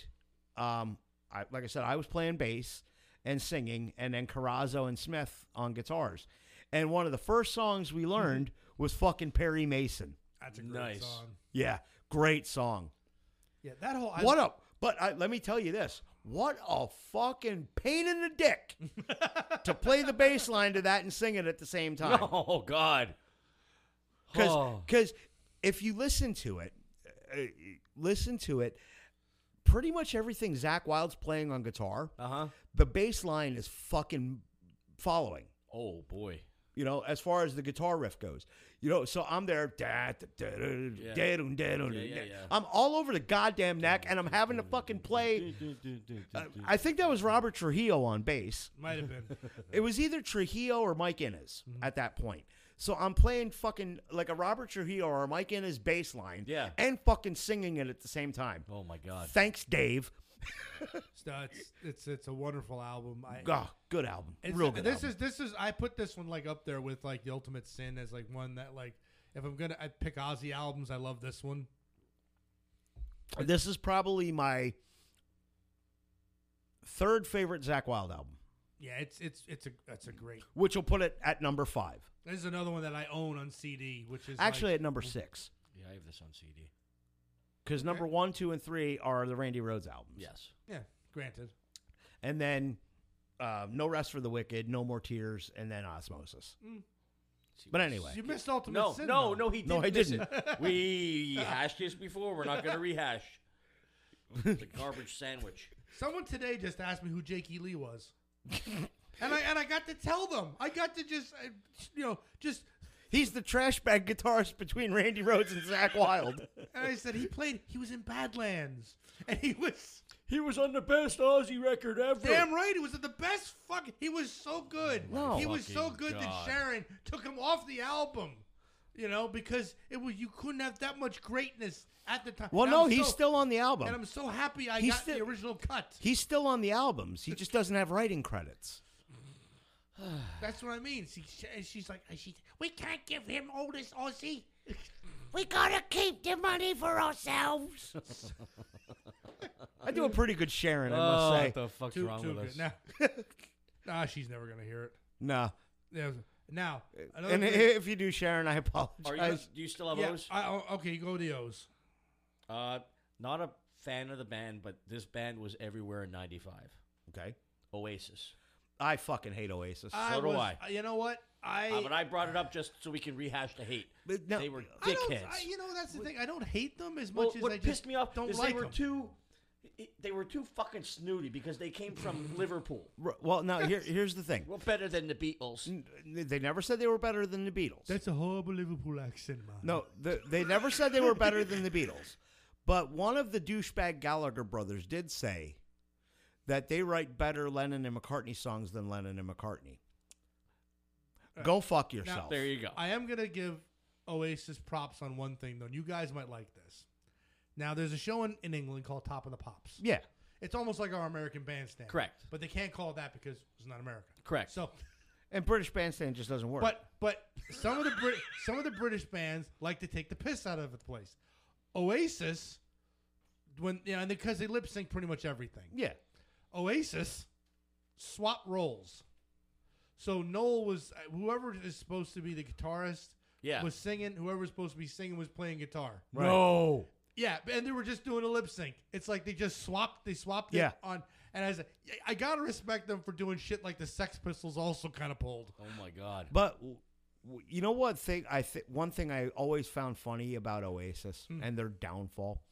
[SPEAKER 4] um, I, like I said, I was playing bass and singing, and then Carrazzo and Smith on guitars. And one of the first songs we learned was fucking Perry Mason.
[SPEAKER 3] That's a great
[SPEAKER 2] Nice.
[SPEAKER 3] song.
[SPEAKER 4] Yeah, great song.
[SPEAKER 3] Yeah, that whole
[SPEAKER 4] what a but I, let me tell you this: what a fucking pain in the dick to play the bass line to that and sing it at the same time.
[SPEAKER 2] Oh God.
[SPEAKER 4] because
[SPEAKER 2] Oh.
[SPEAKER 4] because if you listen to it, uh, listen to it, pretty much everything Zach Wilde's playing on guitar,
[SPEAKER 2] Uh huh.
[SPEAKER 4] the bass line is fucking following.
[SPEAKER 2] Oh boy.
[SPEAKER 4] You know, as far as the guitar riff goes, you know, so I'm there. da, da, da, da, da, da, dum, da, dum,
[SPEAKER 2] Yeah, yeah,
[SPEAKER 4] da.
[SPEAKER 2] yeah.
[SPEAKER 4] I'm all over the goddamn neck, and I'm having to fucking
[SPEAKER 2] *laughs*
[SPEAKER 4] play. uh, I think that was Robert Trujillo on bass.
[SPEAKER 3] might
[SPEAKER 4] *laughs*
[SPEAKER 3] have been.
[SPEAKER 4] It was either Trujillo or Mike Innes
[SPEAKER 3] Mm-hmm.
[SPEAKER 4] at that point. So I'm playing fucking like a Robert Trujillo or a Mike Innes bass line.
[SPEAKER 2] Yeah.
[SPEAKER 4] And fucking singing it at the same time.
[SPEAKER 2] Oh my God.
[SPEAKER 4] Thanks, Dave.
[SPEAKER 3] So it's, it's it's a wonderful album. I,
[SPEAKER 4] God, good album.
[SPEAKER 3] it's-
[SPEAKER 4] Real good
[SPEAKER 3] This
[SPEAKER 4] album.
[SPEAKER 3] is this is I put this one like up there with like the Ultimate Sin as like one that like if I'm gonna I pick Ozzy albums, I love this one.
[SPEAKER 4] this is probably my third favorite Zach Wild album,
[SPEAKER 3] Yeah, it's it's it's a that's a great.
[SPEAKER 4] which will put it at number five.
[SPEAKER 3] This is another one that I own on CD, which is
[SPEAKER 4] Actually,
[SPEAKER 3] like,
[SPEAKER 4] at number six.
[SPEAKER 2] Yeah, I have this on CD.
[SPEAKER 4] Because number one, two, and three are the Randy Rhodes albums.
[SPEAKER 2] Yes.
[SPEAKER 3] yeah, granted.
[SPEAKER 4] And then uh, No Rest for the Wicked, No More Tears, and then Osmosis.
[SPEAKER 3] Mm-hmm.
[SPEAKER 4] But anyway.
[SPEAKER 3] You missed Ultimate
[SPEAKER 2] No,
[SPEAKER 3] Sin.
[SPEAKER 2] no,
[SPEAKER 3] though.
[SPEAKER 2] no. He didn't.
[SPEAKER 4] No,
[SPEAKER 3] *laughs*
[SPEAKER 4] I
[SPEAKER 2] miss
[SPEAKER 4] didn't.
[SPEAKER 2] it. *laughs* we hashed this before. We're not going to rehash. The garbage sandwich.
[SPEAKER 3] Someone today just asked me who Jake E.
[SPEAKER 4] *laughs*
[SPEAKER 3] Lee was, and I and I got to tell them. I got to just I, you know just
[SPEAKER 4] He's the trash bag guitarist between Randy Rhodes and *laughs* Zach Wild.
[SPEAKER 3] and I said he played. He was in Badlands, and he was
[SPEAKER 2] He was on the best Aussie record ever.
[SPEAKER 3] damn right. He was the best. Fuck, he was so good.
[SPEAKER 4] No.
[SPEAKER 3] he was so
[SPEAKER 2] Fucking
[SPEAKER 3] good that
[SPEAKER 2] God.
[SPEAKER 3] Sharon took him off the album. You know because it was you couldn't have that much greatness at the time.
[SPEAKER 4] Well,
[SPEAKER 3] And
[SPEAKER 4] no,
[SPEAKER 3] I'm
[SPEAKER 4] he's
[SPEAKER 3] so-
[SPEAKER 4] still on the
[SPEAKER 3] And
[SPEAKER 4] album.
[SPEAKER 3] I'm so happy I
[SPEAKER 4] He's
[SPEAKER 3] got the
[SPEAKER 4] still-
[SPEAKER 3] original cut.
[SPEAKER 4] He's still on the albums. He just doesn't have writing credits.
[SPEAKER 3] That's what I mean. She, she- she's like, she, we can't give him oldest Aussie.
[SPEAKER 4] We gotta keep the money for ourselves. *laughs* I do a pretty good Sharon, I
[SPEAKER 2] Oh,
[SPEAKER 4] must say.
[SPEAKER 2] what the fuck's
[SPEAKER 3] Too,
[SPEAKER 2] wrong
[SPEAKER 3] too
[SPEAKER 2] with
[SPEAKER 3] good.
[SPEAKER 2] us?
[SPEAKER 3] Now, *laughs* ah, she's never gonna hear it.
[SPEAKER 4] Nah.
[SPEAKER 3] Yeah, Now, another
[SPEAKER 4] And i-
[SPEAKER 3] thing-
[SPEAKER 4] if you do Sharon, I
[SPEAKER 2] Are you,
[SPEAKER 4] apologize.
[SPEAKER 2] do you still have
[SPEAKER 3] yeah,
[SPEAKER 2] O's?
[SPEAKER 3] I, oh, okay, go to the O's.
[SPEAKER 2] Uh, not a fan of the band, but this band was everywhere in '95.
[SPEAKER 4] Okay.
[SPEAKER 2] Oasis.
[SPEAKER 4] I fucking hate Oasis.
[SPEAKER 3] I
[SPEAKER 2] do
[SPEAKER 3] was,
[SPEAKER 2] I.
[SPEAKER 3] You know what? I,
[SPEAKER 2] Uh, but I brought it up just so we can rehash the hate.
[SPEAKER 4] But no-
[SPEAKER 2] they were
[SPEAKER 3] I don't.
[SPEAKER 2] dickheads.
[SPEAKER 3] I, you know, that's the thing. I don't hate them as
[SPEAKER 2] Well,
[SPEAKER 3] much as
[SPEAKER 2] what
[SPEAKER 3] I just
[SPEAKER 2] pissed me off
[SPEAKER 3] Don't
[SPEAKER 2] is
[SPEAKER 3] like
[SPEAKER 2] they were
[SPEAKER 3] them.
[SPEAKER 2] too. They were too fucking snooty because they came *clears throat* from Liverpool. Mm,
[SPEAKER 4] R- well, now here, here's the thing.
[SPEAKER 2] Well, better than the Beatles.
[SPEAKER 4] N- They never said they were better than the Beatles.
[SPEAKER 3] That's a horrible Liverpool accent, man.
[SPEAKER 4] No, the, they never said they were better than the Beatles. But one of the douchebag Gallagher brothers did say that they write better Lennon and McCartney songs than Lennon and McCartney. Go fuck yourself.
[SPEAKER 2] There you go.
[SPEAKER 3] I am gonna give Oasis props on one thing though. and You guys might like this. Now, there's a show in, in England called Top of the Pops.
[SPEAKER 4] yeah.
[SPEAKER 3] It's almost like our American bandstand.
[SPEAKER 2] Correct.
[SPEAKER 3] But they can't call it that because it's not America.
[SPEAKER 2] Correct.
[SPEAKER 3] So,
[SPEAKER 4] And British Bandstand just doesn't work.
[SPEAKER 3] but but some of the Brit- some of the British bands like to take the piss out of the place. Oasis, when you know, and because they lip sync pretty much everything.
[SPEAKER 4] yeah.
[SPEAKER 3] Oasis swap roles. So Noel was uh, whoever is supposed to be the guitarist.
[SPEAKER 2] Yeah.
[SPEAKER 3] was singing. Whoever was supposed to be singing was playing guitar.
[SPEAKER 4] No.
[SPEAKER 3] Yeah, and they were just doing a lip sync. It's like they just swapped. They swapped
[SPEAKER 4] Yeah.
[SPEAKER 3] it on. And I was like, I gotta respect them for doing shit like the Sex Pistols also kind of pulled.
[SPEAKER 2] oh my God.
[SPEAKER 4] But w- w- you know
[SPEAKER 2] Mm.
[SPEAKER 4] what thing I th- one thing I always found funny about Oasis and their downfall.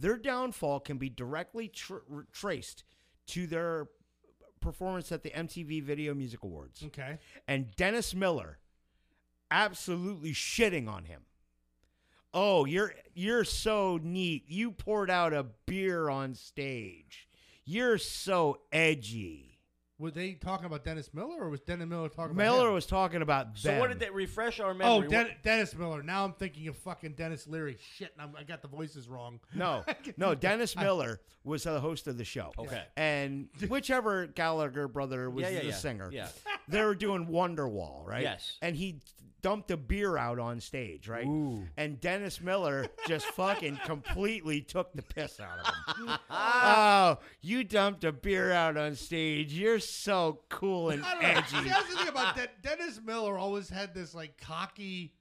[SPEAKER 4] Their downfall can be directly tr- traced to their performance at the MTV Video Music Awards
[SPEAKER 2] Mm.
[SPEAKER 3] Okay.
[SPEAKER 4] and Dennis Miller absolutely shitting on him. Oh, you're you're so neat. You poured out a beer on stage. You're so edgy.
[SPEAKER 3] Were they talking about Dennis Miller, or was Dennis Miller talking about
[SPEAKER 4] Miller
[SPEAKER 3] him?
[SPEAKER 4] was talking about
[SPEAKER 2] So
[SPEAKER 4] them.
[SPEAKER 2] what did they refresh our
[SPEAKER 3] Oh,
[SPEAKER 2] memory?
[SPEAKER 3] Den- Dennis Miller. Now I'm thinking of fucking Dennis Leary. Shit, and I'm, I got the voices wrong. *laughs*
[SPEAKER 4] No, no. Dennis Miller was the host of the show.
[SPEAKER 2] Okay.
[SPEAKER 3] *laughs*
[SPEAKER 4] and whichever Gallagher brother was
[SPEAKER 2] Yeah, yeah,
[SPEAKER 4] the
[SPEAKER 2] yeah.
[SPEAKER 4] singer,
[SPEAKER 2] Yeah.
[SPEAKER 4] they were doing Wonderwall, right?
[SPEAKER 2] Yes.
[SPEAKER 4] and he dumped a beer out on stage, right?
[SPEAKER 2] Ooh.
[SPEAKER 4] And Dennis Miller
[SPEAKER 2] *laughs*
[SPEAKER 4] just fucking completely took the piss out of him. oh, you dumped a beer out on stage. You're so cool and
[SPEAKER 3] I don't know. See,
[SPEAKER 4] edgy,
[SPEAKER 3] that's the thing about De- Dennis Miller. Always had this like cocky,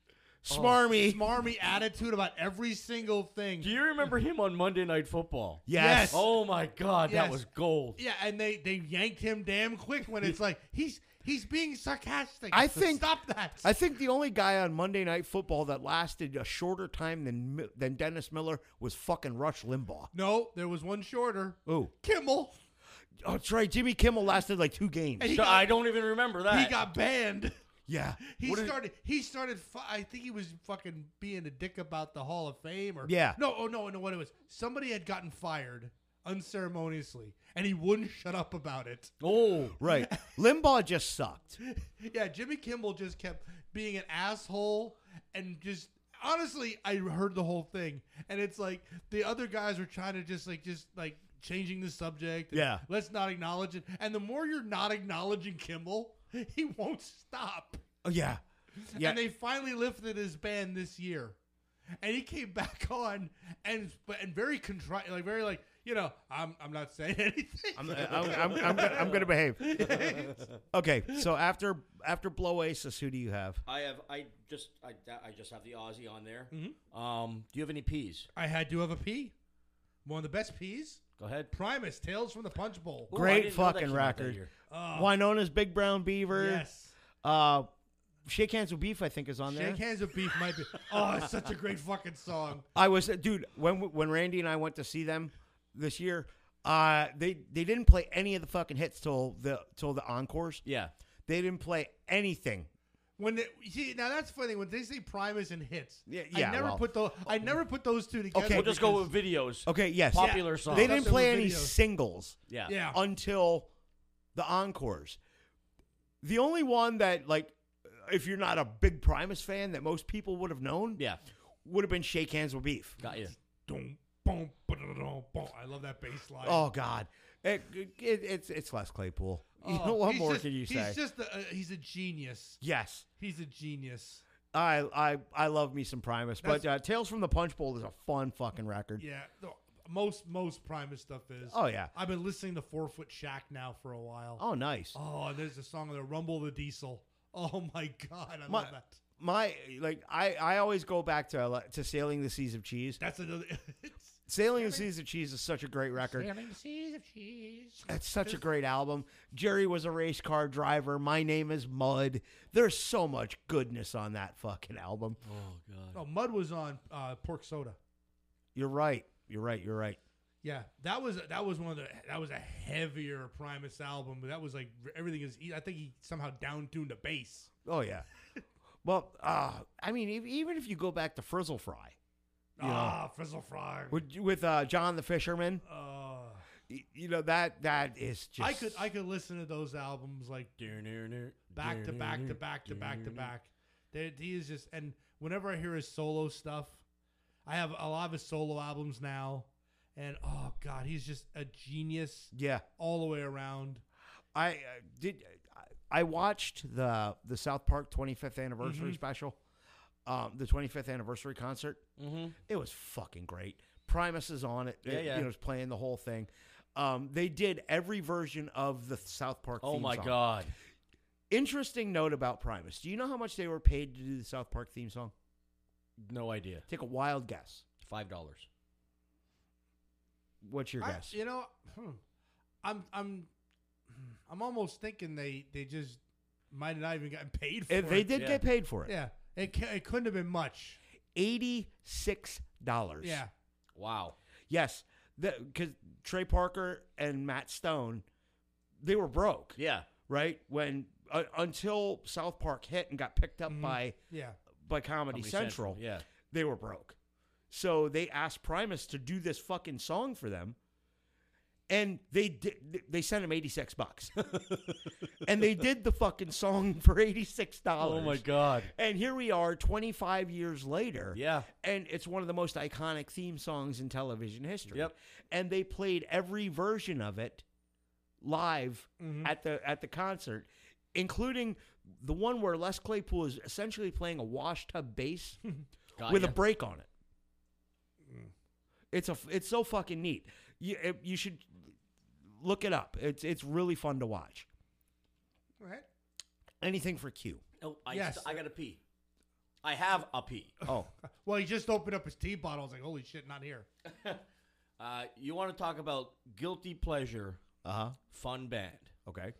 [SPEAKER 3] Oh.
[SPEAKER 4] smarmy.
[SPEAKER 3] smarmy attitude about every single thing.
[SPEAKER 2] Do you remember him on Monday Night Football?
[SPEAKER 4] yes.
[SPEAKER 3] Yes.
[SPEAKER 2] Oh my God,
[SPEAKER 3] Yes.
[SPEAKER 2] that was gold.
[SPEAKER 3] yeah, and they they yanked him damn quick when it's like he's he's being sarcastic.
[SPEAKER 4] I think-
[SPEAKER 3] stop that.
[SPEAKER 4] I think the only guy on Monday Night Football that lasted a shorter time than Mi- than Dennis Miller was fucking Rush Limbaugh.
[SPEAKER 3] no, there was one shorter.
[SPEAKER 4] Ooh.
[SPEAKER 3] Kimmel.
[SPEAKER 4] Oh, that's right. Jimmy Kimmel lasted like two games.
[SPEAKER 3] And he
[SPEAKER 2] So
[SPEAKER 3] got-
[SPEAKER 2] I don't even remember that.
[SPEAKER 3] He got banned.
[SPEAKER 4] yeah.
[SPEAKER 3] He
[SPEAKER 4] What did-
[SPEAKER 3] started. He started. fu- I think he was fucking being a dick about the Hall of Fame, or
[SPEAKER 4] Yeah.
[SPEAKER 3] No, oh no, no. What it was? Somebody had gotten fired unceremoniously, and he wouldn't shut up about it. *laughs*
[SPEAKER 2] oh,
[SPEAKER 4] right. Limbaugh just sucked.
[SPEAKER 3] Yeah, Jimmy Kimmel just kept being an asshole and just honestly, I heard the whole thing and it's like the other guys are trying to just like just like changing the subject. and
[SPEAKER 4] Yeah.
[SPEAKER 3] Let's not acknowledge it. And the more you're not acknowledging Kimmel, *laughs* he won't stop.
[SPEAKER 4] Oh, yeah. Yeah.
[SPEAKER 3] And they finally lifted his ban this year. And he came *laughs* back on and but and very contrite like very like, you know, I'm I'm not saying *laughs* anything.
[SPEAKER 4] I'm, I'm, I'm, I'm, gonna, I'm gonna behave. Okay, so after after Blow Aces, who do you have?
[SPEAKER 2] I have. I just. I. that- I just have the Aussie on there. Um. Do you have any peas?
[SPEAKER 3] I had to have a pee. One of the best peas.
[SPEAKER 2] Go ahead.
[SPEAKER 3] Primus, Tales from the Punch Bowl.
[SPEAKER 2] Ooh, I
[SPEAKER 4] Great
[SPEAKER 2] didn't know that
[SPEAKER 4] fucking
[SPEAKER 2] came out that
[SPEAKER 4] record.
[SPEAKER 2] year.
[SPEAKER 3] Uh,
[SPEAKER 4] Winona's Big Brown Beaver.
[SPEAKER 3] Yes.
[SPEAKER 4] Uh, Shake Hands with Beef, I think, is on there.
[SPEAKER 3] Shake Hands with Beef might be. Oh, it's such a great fucking song.
[SPEAKER 4] I was, dude. When when Randy and I went to see them this year, uh, they they didn't play any of the fucking hits till the till the encores.
[SPEAKER 2] Yeah.
[SPEAKER 4] They didn't play anything.
[SPEAKER 3] When they, you see now that's funny when they say Primus and hits.
[SPEAKER 4] Yeah,
[SPEAKER 3] I
[SPEAKER 4] yeah,
[SPEAKER 3] never
[SPEAKER 4] well.
[SPEAKER 3] put those. I never put those two together.
[SPEAKER 4] Okay.
[SPEAKER 2] We'll just go
[SPEAKER 3] because-
[SPEAKER 2] with videos.
[SPEAKER 4] Okay, yes,
[SPEAKER 2] Popular
[SPEAKER 4] Yeah.
[SPEAKER 2] songs.
[SPEAKER 4] They didn't
[SPEAKER 3] Some
[SPEAKER 4] play any
[SPEAKER 3] videos.
[SPEAKER 4] singles
[SPEAKER 2] Yeah.
[SPEAKER 3] Yeah.
[SPEAKER 4] until the encores. The only one that like, if you're not a big Primus fan, that most people would have known,
[SPEAKER 2] Yeah.
[SPEAKER 4] would have been "Shake Hands with Beef."
[SPEAKER 2] Got you.
[SPEAKER 3] Dum, bum, ba-da-da-dum, bum. I love that bass line.
[SPEAKER 4] Oh God, It- it- it's it's Les Claypool. You
[SPEAKER 3] Oh,
[SPEAKER 4] know what
[SPEAKER 3] he's
[SPEAKER 4] more
[SPEAKER 3] just-
[SPEAKER 4] can you say?
[SPEAKER 3] He's just a, uh, he's a genius.
[SPEAKER 4] yes.
[SPEAKER 3] He's a genius.
[SPEAKER 4] I I I love me some Primus, but uh, Tales from the Punch Bowl is a fun fucking record.
[SPEAKER 3] Yeah, the- most most Primus stuff is.
[SPEAKER 4] Oh, yeah.
[SPEAKER 3] I've been listening to Four Foot Shack now for a while.
[SPEAKER 4] Oh, nice.
[SPEAKER 3] Oh, there's a song on there, Rumble the Diesel. Oh my God, I
[SPEAKER 4] My-
[SPEAKER 3] love that.
[SPEAKER 4] My like I I always go back to uh, to Sailing the Seas of Cheese.
[SPEAKER 3] That's another. *laughs*
[SPEAKER 4] Sailing the Seas of Cheese is such a great record.
[SPEAKER 3] seas of cheese.
[SPEAKER 4] That's such a great album. Jerry was a race car driver. My name is Mud. There's so much goodness on that fucking album.
[SPEAKER 2] Oh God.
[SPEAKER 3] No, Mud was on uh, Pork Soda.
[SPEAKER 4] You're right. You're right. You're right.
[SPEAKER 3] Yeah, that was that was one of the that was a heavier Primus album, but that was like everything is. I think he somehow down tuned the bass.
[SPEAKER 4] Oh
[SPEAKER 3] *laughs*
[SPEAKER 4] yeah. Well, uh, I mean, ev- even if you go back to Frizzle Fry Yeah.
[SPEAKER 3] Ah, Frizzle Frog.
[SPEAKER 4] with with uh, John the Fisherman,
[SPEAKER 3] Uh,
[SPEAKER 4] y- you know that that is just
[SPEAKER 3] I could I could listen to those albums like back to back to back to back to back. There, he is just, and whenever I hear his solo stuff, I have a lot of his solo albums now, and oh god, he's just a genius
[SPEAKER 4] yeah.
[SPEAKER 3] all the way around.
[SPEAKER 4] I uh, did. I I watched the the South Park 25th
[SPEAKER 3] Mm-hmm.
[SPEAKER 4] anniversary special, um, the 25th anniversary concert.
[SPEAKER 2] Mm-hmm.
[SPEAKER 4] It was fucking great. Primus is on it.
[SPEAKER 2] Yeah,
[SPEAKER 4] it,
[SPEAKER 2] yeah.
[SPEAKER 4] You know, is playing the whole thing. Um, they did every version of the South Park.
[SPEAKER 2] Oh
[SPEAKER 4] theme
[SPEAKER 2] my
[SPEAKER 4] song.
[SPEAKER 2] God.
[SPEAKER 4] Interesting note about Primus. Do you know how much they were paid to do the South Park theme song?
[SPEAKER 2] No idea.
[SPEAKER 4] Take a wild guess.
[SPEAKER 2] Five dollars.
[SPEAKER 4] What's your
[SPEAKER 3] I-
[SPEAKER 4] guess?
[SPEAKER 3] you know, hmm, I'm I'm I'm almost thinking they they just might have not even gotten paid for
[SPEAKER 4] If
[SPEAKER 3] it.
[SPEAKER 4] they did
[SPEAKER 2] Yeah.
[SPEAKER 4] get paid for it.
[SPEAKER 3] yeah. It, ca- it couldn't have been much.
[SPEAKER 4] Eighty six dollars.
[SPEAKER 3] Yeah.
[SPEAKER 2] Wow.
[SPEAKER 4] Yes, because Trey Parker and Matt Stone, they were broke,
[SPEAKER 2] Yeah.
[SPEAKER 4] right? When uh, until South Park hit and got picked up by
[SPEAKER 3] Yeah.
[SPEAKER 4] by Comedy,
[SPEAKER 2] Mm-hmm. Comedy
[SPEAKER 4] Central,
[SPEAKER 2] Central, yeah.
[SPEAKER 4] they were broke. So they asked Primus to do this fucking song for them, and they did. They sent him eighty six bucks, *laughs* and they did the fucking song for eighty six dollars.
[SPEAKER 2] Oh God.
[SPEAKER 4] And here we are, twenty five years later.
[SPEAKER 2] Yeah.
[SPEAKER 4] And it's one of the most iconic theme songs in television history.
[SPEAKER 2] Yep.
[SPEAKER 4] And they played every version of it live
[SPEAKER 2] Mm-hmm.
[SPEAKER 4] at the at the concert, including the one where Les Claypool is essentially playing a washtub bass
[SPEAKER 2] Got
[SPEAKER 4] with
[SPEAKER 2] ya.
[SPEAKER 4] a break on it. It's a f- it's so fucking neat. You it, you should look it up. It's it's really fun to watch.
[SPEAKER 3] All right.
[SPEAKER 4] Anything for Q.
[SPEAKER 2] Oh, I,
[SPEAKER 3] Yes.
[SPEAKER 2] I got to pee. I have a pee.
[SPEAKER 4] Oh,
[SPEAKER 3] Well, he just opened up his tea bottle. I was like, holy shit, not here.
[SPEAKER 2] Uh, you want to talk about guilty pleasure,
[SPEAKER 4] uh huh.
[SPEAKER 2] fun band,
[SPEAKER 4] Okay.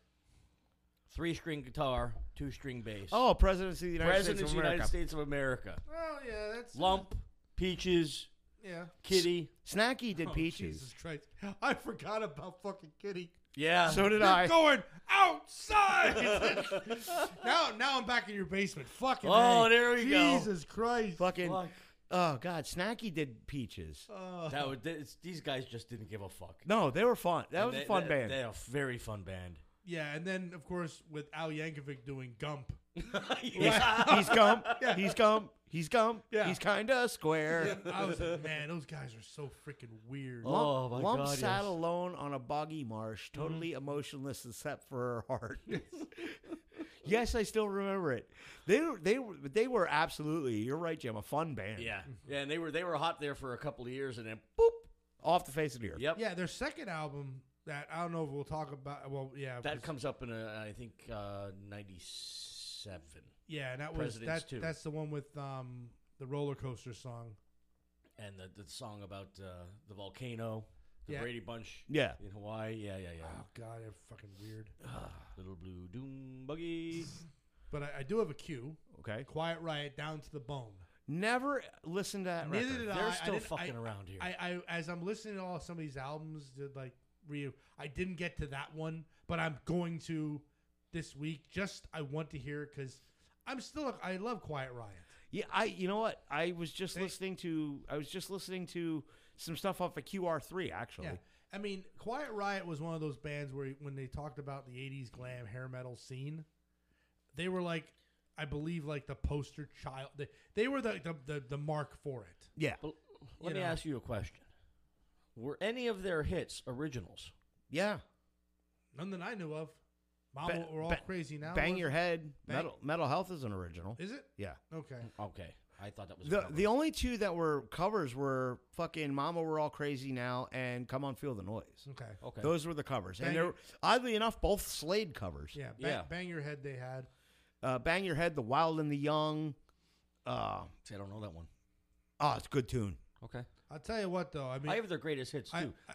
[SPEAKER 2] three string guitar, two string bass.
[SPEAKER 4] Oh, presidency of the United
[SPEAKER 2] President
[SPEAKER 4] States
[SPEAKER 2] of
[SPEAKER 4] of
[SPEAKER 2] the
[SPEAKER 4] America.
[SPEAKER 2] United States of America.
[SPEAKER 3] Well, yeah, that's
[SPEAKER 2] Lump, peaches,
[SPEAKER 3] Yeah.
[SPEAKER 2] kitty.
[SPEAKER 4] Snacky did
[SPEAKER 3] Oh,
[SPEAKER 4] peaches.
[SPEAKER 3] Jesus Christ. I forgot about fucking Kitty.
[SPEAKER 2] Yeah.
[SPEAKER 4] *laughs* So did
[SPEAKER 3] You're
[SPEAKER 4] I.
[SPEAKER 3] going outside. *laughs* now, now I'm back in your basement. Fucking.
[SPEAKER 2] Oh,
[SPEAKER 3] A.
[SPEAKER 2] there we go.
[SPEAKER 3] Jesus Christ.
[SPEAKER 4] Fucking.
[SPEAKER 2] Fuck.
[SPEAKER 4] Oh God, Snacky did peaches.
[SPEAKER 3] Uh,
[SPEAKER 2] That was, th- these guys just didn't give a fuck.
[SPEAKER 4] No, they were fun. That
[SPEAKER 2] And
[SPEAKER 4] was
[SPEAKER 2] they-
[SPEAKER 4] a fun
[SPEAKER 2] they-
[SPEAKER 4] band.
[SPEAKER 2] They're a very fun band.
[SPEAKER 3] yeah, and then of course with Al Yankovic doing Gump. *laughs*
[SPEAKER 4] he's gum. He's gum. He's gum.
[SPEAKER 3] Yeah.
[SPEAKER 4] He's kinda square.
[SPEAKER 3] I was like, man, those guys are so freaking weird.
[SPEAKER 2] Oh,
[SPEAKER 4] Lump,
[SPEAKER 2] my
[SPEAKER 4] Lump
[SPEAKER 2] God,
[SPEAKER 4] sat
[SPEAKER 2] yes.
[SPEAKER 4] alone on a boggy marsh,
[SPEAKER 3] Mm-hmm.
[SPEAKER 4] totally emotionless except for her heart. *laughs* yes, I still remember it. They were- they were they were absolutely. You're right, Jim. A fun band.
[SPEAKER 2] Yeah, yeah, and they were they were hot there for a couple of years, and then boop.
[SPEAKER 4] Off the face of the earth.
[SPEAKER 2] Yep,
[SPEAKER 3] Yeah, their second album that I don't know if we'll talk about. Well, yeah,
[SPEAKER 2] that
[SPEAKER 3] was-
[SPEAKER 2] comes up in a, I think uh, ninety seven,
[SPEAKER 3] Yeah, and that was
[SPEAKER 2] Presidents
[SPEAKER 3] that,
[SPEAKER 2] too.
[SPEAKER 3] That's the one with um the roller coaster song.
[SPEAKER 2] and the, the song about uh, the volcano, the
[SPEAKER 3] Yeah.
[SPEAKER 2] Brady Bunch
[SPEAKER 4] Yeah.
[SPEAKER 2] in Hawaii. Yeah, yeah, yeah.
[SPEAKER 3] Oh God, they're fucking weird.
[SPEAKER 2] Little blue doom buggy.
[SPEAKER 3] But I, I do have a cue.
[SPEAKER 4] Okay.
[SPEAKER 3] Quiet Riot down to the bone.
[SPEAKER 4] Never listened to that
[SPEAKER 3] Neither
[SPEAKER 4] record.
[SPEAKER 3] did I.
[SPEAKER 2] They're
[SPEAKER 3] I
[SPEAKER 2] still
[SPEAKER 3] didn't- I-
[SPEAKER 2] fucking around here.
[SPEAKER 3] I, I as I'm listening to all some of these albums, did like re I didn't get to that one, but I'm going to this week. Just I want to hear because I'm still a, I love Quiet Riot.
[SPEAKER 4] Yeah, I you know what? I was just
[SPEAKER 3] They-
[SPEAKER 4] listening to I was just listening to some stuff off of QR3 actually.
[SPEAKER 3] Yeah, I mean Quiet Riot was one of those bands where when they talked about the '80s glam hair metal scene, they were like, I believe like the poster child. They, they were the, the the the mark for it.
[SPEAKER 4] Yeah.
[SPEAKER 2] But let me
[SPEAKER 3] know.
[SPEAKER 2] ask you a question: Were any of their hits originals?
[SPEAKER 4] Yeah.
[SPEAKER 3] None that I knew of. Mama,
[SPEAKER 4] Ba-
[SPEAKER 3] we're all
[SPEAKER 4] ba-
[SPEAKER 3] crazy now.
[SPEAKER 4] Bang
[SPEAKER 3] was-
[SPEAKER 4] your head.
[SPEAKER 3] Bang-
[SPEAKER 4] Metal Metal Health is an original.
[SPEAKER 3] Is it
[SPEAKER 4] Yeah.
[SPEAKER 3] okay?
[SPEAKER 2] Okay, I thought that was a
[SPEAKER 4] The
[SPEAKER 2] cover.
[SPEAKER 4] the only two that were covers were fucking Mama We're All Crazy Now and Come On Feel the Noise.
[SPEAKER 3] Okay.
[SPEAKER 2] okay.
[SPEAKER 4] Those were the covers.
[SPEAKER 3] Bang
[SPEAKER 4] And they're oddly enough both Slade covers.
[SPEAKER 3] Yeah, bang,
[SPEAKER 2] Yeah.
[SPEAKER 3] bang your head. They had
[SPEAKER 4] Uh, Bang Your Head, The Wild and the Young. Uh
[SPEAKER 2] See, I don't know that one.
[SPEAKER 4] oh, it's a good tune.
[SPEAKER 2] Okay,
[SPEAKER 3] I'll tell you what, though. I mean,
[SPEAKER 2] I have their greatest hits
[SPEAKER 3] I,
[SPEAKER 2] too.
[SPEAKER 3] I-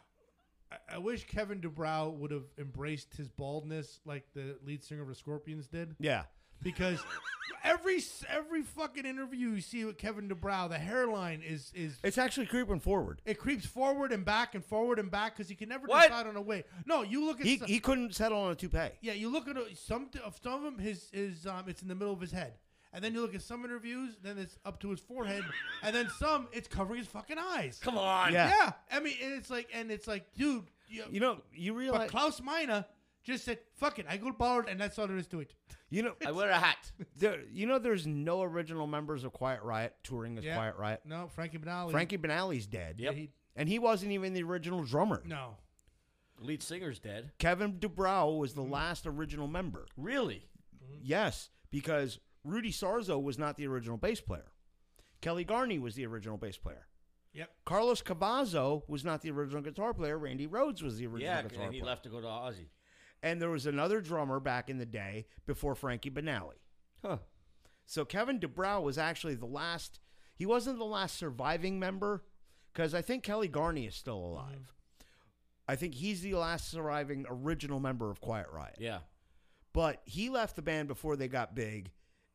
[SPEAKER 3] I wish Kevin DeBrow would have embraced his baldness like the lead singer of the Scorpions did,
[SPEAKER 4] Yeah.
[SPEAKER 3] because *laughs* every s- every fucking interview you see with Kevin DeBrow, the hairline is is
[SPEAKER 4] It's actually creeping forward.
[SPEAKER 3] it creeps forward and back and forward and back because he can never
[SPEAKER 2] What?
[SPEAKER 3] decide on a way. No, you look at
[SPEAKER 4] He,
[SPEAKER 3] some-
[SPEAKER 4] he couldn't settle on a toupee.
[SPEAKER 3] yeah, you look at a- some of some of them. His his um, it's in the middle of his head. And then you look at some interviews, then it's up to his forehead, and then some it's covering his fucking eyes.
[SPEAKER 2] Come on.
[SPEAKER 4] Yeah.
[SPEAKER 3] Yeah, I mean, and it's like, and it's like, dude, you,
[SPEAKER 4] You know, you
[SPEAKER 3] but
[SPEAKER 4] realize
[SPEAKER 3] Klaus Meiner just said, "Fuck it, I go bald," and that's all there is to it.
[SPEAKER 4] you know
[SPEAKER 2] I wear a hat.
[SPEAKER 4] There, you know, there's no original members of Quiet Riot touring as
[SPEAKER 3] Yeah.
[SPEAKER 4] Quiet Riot.
[SPEAKER 3] No, Frankie Benali.
[SPEAKER 4] Frankie Benalli's dead.
[SPEAKER 2] Yep.
[SPEAKER 3] he-
[SPEAKER 4] And he wasn't even the original drummer.
[SPEAKER 3] no,
[SPEAKER 2] Lead singer's dead.
[SPEAKER 4] Kevin Dubrow was
[SPEAKER 3] Mm-hmm.
[SPEAKER 4] the last original member.
[SPEAKER 2] Really?
[SPEAKER 4] Yes, because Rudy Sarzo was not the original bass player. Kelly Garney was the original bass player.
[SPEAKER 3] yep,
[SPEAKER 4] Carlos Cavazo was not the original guitar player. Randy Rhodes was the original
[SPEAKER 2] Yeah,
[SPEAKER 4] guitar
[SPEAKER 2] and he
[SPEAKER 4] player.
[SPEAKER 2] left to go to Ozzy.
[SPEAKER 4] And there was another drummer back in the day before Frankie Benali.
[SPEAKER 2] Huh.
[SPEAKER 4] So Kevin DeBrow was actually the last. He wasn't the last surviving member because I think Kelly Garney is still alive.
[SPEAKER 2] Mm-hmm.
[SPEAKER 4] I think he's the last surviving original member of Quiet Riot.
[SPEAKER 2] Yeah.
[SPEAKER 4] But he left the band before they got big,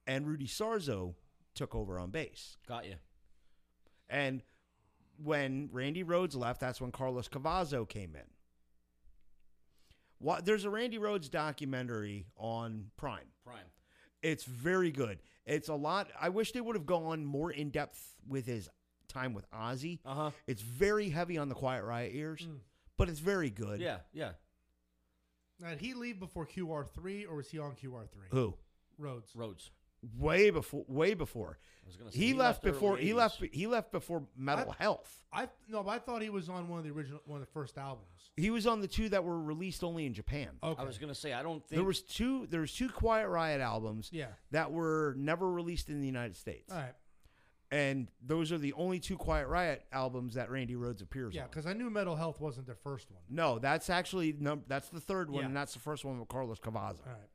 [SPEAKER 4] and Rudy Sarzo took over on bass.
[SPEAKER 2] Got you.
[SPEAKER 4] And when Randy Rhodes left, that's when Carlos Cavazo came in. What, there's a Randy Rhodes documentary on Prime.
[SPEAKER 2] Prime.
[SPEAKER 4] It's very good. It's a lot. I wish they would have gone more in depth with his time with Ozzy.
[SPEAKER 2] Uh huh.
[SPEAKER 4] It's very heavy on the Quiet Riot ears,
[SPEAKER 3] Mm.
[SPEAKER 4] but it's very good.
[SPEAKER 2] Yeah, yeah.
[SPEAKER 3] Now, did he leave before QR3 or was he on QR3?
[SPEAKER 4] Who?
[SPEAKER 3] Rhodes.
[SPEAKER 2] Rhodes.
[SPEAKER 4] Way before. Way before.
[SPEAKER 2] I was gonna say
[SPEAKER 4] He, left,
[SPEAKER 2] early
[SPEAKER 4] before. He
[SPEAKER 2] 80s.
[SPEAKER 4] left. He left before Metal Health.
[SPEAKER 3] I no, but I thought he was on one of the original, one of the first albums.
[SPEAKER 4] He was on the two that were released only in Japan.
[SPEAKER 3] Okay.
[SPEAKER 2] I was gonna say I don't think
[SPEAKER 4] There was two. There was two Quiet Riot albums
[SPEAKER 3] yeah.
[SPEAKER 4] that were never released in the United States,
[SPEAKER 3] All right.
[SPEAKER 4] and those are the only two Quiet Riot albums that Randy Rhodes appears
[SPEAKER 3] Yeah,
[SPEAKER 4] on.
[SPEAKER 3] because I knew Mental Health wasn't their first one.
[SPEAKER 4] No, that's actually num- that's the third one,
[SPEAKER 3] Yeah.
[SPEAKER 4] and that's the first one with Carlos Cavazo,
[SPEAKER 3] All right.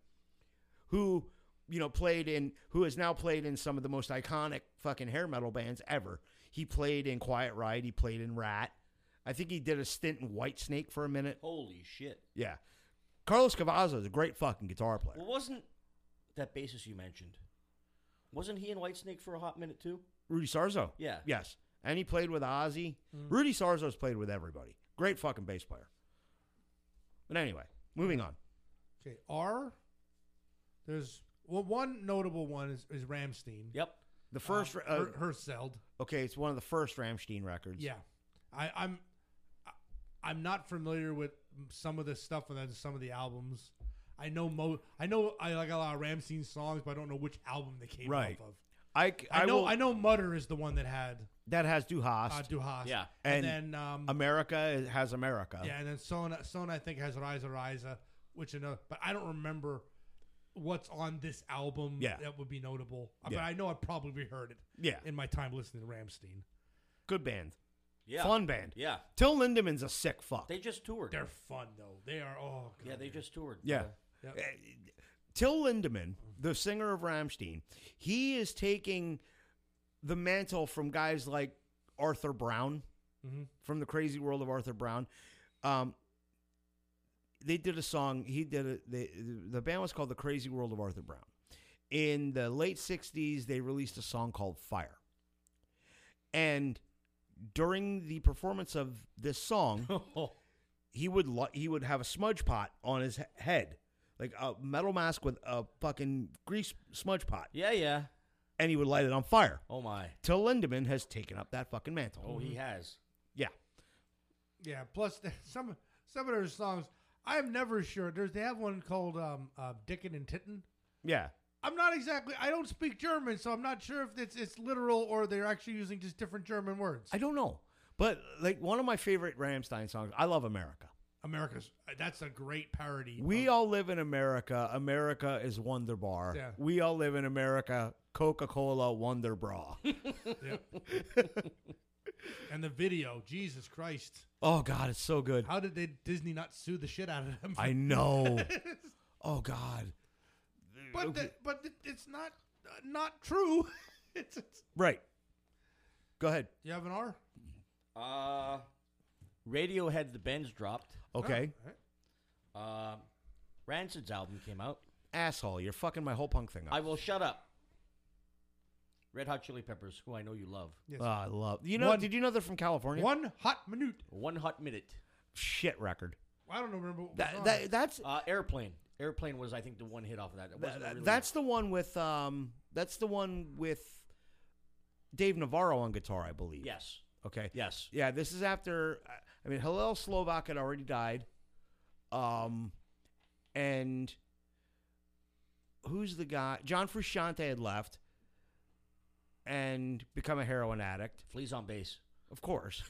[SPEAKER 4] who you know played in, who has now played in some of the most iconic fucking hair metal bands ever. He played in Quiet Riot. He played in Rat. I think he did a stint in White Snake for a minute.
[SPEAKER 2] holy shit.
[SPEAKER 4] Yeah, Carlos Cavazo is a great fucking guitar player.
[SPEAKER 2] Well, wasn't that bassist you mentioned? Wasn't he in Whitesnake for a hot minute too?
[SPEAKER 4] Rudy Sarzo.
[SPEAKER 2] Yeah.
[SPEAKER 4] Yes. And he played with Ozzy.
[SPEAKER 3] Mm-hmm.
[SPEAKER 4] Rudy Sarzo's played with everybody. Great fucking bass player. But anyway, moving on.
[SPEAKER 3] Okay. R. There's well, one notable one is, is Ramstein.
[SPEAKER 2] Yep.
[SPEAKER 4] The first,
[SPEAKER 3] Um,
[SPEAKER 4] uh,
[SPEAKER 3] Her- Herzeld.
[SPEAKER 4] okay, it's one of the first Ramstein records.
[SPEAKER 3] Yeah, I, I'm I- I'm not familiar with some of the stuff and then some of the albums. I know mo. I know I like a lot of Ramstein songs, but I don't know which album they came
[SPEAKER 4] Right.
[SPEAKER 3] off of.
[SPEAKER 4] I, c-
[SPEAKER 3] I,
[SPEAKER 4] I
[SPEAKER 3] know
[SPEAKER 4] will-
[SPEAKER 3] I know Mutter is the one that had
[SPEAKER 4] that has Du Hast.
[SPEAKER 3] uh, Du Hast.
[SPEAKER 2] Yeah.
[SPEAKER 3] and,
[SPEAKER 4] And-
[SPEAKER 3] then um
[SPEAKER 4] America has America.
[SPEAKER 3] yeah, and then Sona Sona I think has Riza Riza, which another. But I don't remember what's on this album.
[SPEAKER 4] Yeah.
[SPEAKER 3] that would be notable. Uh,
[SPEAKER 4] Yeah.
[SPEAKER 3] But I know I probably heard it
[SPEAKER 4] Yeah.
[SPEAKER 3] in my time listening to Ramstein.
[SPEAKER 4] Good band.
[SPEAKER 2] Yeah.
[SPEAKER 4] Fun band.
[SPEAKER 2] Yeah.
[SPEAKER 4] Till Lindemann's a sick fuck.
[SPEAKER 2] They just toured.
[SPEAKER 3] They're fun though. They are oh God,
[SPEAKER 2] yeah, they
[SPEAKER 3] they're-
[SPEAKER 2] just toured.
[SPEAKER 4] yeah.
[SPEAKER 3] Yep.
[SPEAKER 4] Uh, Till Lindemann, the singer of Ramstein, he is taking the mantle from guys like Arthur Brown.
[SPEAKER 3] Mhm.
[SPEAKER 4] from the crazy world of Arthur Brown. Um, they did a song. He did a, they, the band was called the Crazy World of Arthur Brown. In the late '60s, they released a song called Fire, and during the performance of this song, he would lo- he would have a smudge pot on his he- head, like a metal mask with a fucking grease smudge pot,
[SPEAKER 2] *laughs* Yeah, yeah.
[SPEAKER 4] and he would light it on fire.
[SPEAKER 2] Oh my.
[SPEAKER 4] Till Lindemann has taken up that fucking mantle.
[SPEAKER 2] Oh, he has.
[SPEAKER 4] Yeah,
[SPEAKER 3] Yeah. Plus *laughs* the- some some of their songs, I'm never sure. There's they have one called um, uh, "Dickin and Titten."
[SPEAKER 4] yeah.
[SPEAKER 3] I'm not exactly. I don't speak German, so I'm not sure if it's it's literal or they're actually using just different German words.
[SPEAKER 4] I don't know. But like one of my favorite Ramstein songs, I love America.
[SPEAKER 3] America's uh, that's a great parody.
[SPEAKER 4] We
[SPEAKER 3] of-
[SPEAKER 4] all live in America. America is Wonder Bar.
[SPEAKER 3] Yeah.
[SPEAKER 4] We all live in America. Coca Cola Wonder Bra. *laughs*
[SPEAKER 3] and the video. Jesus Christ!
[SPEAKER 4] oh God, it's so good.
[SPEAKER 3] How did they Disney not sue the shit out of them?
[SPEAKER 4] I know. oh God.
[SPEAKER 3] *laughs* but the, but it- it's not uh, not true. *laughs* it's, it's
[SPEAKER 4] Right. Go ahead.
[SPEAKER 3] you have an R.
[SPEAKER 2] Uh, Radiohead, the bends dropped.
[SPEAKER 4] Okay.
[SPEAKER 3] All right.
[SPEAKER 2] Uh, Rancid's album came out.
[SPEAKER 4] Asshole, you're fucking my whole punk thing up.
[SPEAKER 2] I will shut up. Red Hot Chili Peppers, who I know you love.
[SPEAKER 3] Yes.
[SPEAKER 4] Oh, I love. You know?
[SPEAKER 3] One-
[SPEAKER 4] did you know they're from California?
[SPEAKER 3] One hot minute.
[SPEAKER 2] One hot minute.
[SPEAKER 4] shit record.
[SPEAKER 3] I don't remember. What was
[SPEAKER 4] That,
[SPEAKER 3] on it.
[SPEAKER 4] that that's
[SPEAKER 2] Uh, Airplane. Airplane was, I think, the one hit off of that. It
[SPEAKER 4] Th-
[SPEAKER 2] wasn't a
[SPEAKER 4] th-
[SPEAKER 2] really-
[SPEAKER 4] that's the one with um that's the one with Dave Navarro on guitar, I believe.
[SPEAKER 2] yes,
[SPEAKER 4] Okay.
[SPEAKER 2] yes.
[SPEAKER 4] Yeah, this is after I- I mean Hillel Slovak had already died. Um and who's the guy? John Frusciante had left and become a heroin addict,
[SPEAKER 2] Fleas on bass.
[SPEAKER 4] of course.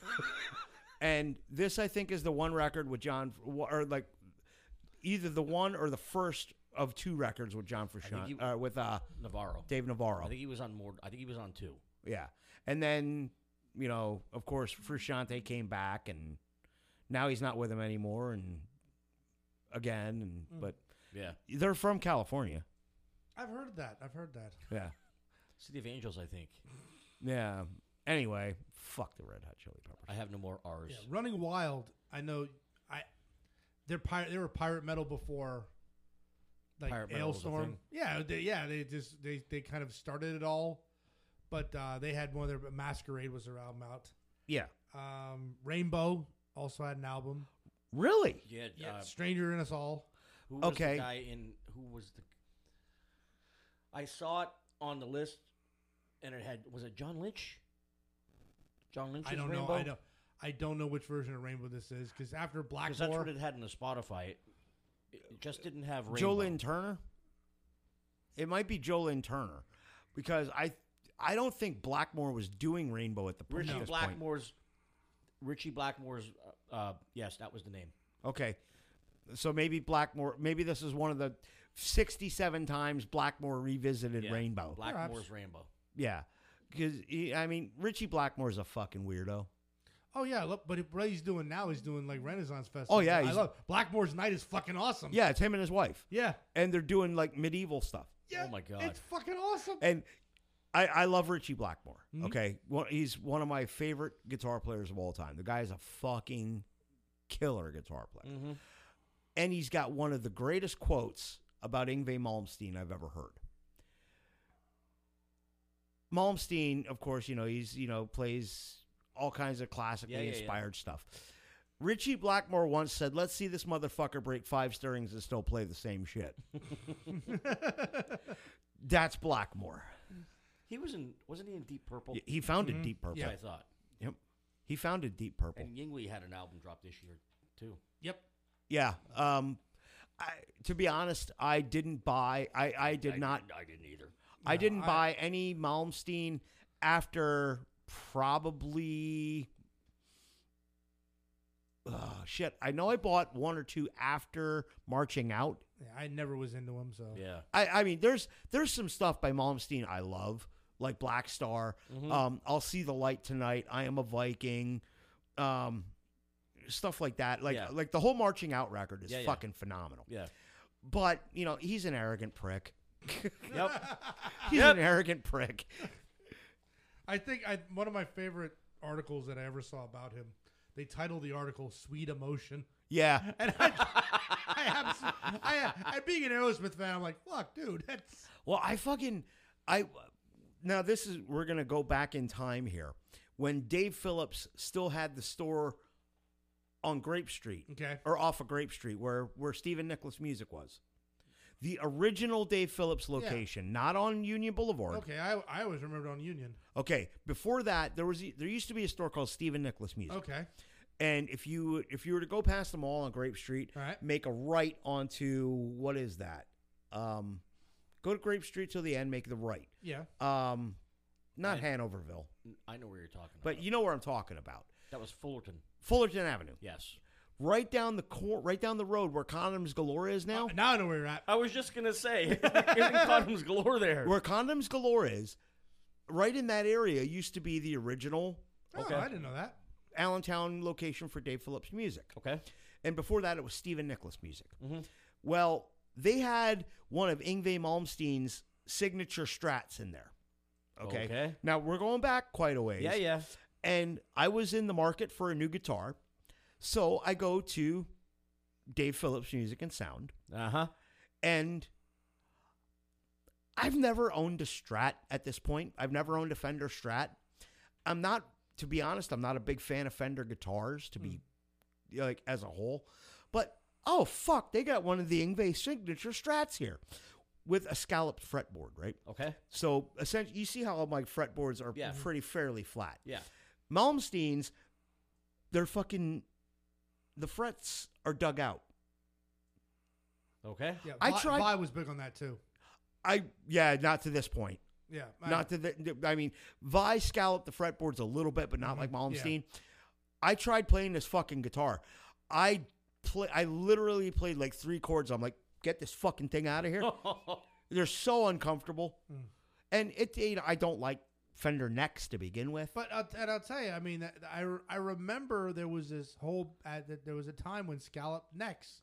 [SPEAKER 4] and this I think is the one record with John or like either the one or the first of two records with John Frusciante
[SPEAKER 2] you-
[SPEAKER 4] uh, with uh
[SPEAKER 2] Navarro.
[SPEAKER 4] Dave Navarro.
[SPEAKER 2] I think he was on more. I think he was on two.
[SPEAKER 4] yeah. And then, you know, of course, Frusciante came back and now he's not with him anymore and again and
[SPEAKER 2] Hmm.
[SPEAKER 4] but
[SPEAKER 2] Yeah.
[SPEAKER 4] they're from California.
[SPEAKER 3] I've heard that. I've heard that.
[SPEAKER 4] Yeah.
[SPEAKER 2] City of Angels, I think.
[SPEAKER 4] Yeah. Anyway, fuck the Red Hot Chili Peppers.
[SPEAKER 2] I have no more R's.
[SPEAKER 3] Yeah, Running Wild. I know. I they're pirate. They were pirate metal before, like
[SPEAKER 2] Pirate metal was a
[SPEAKER 3] Ailstorm.
[SPEAKER 2] thing.
[SPEAKER 3] Yeah, they, yeah. They just they they kind of started it all, but uh, they had one of their Masquerade was their album out.
[SPEAKER 4] Yeah.
[SPEAKER 3] Um, Rainbow also had an album.
[SPEAKER 4] Really?
[SPEAKER 2] Yeah. Uh,
[SPEAKER 3] Stranger in Us All.
[SPEAKER 2] who was
[SPEAKER 4] Okay.
[SPEAKER 2] the guy in? Who was the? I saw it on the list, and it had was it John Lynch? John Lynch.
[SPEAKER 3] I don't
[SPEAKER 2] Rainbow?
[SPEAKER 3] know. I don't. I don't know which version of Rainbow this is because after Black
[SPEAKER 2] Because that's
[SPEAKER 3] War,
[SPEAKER 2] what it had in the Spotify. It, it just didn't have Rainbow.
[SPEAKER 4] Jolyn Turner? It might be Jolyn Turner because I I don't think Blackmore was doing Rainbow at the point.
[SPEAKER 2] Richie
[SPEAKER 4] at this point.
[SPEAKER 2] Blackmore's. Richie Blackmore's. Uh, uh, yes, that was the name.
[SPEAKER 4] Okay. So maybe Blackmore maybe this is one of the 67 times Blackmore revisited
[SPEAKER 2] Yeah,
[SPEAKER 4] Rainbow.
[SPEAKER 2] Blackmore's Rainbow.
[SPEAKER 4] yeah. Cuz I mean Richie Blackmore's a fucking weirdo.
[SPEAKER 3] oh yeah, look, but what he's doing now is doing like Renaissance Festival.
[SPEAKER 4] Oh, yeah,
[SPEAKER 3] I
[SPEAKER 4] he's-
[SPEAKER 3] love Blackmore's Night is fucking awesome.
[SPEAKER 4] Yeah, it's him and his wife.
[SPEAKER 3] yeah,
[SPEAKER 4] And they're doing like medieval stuff.
[SPEAKER 3] yeah.
[SPEAKER 2] Oh, my God.
[SPEAKER 3] it's fucking awesome.
[SPEAKER 4] And I, I love Richie Blackmore.
[SPEAKER 2] Mm-hmm.
[SPEAKER 4] Okay. Well, he's one of my favorite guitar players of all time. The guy is a fucking killer guitar player.
[SPEAKER 2] Mhm.
[SPEAKER 4] And he's got one of the greatest quotes about Ingve Malmsteen I've ever heard. Malmsteen, of course, you know, he's, you know, plays all kinds of classically
[SPEAKER 2] Yeah, yeah, yeah.
[SPEAKER 4] inspired stuff. Richie Blackmore once said, Let's see this motherfucker break five strings and still play the same
[SPEAKER 2] *laughs*
[SPEAKER 4] shit. That's Blackmore.
[SPEAKER 2] He was in. Wasn't he in Deep Purple?
[SPEAKER 4] Y- He founded Deep Purple.
[SPEAKER 2] That's what I thought.
[SPEAKER 4] Yep. He founded Deep Purple.
[SPEAKER 2] And Yingli had an album drop this year too.
[SPEAKER 3] yep.
[SPEAKER 4] yeah. Um, I, to be honest, I didn't buy. I, I did
[SPEAKER 2] I
[SPEAKER 4] not.
[SPEAKER 2] didn't- I didn't either.
[SPEAKER 4] I didn't
[SPEAKER 3] I-
[SPEAKER 4] buy any Malmsteen after probably. Oh, shit. I know I bought one or two after marching out.
[SPEAKER 3] Yeah, I never was into him,
[SPEAKER 4] Oh.
[SPEAKER 3] so *laughs*
[SPEAKER 2] Yeah.
[SPEAKER 4] I, I mean, there's there's some stuff by Malmsteen I love, like Black Star.
[SPEAKER 2] Hmm.
[SPEAKER 4] Um, I'll see the light tonight. I am a Viking. Um, stuff like that. Like
[SPEAKER 2] Yeah.
[SPEAKER 4] like the whole marching out record is
[SPEAKER 2] Yeah, yeah.
[SPEAKER 4] fucking phenomenal.
[SPEAKER 2] Yeah.
[SPEAKER 4] But you know, he's an arrogant prick.
[SPEAKER 2] Uh, Yep.
[SPEAKER 4] He's an arrogant prick.
[SPEAKER 3] I think I, one of my favorite articles that I ever saw about him. They titled the article "Sweet Emotion." *laughs*
[SPEAKER 2] *laughs*
[SPEAKER 4] Yeah.
[SPEAKER 3] And I, I, abs- I, I, being an Aerosmith fan, I'm like, fuck, dude, that's
[SPEAKER 4] Well, I fucking I now this is we're gonna go back in time here when Dave Phillips still had the store on Grape Street.
[SPEAKER 3] okay.
[SPEAKER 4] or off of Grape Street, where where Stephen Nicholas Music was. The original Dave Phillips location, not on Union Boulevard.
[SPEAKER 3] Okay, I, I always remembered on Union.
[SPEAKER 4] Okay, Before that, there was there used to be a store called Stephen Nicholas Music,
[SPEAKER 3] Okay,
[SPEAKER 4] and if you if you were to go past the mall on Grape Street,
[SPEAKER 3] All right.
[SPEAKER 4] make a right onto what is that? Um, go to Grape Street till the end, make the right.
[SPEAKER 3] yeah.
[SPEAKER 4] Um, not
[SPEAKER 2] Right.
[SPEAKER 4] Hanoverville,
[SPEAKER 2] I know where you're talking about.
[SPEAKER 4] but you know where I'm talking about.
[SPEAKER 2] that was Fullerton.
[SPEAKER 4] Fullerton Avenue,
[SPEAKER 2] Yes.
[SPEAKER 4] right down the cor- right down the road where Condoms Galore is now.
[SPEAKER 3] Now I know where you're at.
[SPEAKER 2] I was just gonna *laughs* say, isn't condoms galore there?
[SPEAKER 3] Oh.
[SPEAKER 4] where condoms galore is right in that area used to be the original
[SPEAKER 2] Okay.
[SPEAKER 3] Oh, I didn't know that.
[SPEAKER 4] allentown location for dave phillips music
[SPEAKER 2] Okay.
[SPEAKER 4] and before that it was stephen nicholas music
[SPEAKER 2] Mm-hmm.
[SPEAKER 4] well they had one of ingve malmsteen's signature strats in there okay,
[SPEAKER 2] Okay.
[SPEAKER 4] now we're going back quite a ways
[SPEAKER 2] Yeah, yeah.
[SPEAKER 4] and i was in the market for a new guitar so i go to dave phillips music and sound
[SPEAKER 2] Uh huh.
[SPEAKER 4] and I've never owned a Strat at this point. I've never owned a Fender Strat. I'm not, to be honest, I'm not a big fan of Fender guitars to be
[SPEAKER 2] Hmm.
[SPEAKER 4] like as a whole. But oh fuck, they got one of the Ingve signature Strats here with a scalloped fretboard, right?
[SPEAKER 2] Okay.
[SPEAKER 4] So essentially, you see how my fretboards are
[SPEAKER 2] Yeah.
[SPEAKER 4] pretty fairly flat.
[SPEAKER 2] Yeah.
[SPEAKER 4] Malmsteen's, they're fucking, the frets are dug out.
[SPEAKER 2] Okay.
[SPEAKER 3] Yeah,
[SPEAKER 4] I
[SPEAKER 3] Vi-
[SPEAKER 4] tried-
[SPEAKER 3] Vi was big on that too.
[SPEAKER 4] I yeah, not to this point.
[SPEAKER 3] Yeah,
[SPEAKER 4] Not to the, I mean, Vi scalloped the fretboards a little bit, but not like
[SPEAKER 3] Mhm, yeah.
[SPEAKER 4] Malmsteen. I tried playing this fucking guitar. I play. I literally played like three chords. I'm like, get this fucking thing out of here.
[SPEAKER 2] *laughs* Oh. Uh-huh.
[SPEAKER 4] They're so uncomfortable, and it. You know, I don't like Fender necks to begin with.
[SPEAKER 3] But I'll, and I'll tell you, I mean, that- I, I remember there was this whole uh, that there was a time when scallop necks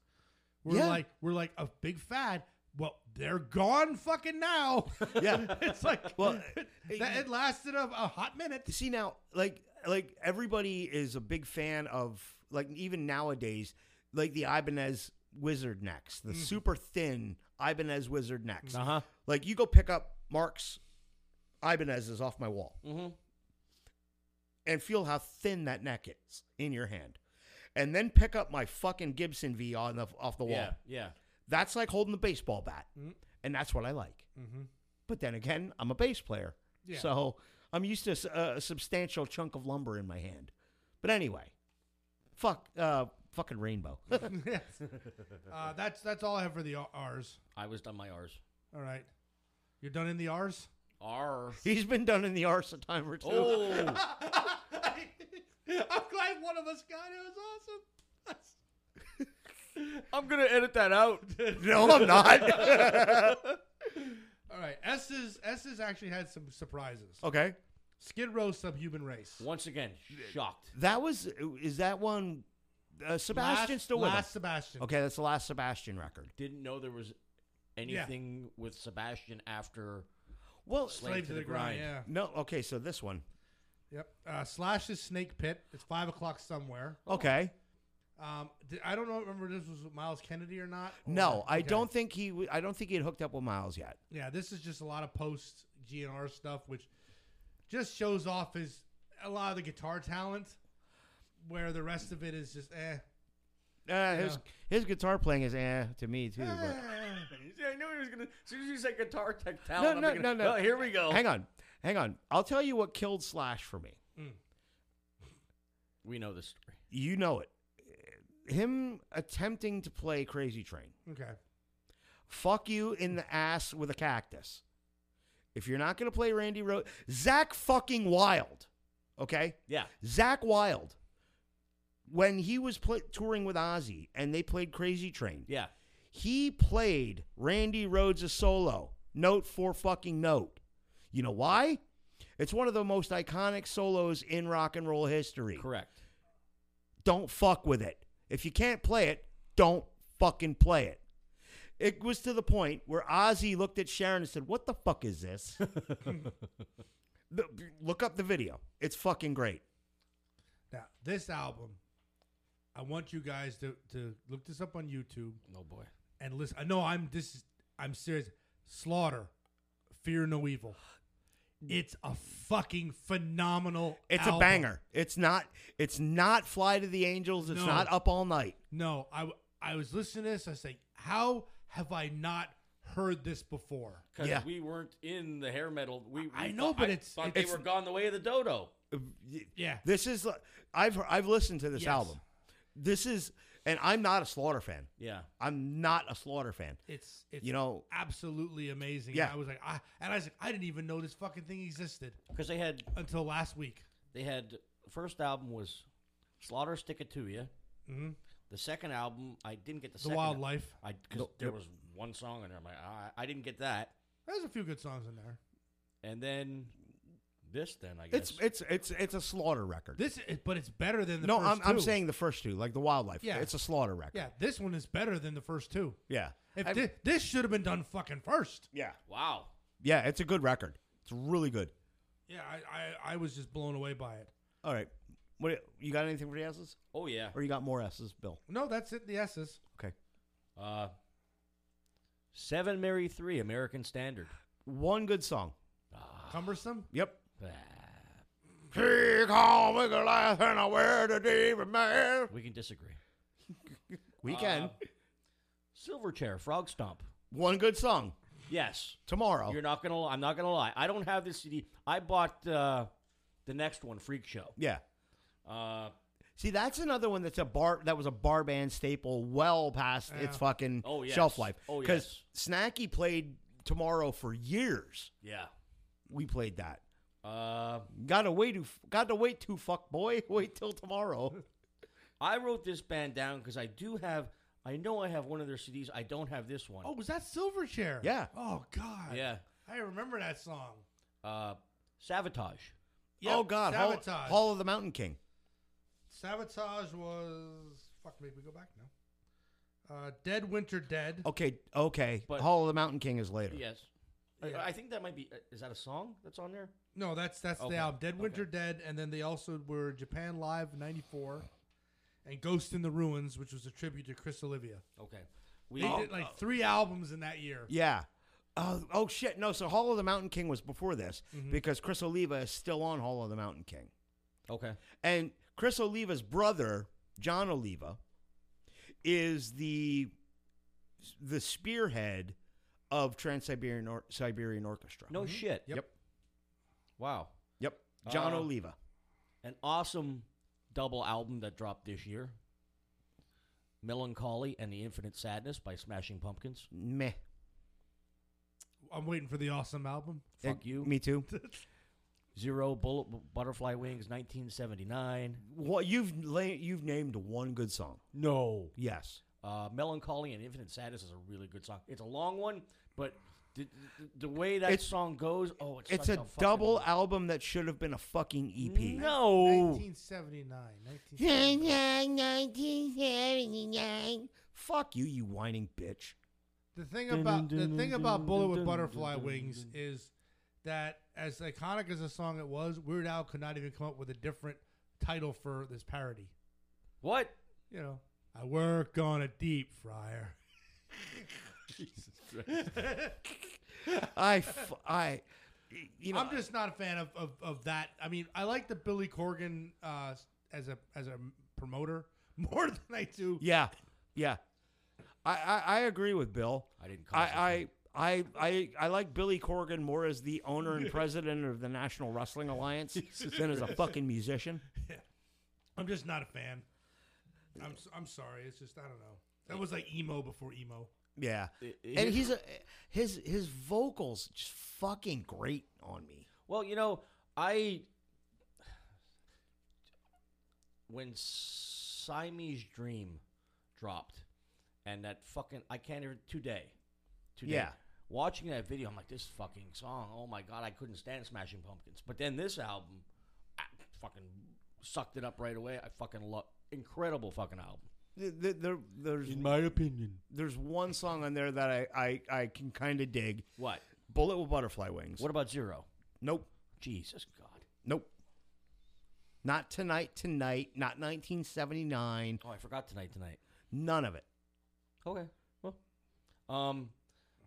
[SPEAKER 3] were
[SPEAKER 4] Yeah.
[SPEAKER 3] like were like a big fad. Well, they're gone fucking now. *laughs*
[SPEAKER 4] *laughs* Yeah.
[SPEAKER 3] it's like
[SPEAKER 4] Well,
[SPEAKER 3] *laughs* that, it lasted a, a hot minute. *laughs*
[SPEAKER 4] see now, like like everybody is a big fan of like even nowadays, like the Ibanez Wizard necks, the super thin Ibanez Wizard necks.
[SPEAKER 2] Uh huh.
[SPEAKER 4] Like you go pick up Mark's Ibanez's off my wall,
[SPEAKER 2] Mm-hmm.
[SPEAKER 4] and feel how thin that neck is in your hand, and then pick up my fucking Gibson V on the off the wall.
[SPEAKER 2] Yeah, Mm-hmm. yeah.
[SPEAKER 4] That's like holding the baseball bat, and that's what I like.
[SPEAKER 2] Mm-hmm.
[SPEAKER 4] But then again, I'm a bass player,
[SPEAKER 3] Yeah.
[SPEAKER 4] so I'm used to s- a, a substantial chunk of lumber in my hand. But anyway, fuck, uh, fucking rainbow. *laughs*
[SPEAKER 3] yes. Uh, that's that's all I have for the R- R's.
[SPEAKER 2] I was done my R's.
[SPEAKER 3] All right. You're done in the R's? *laughs*
[SPEAKER 2] R.
[SPEAKER 4] He's been done in the arse a time or two.
[SPEAKER 2] Oh.
[SPEAKER 3] I'm glad one of us got it. It was awesome. That's-
[SPEAKER 4] *laughs*
[SPEAKER 2] I'm gonna edit that out.
[SPEAKER 4] *laughs* No, I'm not. *laughs*
[SPEAKER 3] all right. S's S's actually had some surprises.
[SPEAKER 4] okay.
[SPEAKER 3] Skid Row subhuman race.
[SPEAKER 2] *laughs* Once again, shocked.
[SPEAKER 4] That was is that one uh, Sebastian
[SPEAKER 3] last,
[SPEAKER 4] still with
[SPEAKER 3] last
[SPEAKER 4] us?
[SPEAKER 3] Sebastian.
[SPEAKER 4] Okay, that's the last Sebastian record.
[SPEAKER 2] Didn't know there was anything with Sebastian after
[SPEAKER 4] Well,
[SPEAKER 2] Slave,
[SPEAKER 3] Slave to the, grind. Yeah.
[SPEAKER 4] no, okay, so this one.
[SPEAKER 3] Yep. Uh, Slash is Snake Pit. It's five o'clock somewhere.
[SPEAKER 4] Okay.
[SPEAKER 3] Um, did, I don't know. Remember if this was with Miles Kennedy or not? or-
[SPEAKER 4] No, I
[SPEAKER 3] Oh, okay.
[SPEAKER 4] don't think he w- I don't think he had hooked up with Miles yet.
[SPEAKER 3] Yeah, this is just a lot of post GNR stuff, which just shows off his a lot of the guitar talent, where the rest of it is just eh.
[SPEAKER 4] Uh, his
[SPEAKER 3] Yeah.
[SPEAKER 4] his guitar playing is eh to me too. but-
[SPEAKER 2] Ah, I knew he was gonna. As soon as you said guitar tech
[SPEAKER 4] talent, I'm no, thinking, no, no. "Oh,
[SPEAKER 2] here we
[SPEAKER 3] Uh.
[SPEAKER 2] go.
[SPEAKER 4] Hang on. Hang on. I'll tell you what killed Slash for me.
[SPEAKER 3] Mm.
[SPEAKER 2] We know this story.
[SPEAKER 4] You know it. Him attempting to play Crazy Train.
[SPEAKER 3] Okay.
[SPEAKER 4] fuck you in the ass with a cactus. If you're not going to play Randy Rose, Zach fucking Wild, okay?
[SPEAKER 2] Yeah.
[SPEAKER 4] Zach Wild, when he was pl- touring with Ozzy and they played Crazy Train,
[SPEAKER 2] Yeah.
[SPEAKER 4] he played Randy Rhodes' solo, note for fucking note. You know why? It's one of the most iconic solos in rock and roll history.
[SPEAKER 2] Correct.
[SPEAKER 4] Don't fuck with it. If you can't play it, don't fucking play it. It was to the point where Ozzy looked at Sharon and said, What the fuck is this?
[SPEAKER 3] *laughs*
[SPEAKER 4] The- Look up the video. It's fucking great.
[SPEAKER 3] Now this album, I want you guys to to look this up on YouTube
[SPEAKER 2] Oh boy.
[SPEAKER 3] and listen. I know I'm this. is- I'm serious. Slaughter, Fear No Evil. It's a fucking phenomenal.
[SPEAKER 4] It's a
[SPEAKER 3] album.
[SPEAKER 4] banger. It's not it's not Fly to the Angels. It's
[SPEAKER 3] No.
[SPEAKER 4] not Up All Night.
[SPEAKER 3] No, I w- I was listening to this. I was like, how have I not heard this before?
[SPEAKER 2] Because
[SPEAKER 4] Yeah.
[SPEAKER 2] we weren't in the hair metal. We, we
[SPEAKER 3] I know,
[SPEAKER 2] thought-
[SPEAKER 3] but
[SPEAKER 2] I
[SPEAKER 3] it's-
[SPEAKER 2] thought
[SPEAKER 4] it's-
[SPEAKER 2] they were gone the way of the dodo.
[SPEAKER 3] Yeah.
[SPEAKER 4] This is I've I've listened to this
[SPEAKER 3] Yes.
[SPEAKER 4] album. This is and I'm not a Slaughter fan.
[SPEAKER 2] Yeah.
[SPEAKER 4] I'm not a Slaughter fan.
[SPEAKER 3] It's it's
[SPEAKER 4] You know,
[SPEAKER 3] absolutely amazing.
[SPEAKER 4] Yeah.
[SPEAKER 3] And I was like, I and I was like, I didn't even know this fucking thing existed
[SPEAKER 2] Because they had
[SPEAKER 3] until last week.
[SPEAKER 2] they had first album was Slaughter Stick It To You. Mm-hmm. The second album I didn't get the,
[SPEAKER 3] The
[SPEAKER 2] second
[SPEAKER 3] Wildlife.
[SPEAKER 2] I because there was one song in there. I'm like, "Ah, I, I didn't get that.
[SPEAKER 3] There's a few good songs in there.
[SPEAKER 2] And then this, then I guess
[SPEAKER 4] it's it's it's it's a Slaughter record.
[SPEAKER 3] This, is, but it's better than the
[SPEAKER 4] no,
[SPEAKER 3] first
[SPEAKER 4] I'm, I'm
[SPEAKER 3] two.
[SPEAKER 4] saying the first two, like the wildlife.
[SPEAKER 3] Yeah.
[SPEAKER 4] it's a slaughter record.
[SPEAKER 3] yeah, this one is better than the first two.
[SPEAKER 4] yeah,
[SPEAKER 3] If
[SPEAKER 4] I-
[SPEAKER 3] thi- this should have been done fucking first.
[SPEAKER 4] yeah,
[SPEAKER 2] wow.
[SPEAKER 4] yeah. It's a good record. It's really good.
[SPEAKER 3] Yeah, I, I, I was just blown away by it.
[SPEAKER 4] All right, what you got? Anything for the S's,
[SPEAKER 2] Oh yeah.
[SPEAKER 4] or you got more S's, Bill?
[SPEAKER 3] No, that's it. The S's.
[SPEAKER 4] Okay.
[SPEAKER 2] Uh, Seven Mary Three American Standard.
[SPEAKER 4] One good song.
[SPEAKER 3] Cumbersome.
[SPEAKER 4] Yep.
[SPEAKER 2] Ah,
[SPEAKER 4] She called me the last and I wear the diva man.
[SPEAKER 2] we can disagree.
[SPEAKER 4] We can.
[SPEAKER 2] Uh, Silverchair Frog Stomp.
[SPEAKER 4] One good song.
[SPEAKER 2] Yes.
[SPEAKER 3] Oh.
[SPEAKER 4] Tomorrow.
[SPEAKER 2] You're not gonna. li- I'm not gonna lie. I don't have this CD. I bought uh, the next one, Freak Show.
[SPEAKER 4] yeah.
[SPEAKER 2] Uh,
[SPEAKER 4] See, that's another one that's a bar that was a bar band staple well past its
[SPEAKER 3] Yeah.
[SPEAKER 4] fucking
[SPEAKER 2] Oh, yes.
[SPEAKER 4] shelf life.
[SPEAKER 2] Oh,
[SPEAKER 4] Because Snacky played Tomorrow for years.
[SPEAKER 2] yeah.
[SPEAKER 4] We played that.
[SPEAKER 2] Uh,
[SPEAKER 4] Gotta wait to gotta wait to fuck boy. *laughs* Wait till tomorrow.
[SPEAKER 2] I wrote this band down because I do have. I know I have one of their CDs. I don't have this one.
[SPEAKER 3] Oh, was that Silverchair?
[SPEAKER 4] Yeah.
[SPEAKER 3] Oh God.
[SPEAKER 2] yeah.
[SPEAKER 3] I remember that song.
[SPEAKER 2] Uh, Sabotage.
[SPEAKER 4] oh
[SPEAKER 3] Yep,
[SPEAKER 4] God, Hall,
[SPEAKER 3] Sabotage.
[SPEAKER 4] Hall of the Mountain King.
[SPEAKER 3] Sabotage was fuck. Maybe we go back now. Uh, Dead Winter Dead.
[SPEAKER 4] Okay, okay.
[SPEAKER 2] But-
[SPEAKER 4] Hall of the Mountain King is later.
[SPEAKER 2] Yes.
[SPEAKER 3] Oh,
[SPEAKER 2] I- I, think that might be. uh, Is that a song that's on there?
[SPEAKER 3] No, that's that's
[SPEAKER 2] Okay,
[SPEAKER 3] the album. Dead Winter Dead, and then they also were Japan Live '94, and Ghost in the Ruins, which was a tribute to Chris Olivia.
[SPEAKER 2] Okay. We
[SPEAKER 3] They did like three albums in that year.
[SPEAKER 4] Yeah. Oh, oh shit. No, so Hall of the Mountain King was before this because Chris Oliva is still on Hall of the Mountain King.
[SPEAKER 2] Okay.
[SPEAKER 4] And Chris Oliva's brother, John Oliva, is the the spearhead of Trans Siberian or- Siberian Orchestra.
[SPEAKER 3] Mm-hmm.
[SPEAKER 2] No shit.
[SPEAKER 4] Yep.
[SPEAKER 2] Wow.
[SPEAKER 4] Yep. John
[SPEAKER 2] Uh,
[SPEAKER 4] Oliva.
[SPEAKER 2] An awesome double album that dropped this year. Melancholy and the Infinite Sadness by Smashing Pumpkins.
[SPEAKER 4] Meh.
[SPEAKER 3] I'm waiting for the awesome album. *laughs*
[SPEAKER 2] Fuck
[SPEAKER 4] Eh,
[SPEAKER 2] you.
[SPEAKER 4] Me too.
[SPEAKER 2] Zero Bullet Butterfly Wings 1979.
[SPEAKER 4] What you've la- you've named one good song.
[SPEAKER 2] No.
[SPEAKER 4] Yes.
[SPEAKER 2] Uh, Melancholy and Infinite Sadness is a really good song. It's a long one, but the, the, the way that
[SPEAKER 4] It's-
[SPEAKER 2] song goes, oh, it's
[SPEAKER 4] It's
[SPEAKER 2] such
[SPEAKER 4] a
[SPEAKER 2] fucking- E
[SPEAKER 4] double album that should have been a fucking E EP.
[SPEAKER 2] No.
[SPEAKER 3] 1979. 1979.
[SPEAKER 4] 1979. *laughs* Fuck you, you whining bitch.
[SPEAKER 3] The thing about the thing about Bullet with Butterfly Wings is that as iconic as the song it was, Weird Al could not even come up with a different title for this parody.
[SPEAKER 2] What?
[SPEAKER 3] You know, I work on a deep fryer.
[SPEAKER 4] I, f- I, you know,
[SPEAKER 3] I'm just not a fan of, of, of that. I mean, I like the Billy Corgan uh, as a as a promoter *laughs* more than I do.
[SPEAKER 4] yeah, yeah. I, I, I agree with Bill.
[SPEAKER 2] I didn't cause it.
[SPEAKER 4] I, I, I, I, I like Billy Corgan more as the owner and president of the National Wrestling *laughs* Alliance than as a fucking musician.
[SPEAKER 3] I'm just not a fan. I'm s- I'm sorry. It's just I don't know. That was like emo before emo.
[SPEAKER 4] Yeah,
[SPEAKER 2] It- it-
[SPEAKER 4] and he's a, his his vocals just fucking great on me.
[SPEAKER 2] Well, you know, I when Siamese Dream dropped, and that fucking I can't even today, today.
[SPEAKER 4] Yeah.
[SPEAKER 2] Watching that video, I'm like, this fucking song. Oh my god, I couldn't stand Smashing Pumpkins. But then this album, I fucking sucked it up right away. I fucking love incredible fucking album.
[SPEAKER 4] Th- th- There, there's
[SPEAKER 2] my opinion,
[SPEAKER 4] there's one song on there that I I, I can kind of dig.
[SPEAKER 2] what?
[SPEAKER 4] Bullet with butterfly wings.
[SPEAKER 2] What about Zero?
[SPEAKER 4] Nope.
[SPEAKER 2] Jesus God.
[SPEAKER 4] Nope. Not tonight. Tonight. Not 1979.
[SPEAKER 2] Oh, I forgot tonight. Tonight.
[SPEAKER 4] None of it.
[SPEAKER 2] Okay. Well, um,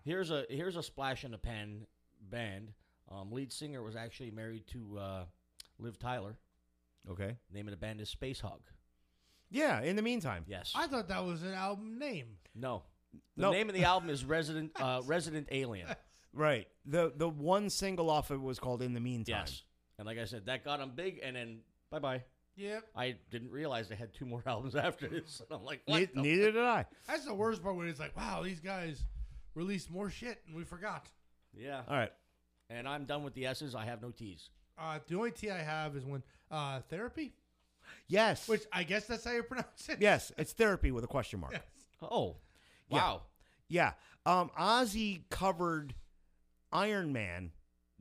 [SPEAKER 2] here's a here's a splash in the pan band. Um, lead singer was actually married to uh, Liv Tyler.
[SPEAKER 4] Okay.
[SPEAKER 2] Name of the band is Space Hog.
[SPEAKER 4] Yeah. In the meantime.
[SPEAKER 2] Yes.
[SPEAKER 3] I thought that was an album name.
[SPEAKER 2] no. The
[SPEAKER 4] No.
[SPEAKER 2] name of the album *laughs* is Resident uh, Resident Alien.
[SPEAKER 4] Right. The the one single off of it was called In the Meantime.
[SPEAKER 2] Yes. And like I said, that got them big, and then bye bye.
[SPEAKER 3] Yep.
[SPEAKER 2] I didn't realize they had two more *laughs* albums after this, and I'm like, what?
[SPEAKER 4] Ne-
[SPEAKER 2] the-
[SPEAKER 4] neither did I.
[SPEAKER 3] That's the worst part when it's like, wow, these guys released more shit and we forgot.
[SPEAKER 2] yeah.
[SPEAKER 4] All right.
[SPEAKER 2] And I'm done with the S's. I have no T's.
[SPEAKER 3] Uh, the only T I have is when uh, therapy,
[SPEAKER 4] Yes.
[SPEAKER 3] which I guess that's how you *laughs* pronounce it.
[SPEAKER 4] yes, it's therapy with a question mark.
[SPEAKER 2] Oh,
[SPEAKER 4] Yeah.
[SPEAKER 2] wow.
[SPEAKER 4] Yeah. Um Ozzy covered Iron Man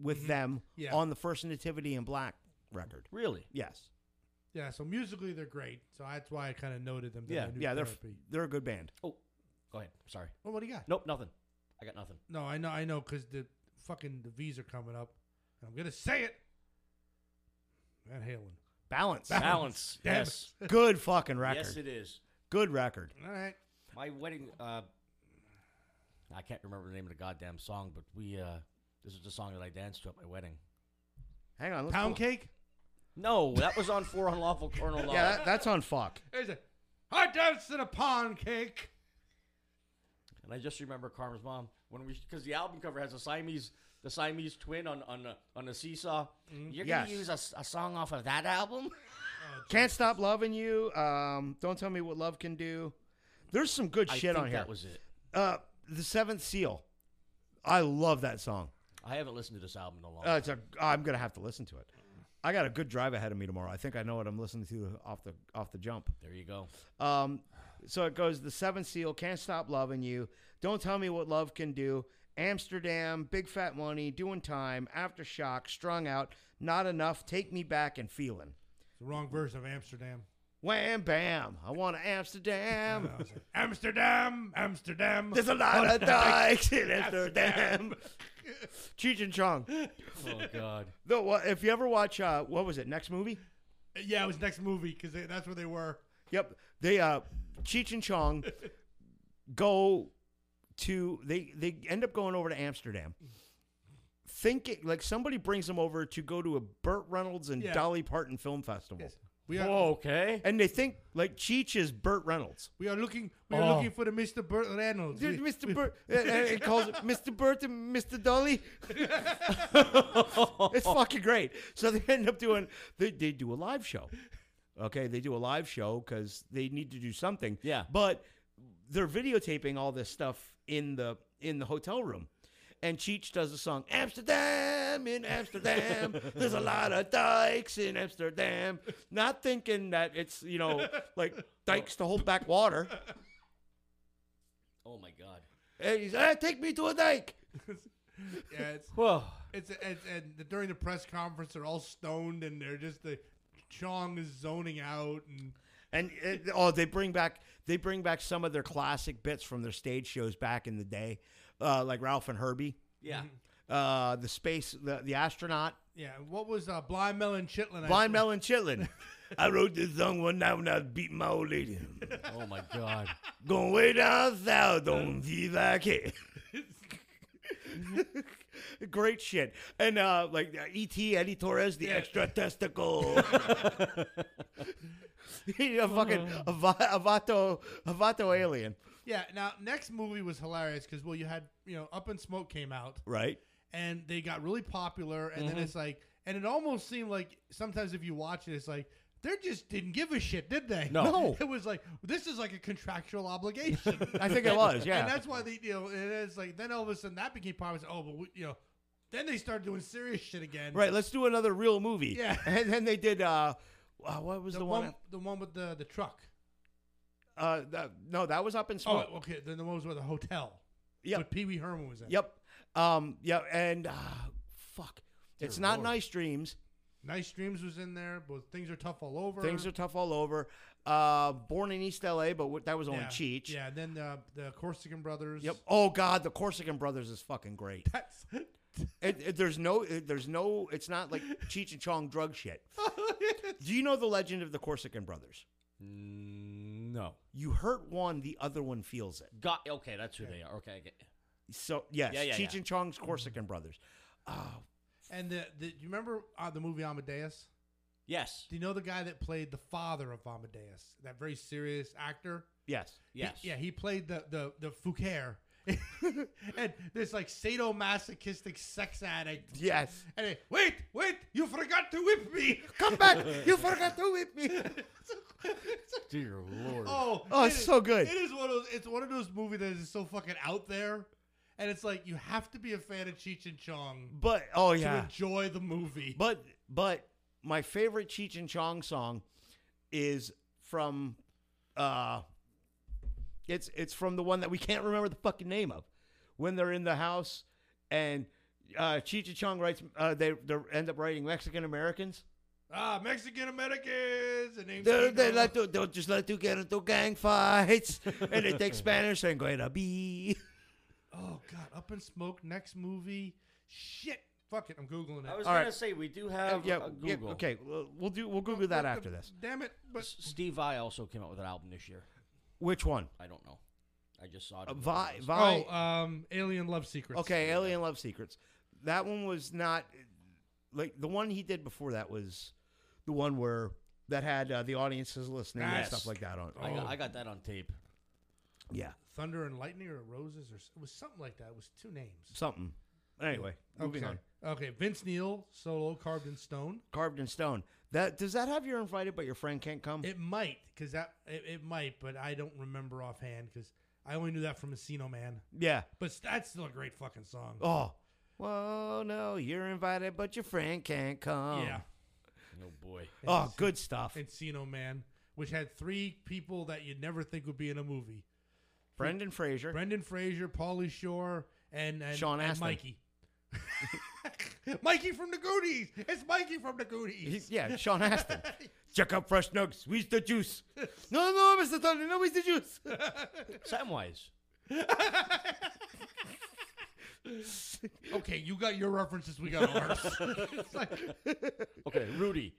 [SPEAKER 4] with them
[SPEAKER 3] Mm-hmm. Yeah.
[SPEAKER 4] on the first Nativity in Black record.
[SPEAKER 2] Really?
[SPEAKER 4] Yes.
[SPEAKER 3] Yeah. So musically, they're great. So that's why I kind of noted them. that
[SPEAKER 2] Yeah,
[SPEAKER 3] I knew
[SPEAKER 4] yeah, they're f-
[SPEAKER 3] therapy.
[SPEAKER 4] they're a good band.
[SPEAKER 2] Oh, go ahead. Sorry.
[SPEAKER 3] Well, what do you got?
[SPEAKER 2] Nope, nothing. I got nothing.
[SPEAKER 3] No, I know, I know, because the fucking the V's are coming up, and I'm gonna say it. Van Halen.
[SPEAKER 4] Balance.
[SPEAKER 2] Balance.
[SPEAKER 4] *laughs*
[SPEAKER 3] Damn
[SPEAKER 2] Yes.
[SPEAKER 4] Good fucking record.
[SPEAKER 2] Yes, it is.
[SPEAKER 4] good record.
[SPEAKER 3] All right.
[SPEAKER 2] My wedding. Uh, I can't remember the name of the goddamn song, but we. Uh, this is the song that I danced to at my wedding.
[SPEAKER 4] Hang on. Let's
[SPEAKER 3] Pound
[SPEAKER 4] pull-
[SPEAKER 3] cake.
[SPEAKER 2] No, that was on Four Unlawful Colonel
[SPEAKER 4] *laughs*
[SPEAKER 2] Law.
[SPEAKER 4] Yeah, that, that's on
[SPEAKER 3] *laughs*
[SPEAKER 4] fuck.
[SPEAKER 3] There's a. I danced in a pound cake.
[SPEAKER 2] and I just remember Karma's mom when we because the album cover has a Siamese the Siamese twin on on the on the seesaw. You're
[SPEAKER 4] Mm-hmm. Yes.
[SPEAKER 2] gonna use a, s- a song off of that album?
[SPEAKER 4] Can't stop loving you. Um, don't tell me what love can do. There's some good
[SPEAKER 2] I
[SPEAKER 4] shit
[SPEAKER 2] think
[SPEAKER 4] on here.
[SPEAKER 2] That was it.
[SPEAKER 4] uh, the Seventh Seal. I love that song.
[SPEAKER 2] I haven't listened to this album in a long.
[SPEAKER 4] Uh,
[SPEAKER 2] time.
[SPEAKER 4] it's a, I'm gonna have to listen to it. I got a good drive ahead of me tomorrow. I think I know what I'm listening to off the off the jump.
[SPEAKER 2] there
[SPEAKER 4] *laughs*
[SPEAKER 2] you go.
[SPEAKER 4] Um, so it goes: The Seventh Seal, Can't Stop Loving You, Don't Tell Me What Love Can Do, Amsterdam, Big Fat Money, Doing Time, Aftershock, Strung Out, Not Enough, Take Me Back, and Feeling.
[SPEAKER 3] It's the wrong version of Amsterdam.
[SPEAKER 4] Wham bam! I want to Amsterdam.
[SPEAKER 3] *laughs* Amsterdam, Amsterdam.
[SPEAKER 4] There's a lot of dykes in Amsterdam. Cheech and Chong.
[SPEAKER 2] Oh God.
[SPEAKER 4] Though, wha- if you ever watch, uh, what was it? Next movie?
[SPEAKER 3] Yeah, it was next movie because that's where they were.
[SPEAKER 4] Yep. They uh Cheech and
[SPEAKER 3] *laughs*
[SPEAKER 4] Chong go to they they end up going over to Amsterdam. thinking like somebody brings them over to go to a Burt Reynolds and
[SPEAKER 3] Yeah.
[SPEAKER 4] Dolly Parton film festival,
[SPEAKER 3] Yes. We are
[SPEAKER 2] Whoa, Oh, okay.
[SPEAKER 4] and they think like Cheech is Burt Reynolds.
[SPEAKER 3] we are looking we are
[SPEAKER 2] Oh.
[SPEAKER 3] looking for the Mr. Burt Reynolds.
[SPEAKER 4] Dude,
[SPEAKER 3] We-
[SPEAKER 4] Mr. Burt, and it uh, calls it Mr. Burt and Mr. Dolly. it's fucking great. So they end up doing they, they do a live show. Okay, they do a live show because they need to do something.
[SPEAKER 2] Yeah.
[SPEAKER 4] but they're videotaping all this stuff in the in the hotel room. And Cheech does the song Amsterdam in Amsterdam. There's a lot of dikes in Amsterdam. Not thinking that it's, you know, like dikes to hold back water.
[SPEAKER 2] Oh my god.
[SPEAKER 4] And he's, ah, take me to a dike.
[SPEAKER 3] yeah, it's
[SPEAKER 2] Whoa.
[SPEAKER 3] It's, it's and the, during the press conference, they're all stoned and they're just the Chong is zoning out and
[SPEAKER 4] And it, oh, they bring back they bring back some of their classic bits from their stage shows back in the day, uh, like Ralph and Herbie,
[SPEAKER 2] Yeah.
[SPEAKER 4] uh, the space, the, the astronaut,
[SPEAKER 3] yeah. What was uh, Blind Melon Chitlin? I-
[SPEAKER 4] Blind Melon Chitlin. *laughs* I wrote this song one night when I was beating my old *laughs* lady. Mm-hmm.
[SPEAKER 2] Oh my god.
[SPEAKER 4] Going way down south, don't see if I can. *laughs* Great shit. And uh, like uh, E.T., Eddie Torres, the extra testicle. *laughs* a fucking a, va- a vato, a vato alien.
[SPEAKER 3] Yeah. Now next movie was hilarious because well, you had you know Up in Smoke came out
[SPEAKER 4] Right.
[SPEAKER 3] and they got really popular and
[SPEAKER 4] Mm-hmm.
[SPEAKER 3] then it's like and it almost seemed like sometimes if you watch it, it's like. They just didn't give a shit, did they?
[SPEAKER 2] No. No.
[SPEAKER 3] *laughs* It was like this is like a contractual obligation.
[SPEAKER 4] *laughs* I think it was,
[SPEAKER 3] And
[SPEAKER 4] yeah.
[SPEAKER 3] that's why they, you know, and it's like then all of a sudden that became popular. Oh, but we, you know, then they started doing serious shit again.
[SPEAKER 4] Right, let's do another real movie.
[SPEAKER 3] Yeah.
[SPEAKER 4] *laughs* And then they did, uh, uh, what was
[SPEAKER 3] The,
[SPEAKER 4] the,
[SPEAKER 3] one,
[SPEAKER 4] one?
[SPEAKER 3] the one with the the truck.
[SPEAKER 4] uh, that, no, that was Up in
[SPEAKER 3] Oh,
[SPEAKER 4] Smoke.
[SPEAKER 3] okay. Then the ones with the hotel.
[SPEAKER 4] Yep.
[SPEAKER 3] But Pee Wee Herman was in.
[SPEAKER 4] Yep. Um, yeah, and uh, fuck. it's not
[SPEAKER 2] Lord.
[SPEAKER 4] nice dreams.
[SPEAKER 3] Nice Dreams was in there. But things are tough all over.
[SPEAKER 4] Things are tough all over. Uh, born in East LA, but w- that was only
[SPEAKER 3] yeah.
[SPEAKER 4] Cheech.
[SPEAKER 3] Yeah. Then the the Corsican Brothers.
[SPEAKER 4] Yep. Oh God, the Corsican Brothers is fucking great.
[SPEAKER 3] *laughs* That's
[SPEAKER 4] It, it- there's no, it- there's no. It's not
[SPEAKER 3] *laughs*
[SPEAKER 4] like Cheech and Chong drug shit. Do you know the legend of the Corsican Brothers?
[SPEAKER 2] Mm, No.
[SPEAKER 4] You hurt one, the other one feels it.
[SPEAKER 2] God. Okay, that's who they are. Okay. I get-
[SPEAKER 4] So yes,
[SPEAKER 2] Yeah, yeah,
[SPEAKER 4] Cheech
[SPEAKER 2] yeah.
[SPEAKER 4] and Chong's
[SPEAKER 3] Mm-hmm.
[SPEAKER 4] Corsican Brothers. Uh,
[SPEAKER 3] and the, the you remember uh, the movie Amadeus?
[SPEAKER 2] Yes.
[SPEAKER 3] Do you know the guy that played the father of Amadeus? That very serious actor.
[SPEAKER 4] Yes.
[SPEAKER 2] Yes.
[SPEAKER 3] Yeah, he played the the the Foucaire. *laughs* and this like sadomasochistic sex addict.
[SPEAKER 4] Yes.
[SPEAKER 3] And it, wait, wait, you forgot to whip me. *laughs*
[SPEAKER 4] Come back! you forgot to whip me.
[SPEAKER 2] Dear lord.
[SPEAKER 3] Oh,
[SPEAKER 4] Oh, it's
[SPEAKER 3] it is-
[SPEAKER 4] so good.
[SPEAKER 3] It is one of those. It's one of those movies that is so fucking out there, and it's like you have to be a fan of Cheech and Chong
[SPEAKER 4] *laughs* But oh
[SPEAKER 3] to
[SPEAKER 4] yeah.
[SPEAKER 3] enjoy the movie.
[SPEAKER 4] But but my favorite Cheech and Chong song is from uh it's it's from the one that we can't remember the fucking name of. When they're in the house and uh Cheech and Chong writes uh they they end up writing Mexican Americans.
[SPEAKER 3] ah, Mexican Americans, and names
[SPEAKER 4] They they
[SPEAKER 3] Tito.
[SPEAKER 4] like to they'll just like to get into gang fights and they take Spanish and going to be
[SPEAKER 3] Oh God, Up in Smoke, next movie. Shit, fuck it, I'm googling it.
[SPEAKER 2] I was
[SPEAKER 4] all
[SPEAKER 2] gonna
[SPEAKER 4] right.
[SPEAKER 2] say we do have
[SPEAKER 4] *laughs* yeah,
[SPEAKER 2] a
[SPEAKER 4] yeah,
[SPEAKER 2] Google.
[SPEAKER 4] okay, we'll we'll do we'll Google that
[SPEAKER 3] What the-
[SPEAKER 4] after this.
[SPEAKER 3] Damn it, but
[SPEAKER 2] S- Steve Vai also came out with an album this year.
[SPEAKER 4] Which one?
[SPEAKER 2] I don't know. I just saw it.
[SPEAKER 4] Uh,
[SPEAKER 2] in the
[SPEAKER 4] Vi,
[SPEAKER 2] news.
[SPEAKER 4] Vi,
[SPEAKER 3] oh, um, Alien Love Secrets.
[SPEAKER 4] Okay, Alien Love Secrets. That one was not like the one he did before that was the one where that had uh, the audiences listening and
[SPEAKER 2] Yes.
[SPEAKER 4] stuff like that
[SPEAKER 3] Oh.
[SPEAKER 4] on.
[SPEAKER 2] I got, I got that on tape.
[SPEAKER 4] Yeah,
[SPEAKER 3] Thunder and Lightning or Roses or s- it was something like that. It was two names.
[SPEAKER 4] something. Anyway, moving
[SPEAKER 3] okay.
[SPEAKER 4] on.
[SPEAKER 3] Okay, Vince Neil solo carved in stone.
[SPEAKER 4] Carved in stone. That does that have you're invited but your friend can't come?
[SPEAKER 3] It might because that it, it might, but I don't remember offhand because I only knew that from Casino Man.
[SPEAKER 4] yeah.
[SPEAKER 3] But s- that's still a great fucking song.
[SPEAKER 4] Oh. Well, no, you're invited but your friend can't come.
[SPEAKER 3] yeah,
[SPEAKER 2] Oh boy.
[SPEAKER 4] Oh, good stuff.
[SPEAKER 3] Encino Man, which had three people that you'd never think would be in a movie:
[SPEAKER 4] Brendan Fraser.
[SPEAKER 3] Brendan Fraser, Paulie Shore, and, and
[SPEAKER 4] Sean
[SPEAKER 3] and
[SPEAKER 4] Astin.
[SPEAKER 3] Mikey. *laughs* Mikey from the Goonies. It's Mikey from the Goonies.
[SPEAKER 4] He's, yeah, Sean
[SPEAKER 3] *laughs*
[SPEAKER 4] Astin. Check out fresh nugs. Squeeze the juice. No, no, Mr. Tony, no, squeeze the juice.
[SPEAKER 2] Samwise.
[SPEAKER 4] *laughs*
[SPEAKER 3] Okay, you got your references. We got ours. It's like-
[SPEAKER 2] Okay, Rudy.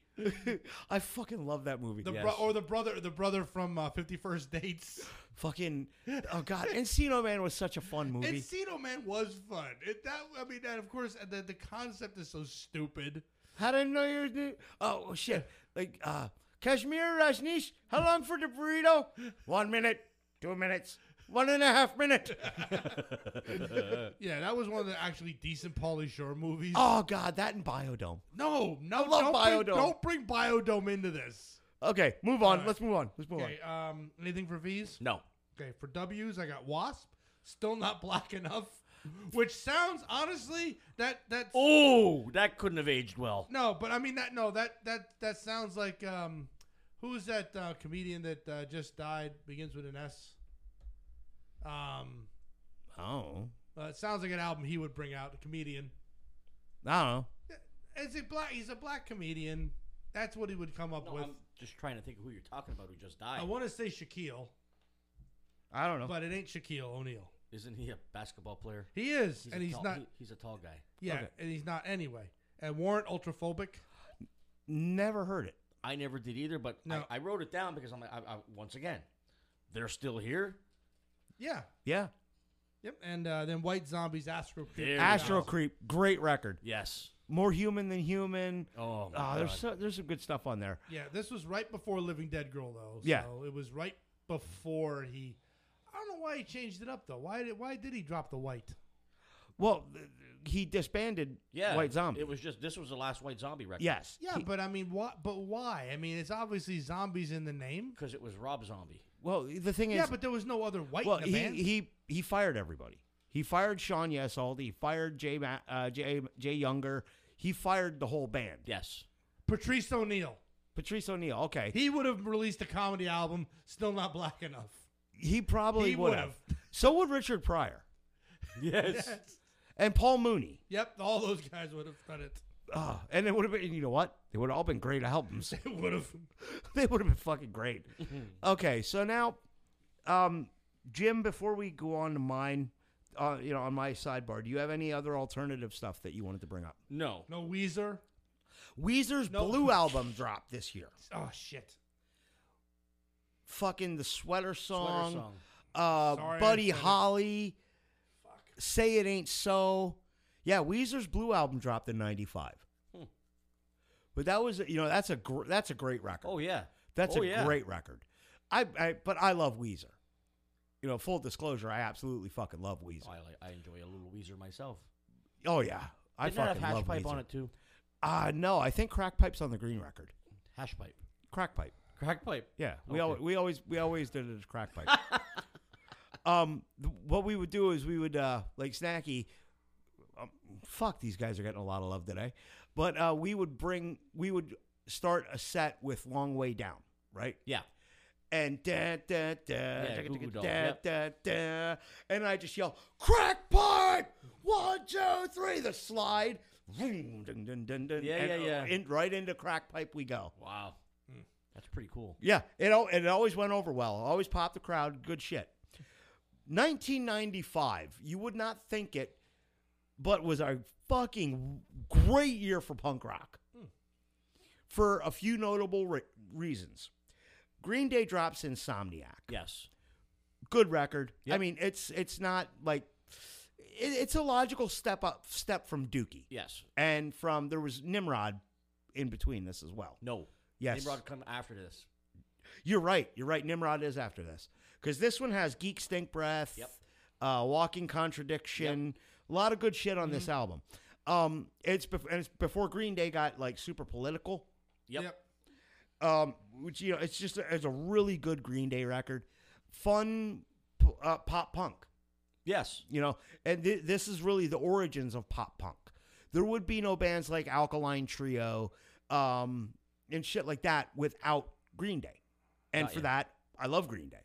[SPEAKER 4] I fucking love that movie.
[SPEAKER 3] The
[SPEAKER 2] Yes.
[SPEAKER 3] bro- or the brother, the brother from uh, Fifty First Dates.
[SPEAKER 4] Fucking oh god, Encino Man was such a fun movie.
[SPEAKER 3] Encino Man was fun. It, that I mean, and of course, and the, the concept is so stupid.
[SPEAKER 4] How did I know you were doing? Oh shit! Like uh, Kashmir Rajneesh, how long for the burrito? One minute, two minutes, one and a half minute.
[SPEAKER 3] Yeah, that was one of the actually decent Pauly Shore movies.
[SPEAKER 4] Oh god, that in Biodome.
[SPEAKER 3] no, no,
[SPEAKER 4] love
[SPEAKER 3] don't, bring,
[SPEAKER 4] Biodome.
[SPEAKER 3] don't bring Biodome into this.
[SPEAKER 4] Okay, move on.
[SPEAKER 3] right.
[SPEAKER 4] Let's move on. Let's move
[SPEAKER 3] Okay, um, anything for V's?
[SPEAKER 2] No.
[SPEAKER 3] Okay, for W's, I got Wasp. Still not *laughs* black enough, which sounds honestly that that's
[SPEAKER 2] Oh, that couldn't have aged well.
[SPEAKER 3] no, but I mean that no that that that sounds like um, who's that uh, comedian that uh, just died begins with an S. Um,
[SPEAKER 4] on. Oh,
[SPEAKER 3] uh, it sounds like an album he would bring out. A comedian.
[SPEAKER 4] I don't know.
[SPEAKER 3] Is it black? He's a black comedian. That's what he would come up
[SPEAKER 2] No,
[SPEAKER 3] with.
[SPEAKER 2] I'm just trying to think of who you're talking about who just died.
[SPEAKER 3] I want to say Shaquille,
[SPEAKER 4] I don't know.
[SPEAKER 3] but it ain't Shaquille O'Neal.
[SPEAKER 2] Isn't he a basketball player?
[SPEAKER 3] He is,
[SPEAKER 2] He's a
[SPEAKER 3] and he's
[SPEAKER 2] tall-
[SPEAKER 3] not.
[SPEAKER 2] he- he's a tall guy.
[SPEAKER 3] yeah,
[SPEAKER 4] okay.
[SPEAKER 3] and he's not anyway. And Warren ultraphobic.
[SPEAKER 4] Never heard it.
[SPEAKER 2] I never did either, but
[SPEAKER 3] No.
[SPEAKER 2] I, I wrote it down because I'm like, I, I, once again, they're still here.
[SPEAKER 3] Yeah.
[SPEAKER 4] Yeah,
[SPEAKER 3] Yep. And uh, then White Zombies, Astro Creep.
[SPEAKER 2] There we
[SPEAKER 4] Astro
[SPEAKER 2] go.
[SPEAKER 4] Creep, great record.
[SPEAKER 2] Yes.
[SPEAKER 4] More human than human.
[SPEAKER 2] Oh,
[SPEAKER 4] Ah,
[SPEAKER 2] my God.
[SPEAKER 4] there's so, there's some good stuff on there.
[SPEAKER 3] Yeah, this was right before Living Dead Girl, though. So
[SPEAKER 4] Yeah.
[SPEAKER 3] It was right before he. I don't know why he changed it up though. Why did Why did he drop the white?
[SPEAKER 4] Well, th- he disbanded
[SPEAKER 2] yeah,
[SPEAKER 4] White Zombie.
[SPEAKER 2] It was just this was the last White Zombie record.
[SPEAKER 4] yes.
[SPEAKER 3] Yeah,
[SPEAKER 4] He-
[SPEAKER 3] but I mean, what? But why? I mean, it's obviously zombies in the name.
[SPEAKER 2] because it was Rob Zombie.
[SPEAKER 4] well, the thing is,
[SPEAKER 3] Yeah, but there was no other white
[SPEAKER 4] Well,
[SPEAKER 3] in the
[SPEAKER 4] he,
[SPEAKER 3] band.
[SPEAKER 4] he he fired everybody. He fired Sean Yesaldi. He fired Jay, Ma- uh, Jay Jay Younger. He fired the whole band. *laughs*
[SPEAKER 2] Yes.
[SPEAKER 3] Patrice O'Neill.
[SPEAKER 4] Patrice O'Neill. Okay,
[SPEAKER 3] He would have released a comedy album, still not black enough.
[SPEAKER 4] he, probably
[SPEAKER 3] he
[SPEAKER 4] would have.
[SPEAKER 3] would've.
[SPEAKER 4] So would Richard Pryor
[SPEAKER 2] Yes.
[SPEAKER 4] and Paul Mooney.
[SPEAKER 3] *laughs* Yep, all those guys would have done it.
[SPEAKER 4] Uh, and it would have been. You know what? They would have all been great albums.
[SPEAKER 3] *laughs* It would have.
[SPEAKER 4] *laughs* they would have been fucking
[SPEAKER 3] *laughs*
[SPEAKER 4] great. okay, so now, um, Jim, before we go on to mine, uh, you know, on my sidebar, do you have any other alternative stuff that you wanted to bring up?
[SPEAKER 2] No.
[SPEAKER 3] No Weezer.
[SPEAKER 4] Weezer's
[SPEAKER 3] No.
[SPEAKER 4] Blue album dropped this year.
[SPEAKER 3] Oh shit.
[SPEAKER 4] fucking the sweater song,
[SPEAKER 2] Sweater song.
[SPEAKER 4] Uh,
[SPEAKER 3] Sorry, I
[SPEAKER 4] Buddy
[SPEAKER 3] said it.
[SPEAKER 4] Holly,
[SPEAKER 3] Fuck.
[SPEAKER 4] Say It Ain't So. Yeah, Weezer's Blue album dropped in '95.
[SPEAKER 2] Hmm.
[SPEAKER 4] But that was you know that's a gr- that's a great record.
[SPEAKER 2] Oh yeah.
[SPEAKER 4] that's
[SPEAKER 2] oh,
[SPEAKER 4] a
[SPEAKER 2] yeah.
[SPEAKER 4] great record. I, I but I love Weezer. You know, full disclosure, I absolutely fucking love Weezer.
[SPEAKER 2] Oh, I, like, I enjoy a little Weezer myself.
[SPEAKER 4] Oh yeah, I
[SPEAKER 2] Didn't that have
[SPEAKER 4] fucking
[SPEAKER 2] hash
[SPEAKER 4] love
[SPEAKER 2] pipe
[SPEAKER 4] Weezer.
[SPEAKER 2] on it too.
[SPEAKER 4] Uh, no, I think Crack Pipe's on the green record.
[SPEAKER 2] Hash pipe.
[SPEAKER 4] Crack Pipe.
[SPEAKER 2] Crack pipe.
[SPEAKER 4] Yeah, we
[SPEAKER 2] Okay.
[SPEAKER 4] always we always we always did it as crack pipe. *laughs* um, th- what we would do is we would uh like Snacky. Um, fuck, these guys are getting a lot of love today, but uh, we would bring we would start a set with Long Way Down, right?
[SPEAKER 2] Yeah.
[SPEAKER 4] And da da da
[SPEAKER 2] Goo Goo Dolls,
[SPEAKER 4] da
[SPEAKER 2] yep.
[SPEAKER 4] da da, and I just yell crack pipe one two three the slide. Vroom, dun, dun, dun, dun,
[SPEAKER 2] Yeah,
[SPEAKER 4] and,
[SPEAKER 2] yeah,
[SPEAKER 4] uh,
[SPEAKER 2] yeah.
[SPEAKER 4] In, right into crack pipe we go.
[SPEAKER 2] Wow.
[SPEAKER 4] Hmm.
[SPEAKER 2] That's pretty cool.
[SPEAKER 4] Yeah, it al- and it always went over well. Always popped the crowd. Good shit. 1995. You would not think it, but was a fucking great year for punk rock.
[SPEAKER 2] Hmm.
[SPEAKER 4] For a few notable re- reasons, Green Day drops Insomniac.
[SPEAKER 2] Yes.
[SPEAKER 4] Good record. I
[SPEAKER 2] Yep.
[SPEAKER 4] mean, it's it's not like it, it's a logical step up step from Dookie
[SPEAKER 2] Yes.
[SPEAKER 4] and from there was Nimrod in between this as well.
[SPEAKER 2] No.
[SPEAKER 4] Yes.
[SPEAKER 2] Nimrod come after this.
[SPEAKER 4] You're right. You're right. Nimrod is after this because this one has Geek Stink Breath,
[SPEAKER 2] Yep.
[SPEAKER 4] uh, Walking Contradiction, a lot of good shit on
[SPEAKER 2] Mm-hmm.
[SPEAKER 4] this album. Um, it's bef- and it's before Green Day got like super political.
[SPEAKER 2] Yep.
[SPEAKER 4] Um, which you know, it's just a, it's a really good Green Day record, fun p- uh, pop punk.
[SPEAKER 2] Yes.
[SPEAKER 4] You know, and th- this is really the origins of pop punk. There would be no bands like Alkaline Trio um, and shit like that without Green Day. And
[SPEAKER 2] Not
[SPEAKER 4] for
[SPEAKER 2] yet.
[SPEAKER 4] that, I love Green Day.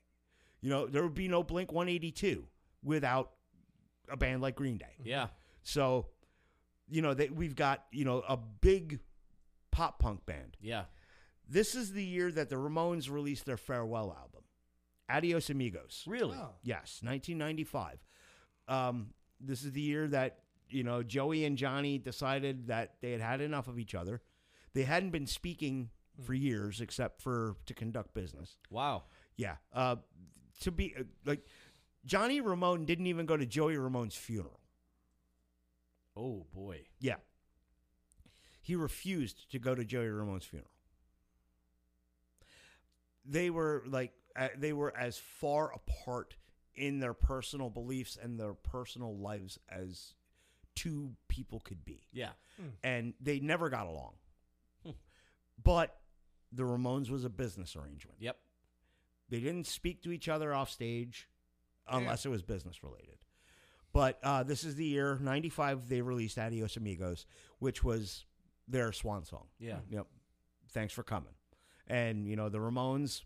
[SPEAKER 4] You know, there would be no Blink 182 without a band like Green Day.
[SPEAKER 2] Yeah.
[SPEAKER 4] So, you know, that we've got, you know, a big pop punk band.
[SPEAKER 2] Yeah.
[SPEAKER 4] This is the year that the Ramones released their farewell album, Adios Amigos.
[SPEAKER 2] Really?
[SPEAKER 3] Oh.
[SPEAKER 4] Yes, 1995. Um, this is the year that you know Joey and Johnny decided that they had had enough of each other. They hadn't been speaking for years except for to conduct business.
[SPEAKER 2] Wow.
[SPEAKER 4] Yeah. Uh, to be uh, like Johnny Ramone didn't even go to Joey Ramone's funeral.
[SPEAKER 2] Oh boy.
[SPEAKER 4] Yeah. He refused to go to Joey Ramone's funeral. They were like uh, they were as far apart in their personal beliefs and their personal lives as two people could be.
[SPEAKER 2] Yeah.
[SPEAKER 4] And they never got along. but the Ramones was a business arrangement.
[SPEAKER 2] Yep.
[SPEAKER 4] They didn't speak to each other off stage unless it was business related. But uh, this is the year 95 they released Adios Amigos, which was their swan song.
[SPEAKER 2] Yeah.
[SPEAKER 4] Yep. Thanks for coming. And, you know, the Ramones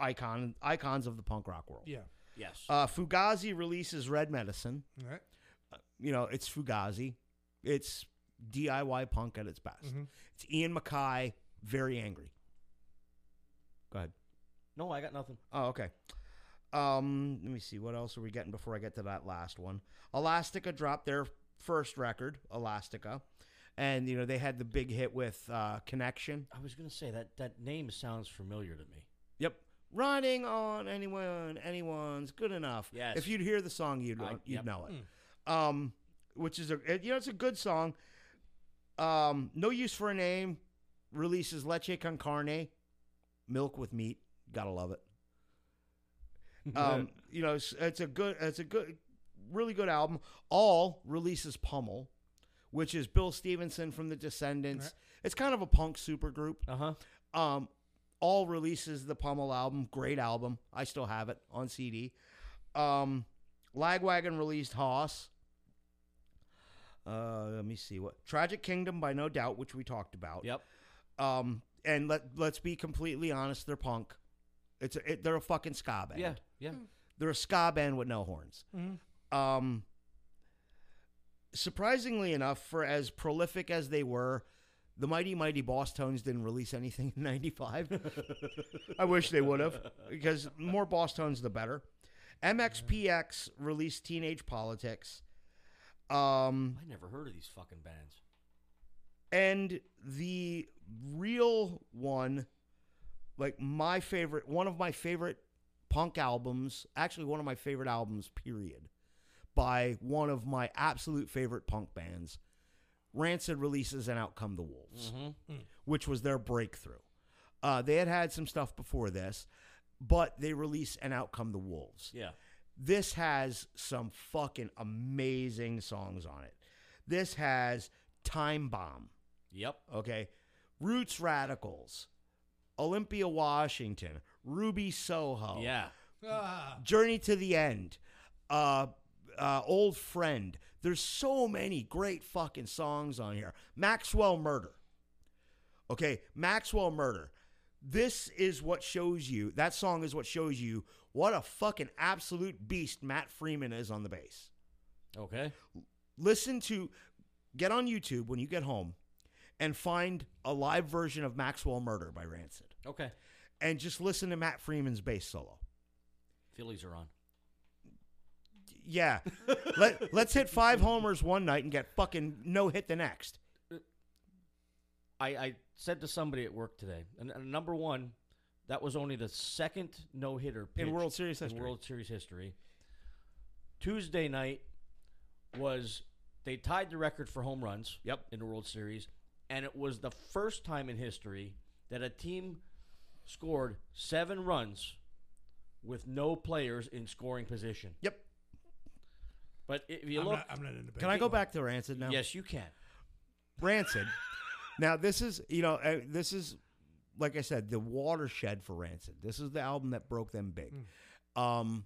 [SPEAKER 4] icon icons of the punk rock world.
[SPEAKER 3] Yeah.
[SPEAKER 2] Yes.
[SPEAKER 4] Uh, Fugazi releases Red Medicine.
[SPEAKER 3] All right.
[SPEAKER 4] You know, it's Fugazi. It's DIY punk at its best.
[SPEAKER 3] Mhm.
[SPEAKER 4] It's Ian Mackay, very angry. Go ahead.
[SPEAKER 2] no, I got nothing.
[SPEAKER 4] Oh, okay. Um, let me see. What else are we getting before I get to that last one? Elastica dropped their first record, Elastica, and you know they had the big hit with uh, Connection.
[SPEAKER 2] I was gonna say that that name sounds familiar to me. *laughs*
[SPEAKER 4] Yep. Running on anyone, anyone's good enough.
[SPEAKER 2] Yes.
[SPEAKER 4] If you'd hear the song, you'd
[SPEAKER 2] I-
[SPEAKER 4] you'd
[SPEAKER 2] yep. Hmm.
[SPEAKER 4] know it. Um, which is a it- you know it's a good song. Um, no use for a name releases Leche con Carne, milk with meat. Gotta love it.
[SPEAKER 2] Uh-huh.
[SPEAKER 4] Um, you know it's, it's a good it's a good really good album. All releases Pummel, which is Bill Stevenson from The Descendants.
[SPEAKER 3] Right.
[SPEAKER 4] It's kind of a punk supergroup.
[SPEAKER 2] Uh huh.
[SPEAKER 4] Um, all releases the Pummel album, great album. I still have it on CD. Um, Lagwagon released Hoss. Uh, let me see what Tragic Kingdom by No Doubt, which we talked about.
[SPEAKER 2] Yep.
[SPEAKER 4] Um, and let let's be completely honest, they're punk. It's a, it, they're a fucking ska band.
[SPEAKER 2] Yeah. Yeah.
[SPEAKER 4] They're a ska band with no horns. Um, surprisingly enough, for as prolific as they were, the Mighty Mighty Boss Tones didn't release anything in '95. *laughs* I wish they would have, because more Boss Tones, the better. MXPX released Teenage Politics. Um,
[SPEAKER 2] I never heard of these fucking bands.
[SPEAKER 4] and the real one, like my favorite, one of my favorite punk albums, actually one of my favorite albums, period, by one of my absolute favorite punk bands, Rancid releases and Out Come the
[SPEAKER 2] Mm-hmm.
[SPEAKER 4] Wolves, which was their breakthrough. Uh, they had had some stuff before this, but they release and Out Come the Wolves
[SPEAKER 2] Yeah.
[SPEAKER 4] this has some fucking amazing songs on it. This has Time Bomb,
[SPEAKER 2] Yep.
[SPEAKER 4] okay? Roots Radicals, Olympia Washington, Ruby Soho,
[SPEAKER 2] Yeah.
[SPEAKER 3] Ah,
[SPEAKER 4] Journey to the End, uh, uh, Old Friend. There's so many great fucking songs on here. Maxwell Murder. Okay, Maxwell Murder. This is what shows you, that song is what shows you what a fucking absolute beast Matt Freeman is on the bass.
[SPEAKER 2] Okay.
[SPEAKER 4] Listen to, get on YouTube when you get home and find a live version of Maxwell Murder by Rancid
[SPEAKER 2] Okay.
[SPEAKER 4] and just listen to Matt Freeman's bass solo.
[SPEAKER 2] Phillies are on.
[SPEAKER 4] *laughs* Yeah. Let, let's hit five homers one night and get fucking no hit the next.
[SPEAKER 2] I, I said to somebody at work today, and, and number one, that was only the second no hitter
[SPEAKER 4] In World Series history.
[SPEAKER 2] In World Series history. Tuesday night was they tied the record for home runs.
[SPEAKER 4] Yep.
[SPEAKER 2] In the World Series, and it was the first time in history that a team scored seven runs with no players in scoring position.
[SPEAKER 4] Yep.
[SPEAKER 2] But if you
[SPEAKER 3] I'm,
[SPEAKER 2] look,
[SPEAKER 3] not, I'm not in the
[SPEAKER 4] Can I go back to Rancid now?
[SPEAKER 2] yes, you can.
[SPEAKER 4] Rancid. now this is you know uh, this is like I said the watershed for Rancid. This is the album that broke them big.
[SPEAKER 2] Hmm.
[SPEAKER 4] Um,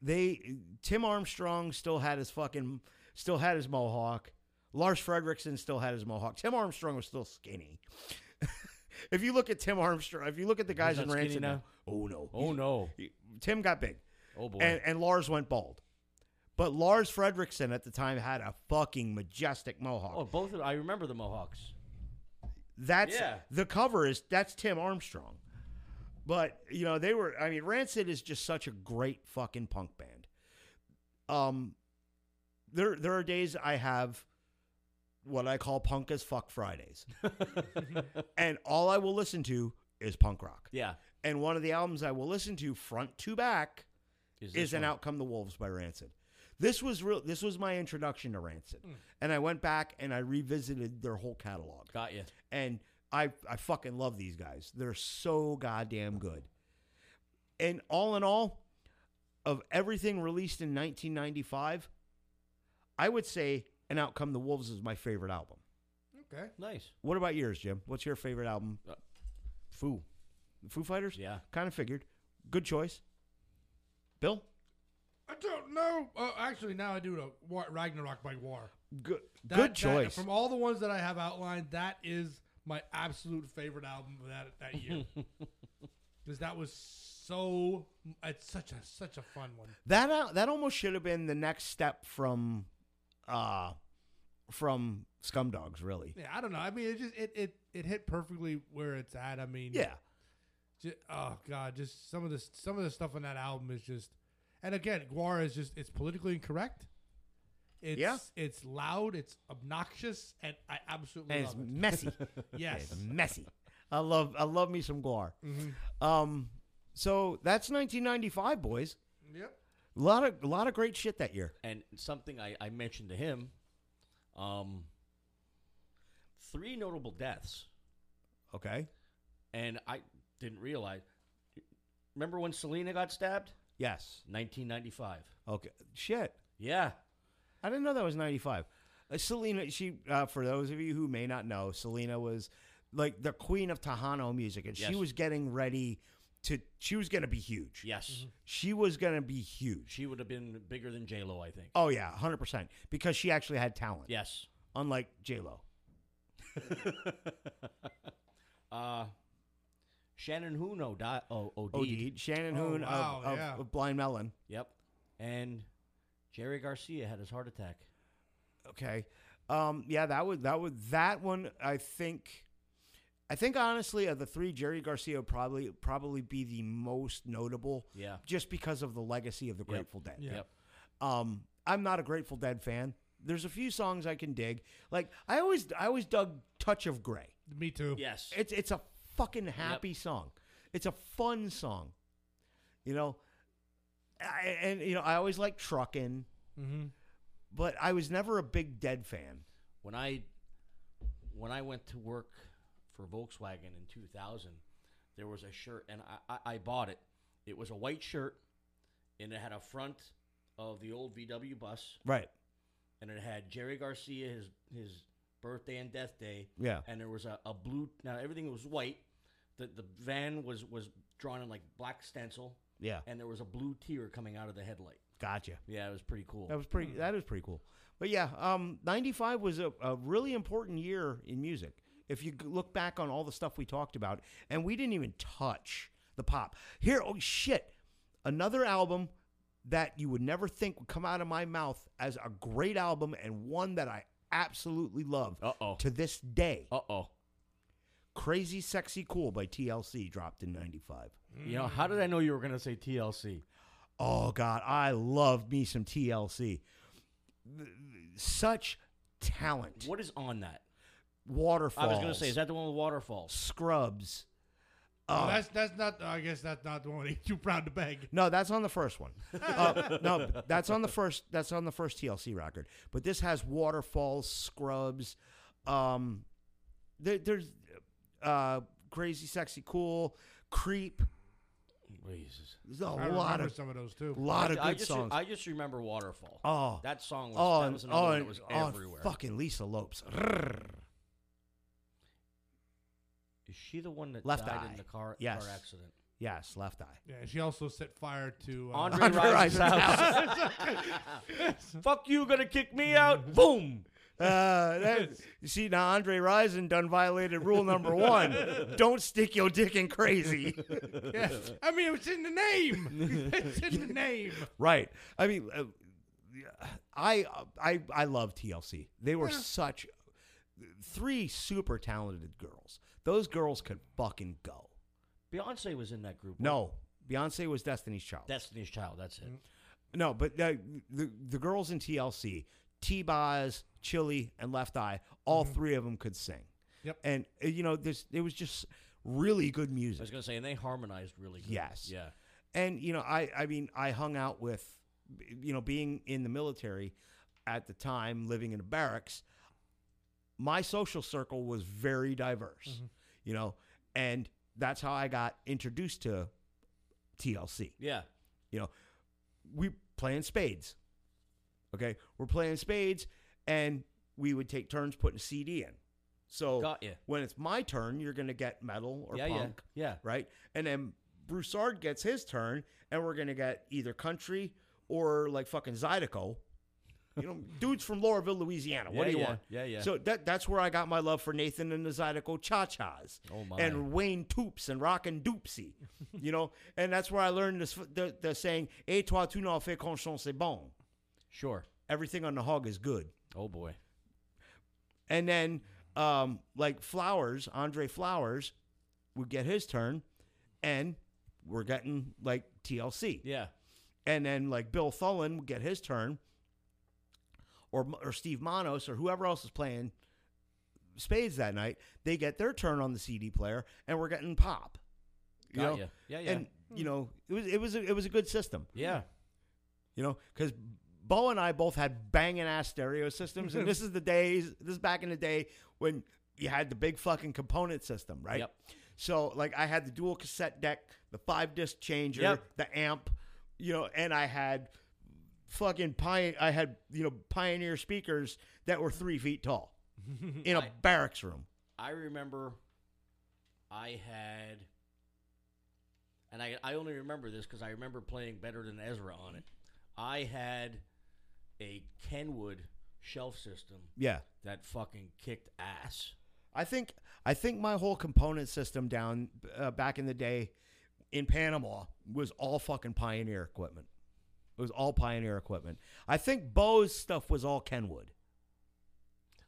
[SPEAKER 4] they Tim Armstrong still had his fucking still had his mohawk. Lars Fredrickson still had his mohawk. Tim Armstrong was still skinny. *laughs* if you look at Tim Armstrong, if you look at the guys
[SPEAKER 2] not
[SPEAKER 4] in
[SPEAKER 2] skinny
[SPEAKER 4] Rancid
[SPEAKER 2] now?
[SPEAKER 4] now, oh no,
[SPEAKER 2] Oh no!
[SPEAKER 4] He- Tim got big
[SPEAKER 2] Oh boy!
[SPEAKER 4] and, and Lars went bald. But Lars Fredrickson at the time had a fucking majestic mohawk.
[SPEAKER 2] oh, both. Of, I remember the Mohawks.
[SPEAKER 4] That's
[SPEAKER 2] Yeah.
[SPEAKER 4] the cover is that's Tim Armstrong. But you know, they were I mean, Rancid is just such a great fucking punk band. Um there there are days I have what I call punk as fuck
[SPEAKER 2] *laughs*
[SPEAKER 4] Fridays. and all I will listen to is punk rock.
[SPEAKER 2] Yeah.
[SPEAKER 4] And one of the albums I will listen to front to back
[SPEAKER 2] this
[SPEAKER 4] is an
[SPEAKER 2] one.
[SPEAKER 4] outcome the wolves by rancid this was real this was my introduction to rancid
[SPEAKER 2] Mm.
[SPEAKER 4] and i went back and i revisited their whole catalog
[SPEAKER 2] Got you.
[SPEAKER 4] and i i fucking love these guys they're so goddamn good and all in all of everything released in 1995 i would say an outcome the wolves is my favorite album
[SPEAKER 3] Okay.
[SPEAKER 2] Nice.
[SPEAKER 4] what about yours jim what's your favorite album
[SPEAKER 2] Uh,
[SPEAKER 4] foo foo fighters
[SPEAKER 2] Yeah.
[SPEAKER 4] kind of figured good choice bill
[SPEAKER 3] I don't know. Oh, actually, now I do know. War, Ragnarok by War.
[SPEAKER 4] good
[SPEAKER 3] That-
[SPEAKER 4] good
[SPEAKER 3] that-
[SPEAKER 4] choice
[SPEAKER 3] from all the ones that I have outlined, that is my absolute favorite album of that that
[SPEAKER 4] *laughs*
[SPEAKER 3] year. Because that was so. It's such a such a fun one.
[SPEAKER 4] That uh, that almost should have been the next step from, uh, from Scumdogs,
[SPEAKER 3] *laughs*
[SPEAKER 4] really.
[SPEAKER 3] Yeah, I don't know. I mean, it just it it, it hit perfectly where it's at. I mean,
[SPEAKER 4] Yeah,
[SPEAKER 3] ju- oh god, just some of the some of the stuff on that album is just, and again, Guar is just it's politically incorrect. It's
[SPEAKER 4] Yeah.
[SPEAKER 3] it's loud, it's obnoxious, and I absolutely
[SPEAKER 4] and it's
[SPEAKER 3] love it.
[SPEAKER 4] messy.
[SPEAKER 3] *laughs* Yes,
[SPEAKER 4] it's messy. I love I love me some Guar.
[SPEAKER 3] Mm-hmm.
[SPEAKER 4] Um, so that's 1995, boys.
[SPEAKER 3] yep.
[SPEAKER 4] A lot of a lot of great shit that year.
[SPEAKER 2] And something I, I mentioned to him, um, three notable deaths,
[SPEAKER 4] Okay.
[SPEAKER 2] and I didn't realize. Remember when Selena got stabbed?
[SPEAKER 4] Yes.
[SPEAKER 2] 1995.
[SPEAKER 4] Okay. Shit.
[SPEAKER 2] Yeah.
[SPEAKER 4] I didn't know that was 95. Uh, Selena, she, uh, for those of you who may not know, Selena was like the queen of Tejano music, and she
[SPEAKER 2] Yes.
[SPEAKER 4] was getting ready to, she was going to be huge.
[SPEAKER 2] Yes.
[SPEAKER 4] She was going to be huge.
[SPEAKER 2] She would have been bigger than J Lo, I think.
[SPEAKER 4] Oh, yeah, 100%. Because she actually had talent,
[SPEAKER 2] Yes.
[SPEAKER 4] unlike J-Lo.
[SPEAKER 2] Uh, Shannon Huno di- oh, OD'd.
[SPEAKER 4] Odie, E, Shannon
[SPEAKER 3] Oh,
[SPEAKER 4] Hoon
[SPEAKER 3] wow,
[SPEAKER 4] of, of,
[SPEAKER 3] yeah.
[SPEAKER 4] of Blind Melon.
[SPEAKER 2] Yep. And Jerry Garcia had his heart attack.
[SPEAKER 4] Okay. Um, yeah, that would, that would, that one, I think, I think honestly, of the three, Jerry Garcia would probably, probably be the most notable.
[SPEAKER 2] Yeah.
[SPEAKER 4] just because of the legacy of the Grateful Dead.
[SPEAKER 3] Yeah.
[SPEAKER 2] Yep.
[SPEAKER 4] Um, I'm not a Grateful Dead fan. There's a few songs I can dig. Like I always, I always dug "Touch of Gray."
[SPEAKER 3] Me too.
[SPEAKER 2] Yes.
[SPEAKER 4] It's it's a fucking happy song. It's a fun song. You know, I, and you know I always like truckin',
[SPEAKER 3] Mm-hmm.
[SPEAKER 4] but I was never a big Dead fan.
[SPEAKER 2] when I when I went to work for Volkswagen in 2000, there was a shirt, and I, I, I bought it. It was a white shirt, and it had a front of the old VW bus,
[SPEAKER 4] Right.
[SPEAKER 2] and it had Jerry Garcia his his birthday and death day.
[SPEAKER 4] Yeah.
[SPEAKER 2] and there was a, a blue. Now everything was white. The the van was was drawn in like black stencil,
[SPEAKER 4] Yeah.
[SPEAKER 2] and there was a blue tear coming out of the headlight.
[SPEAKER 4] Gotcha.
[SPEAKER 2] Yeah, it was pretty cool. Hmm.
[SPEAKER 4] That was pretty. That is pretty cool. But yeah, um, '95 was a, a really important year in music. If you g- look back on all the stuff we talked about, and we didn't even touch the pop. Here, oh shit, another album that you would never think would come out of my mouth as a great album and one that I absolutely love
[SPEAKER 2] Uh-oh.
[SPEAKER 4] to this day.
[SPEAKER 2] Uh oh.
[SPEAKER 4] Crazy, sexy, cool by TLC dropped in '95.
[SPEAKER 2] You know, how did I know you were gonna say TLC?
[SPEAKER 4] Oh God, I love me some TLC. Th- th- Such talent.
[SPEAKER 2] What is on that?
[SPEAKER 4] waterfalls.
[SPEAKER 2] I was gonna say, is that the one with waterfalls?
[SPEAKER 4] Scrubs?
[SPEAKER 3] Oh,
[SPEAKER 4] Uh,
[SPEAKER 3] that's that's not. I guess that's not the one *laughs* he's too proud to beg.
[SPEAKER 4] no, that's on the first
[SPEAKER 2] *laughs*
[SPEAKER 4] one. Uh, no, that's on the first. That's on the first TLC record. But this has waterfalls, scrubs. Um, there, there's uh, crazy, sexy, cool, creep.
[SPEAKER 2] Jesus.
[SPEAKER 4] There's a
[SPEAKER 3] I
[SPEAKER 4] lot
[SPEAKER 3] remember
[SPEAKER 4] of
[SPEAKER 3] some of those too.
[SPEAKER 4] lot of
[SPEAKER 2] I, I
[SPEAKER 4] good
[SPEAKER 2] just,
[SPEAKER 4] songs.
[SPEAKER 2] I just remember Waterfall.
[SPEAKER 4] oh,
[SPEAKER 2] that song was,
[SPEAKER 4] oh,
[SPEAKER 2] that
[SPEAKER 4] and-
[SPEAKER 2] was another
[SPEAKER 4] oh,
[SPEAKER 2] one
[SPEAKER 4] and-
[SPEAKER 2] that was
[SPEAKER 4] oh, and
[SPEAKER 2] everywhere.
[SPEAKER 4] fucking Lisa Lopes.
[SPEAKER 2] Is she the one that
[SPEAKER 4] Left
[SPEAKER 2] died
[SPEAKER 4] Eye.
[SPEAKER 2] in the car,
[SPEAKER 4] Yes.
[SPEAKER 2] car accident?
[SPEAKER 4] yes, left eye.
[SPEAKER 3] Yeah, she also set fire to uh,
[SPEAKER 2] Andre,
[SPEAKER 4] Andre
[SPEAKER 2] Rison's
[SPEAKER 4] Rison's
[SPEAKER 2] house. Fuck you, gonna kick me
[SPEAKER 4] *laughs*
[SPEAKER 2] out? Boom.
[SPEAKER 4] Uh, that, you see, now Andre Rison done violated rule number
[SPEAKER 2] *laughs*
[SPEAKER 4] one: don't stick your dick in crazy.
[SPEAKER 3] *laughs* Yeah. I mean, it was in the name.
[SPEAKER 4] *laughs*
[SPEAKER 3] it's in the name.
[SPEAKER 4] right. I mean, uh, I I I love TLC. They were such three super talented girls. Those girls could fucking go.
[SPEAKER 2] *laughs* Beyonce was in that group. wasn't
[SPEAKER 4] No, Mm-hmm. Beyonce was Destiny's Child.
[SPEAKER 2] she? Destiny's Child. That's it.
[SPEAKER 4] no, but uh, the the girls in TLC, T Boz, Chili, and Left Eye, all three of them could sing.
[SPEAKER 3] Yep.
[SPEAKER 4] And uh, you know, this it was just really good
[SPEAKER 2] I was
[SPEAKER 4] music.
[SPEAKER 2] gonna say, and they harmonized really good.
[SPEAKER 4] Yes.
[SPEAKER 2] Yeah.
[SPEAKER 4] And you know, I I mean, I hung out with, you know, being in the military at the time, living in a barracks. My social circle was very diverse, you know, and that's how I got introduced to TLC.
[SPEAKER 2] Yeah.
[SPEAKER 4] You know, we playing spades. Okay, we're playing spades, and we would take turns putting a CD in. So
[SPEAKER 2] Got ya.
[SPEAKER 4] when it's my turn, you're gonna get metal Oh. or
[SPEAKER 2] yeah.
[SPEAKER 4] punk,
[SPEAKER 2] Yeah. Yeah.
[SPEAKER 4] right? And then Broussard gets his turn, and we're gonna get either country or like fucking Zydeco. You know, *laughs* dudes from Lauraville, Louisiana. What
[SPEAKER 2] Yeah,
[SPEAKER 4] do you
[SPEAKER 2] yeah,
[SPEAKER 4] want?
[SPEAKER 2] yeah, yeah.
[SPEAKER 4] So that that's where I got my love for Nathan and the Zydeco Cha Chas
[SPEAKER 2] Oh, my.
[SPEAKER 4] and Wayne Toops and Rockin'
[SPEAKER 2] *laughs*
[SPEAKER 4] Doopsy, you know, and that's where I learned this the, the saying "Et toi tu n'en fais qu'un chant c'est bon."
[SPEAKER 2] Sure.
[SPEAKER 4] Everything on the hog is good.
[SPEAKER 2] Oh boy.
[SPEAKER 4] And then, um, like Flowers, Andre Flowers would get his turn, and we're getting like TLC.
[SPEAKER 2] Yeah.
[SPEAKER 4] And then, like Bill Thulin would get his turn, or or Steve Monos or whoever else is playing spades that night. They get their turn on the CD player, and we're getting pop. You
[SPEAKER 2] Got
[SPEAKER 4] know?
[SPEAKER 2] ya. Yeah. Yeah.
[SPEAKER 4] And you know, it was it was a, it was a good system.
[SPEAKER 2] yeah.
[SPEAKER 4] You know, because Bo and I both had banging ass stereo systems, and this
[SPEAKER 2] *laughs*
[SPEAKER 4] is the days. This is back in the day when you had the big fucking component system, right?
[SPEAKER 2] Yep.
[SPEAKER 4] So like, I had the dual cassette deck, the five disc changer,
[SPEAKER 2] Yep.
[SPEAKER 4] the amp, you know, and I had fucking pioneer. I had you know pioneer speakers that were three feet
[SPEAKER 2] *laughs*
[SPEAKER 4] tall in a
[SPEAKER 2] I-
[SPEAKER 4] barracks room.
[SPEAKER 2] I remember I had, and I, I only remember this because I remember playing better than Ezra on it. I had a Kenwood shelf system
[SPEAKER 4] Yeah.
[SPEAKER 2] that fucking kicked ass.
[SPEAKER 4] I think I think my whole component system down uh, back in the day in Panama was all fucking Pioneer equipment. It was all Pioneer equipment. I think Bo's stuff was all Kenwood.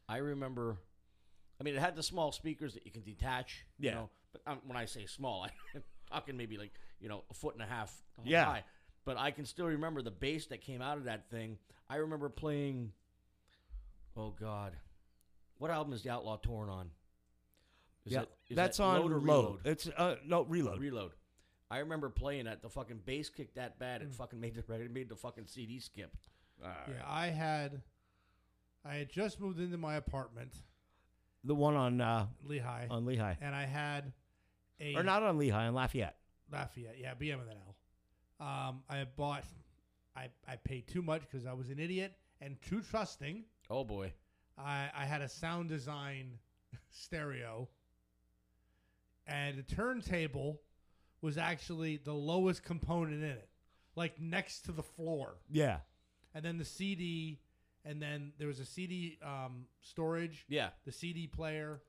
[SPEAKER 2] I remember, I mean, it had the small speakers that you can detach.
[SPEAKER 4] Yeah.
[SPEAKER 2] You know, but um, when I say small, *laughs* I'm talking maybe like you know a foot and a half
[SPEAKER 4] Yeah.
[SPEAKER 2] high. But I can still remember the bass that came out of that thing. I remember playing. Oh God, what album is the Outlaw Torn on? Is
[SPEAKER 4] yeah,
[SPEAKER 2] that- is
[SPEAKER 4] that's
[SPEAKER 2] that
[SPEAKER 4] on
[SPEAKER 2] Load or
[SPEAKER 4] Load.
[SPEAKER 2] Reload?
[SPEAKER 4] It's uh, no reload.
[SPEAKER 2] Reload. I remember playing that. The fucking bass kicked that bad. It fucking made the *laughs* it made the fucking CD skip.
[SPEAKER 3] Yeah, I had, I had just moved into my apartment,
[SPEAKER 4] the one on uh,
[SPEAKER 3] Lehigh,
[SPEAKER 4] on Lehigh
[SPEAKER 3] and I had a
[SPEAKER 4] or not on Lehigh on Lafayette.
[SPEAKER 3] Lafayette, yeah, BM and then L. Um, I had bought, I I paid too much because I was an idiot and too trusting.
[SPEAKER 2] Oh boy.
[SPEAKER 3] I I had a sound design *laughs* stereo, and the turntable was actually the lowest component in it, like next to the floor.
[SPEAKER 4] Yeah, *laughs*
[SPEAKER 3] and then the CD, and then there was a CD um, storage,
[SPEAKER 2] Yeah.
[SPEAKER 3] the CD player,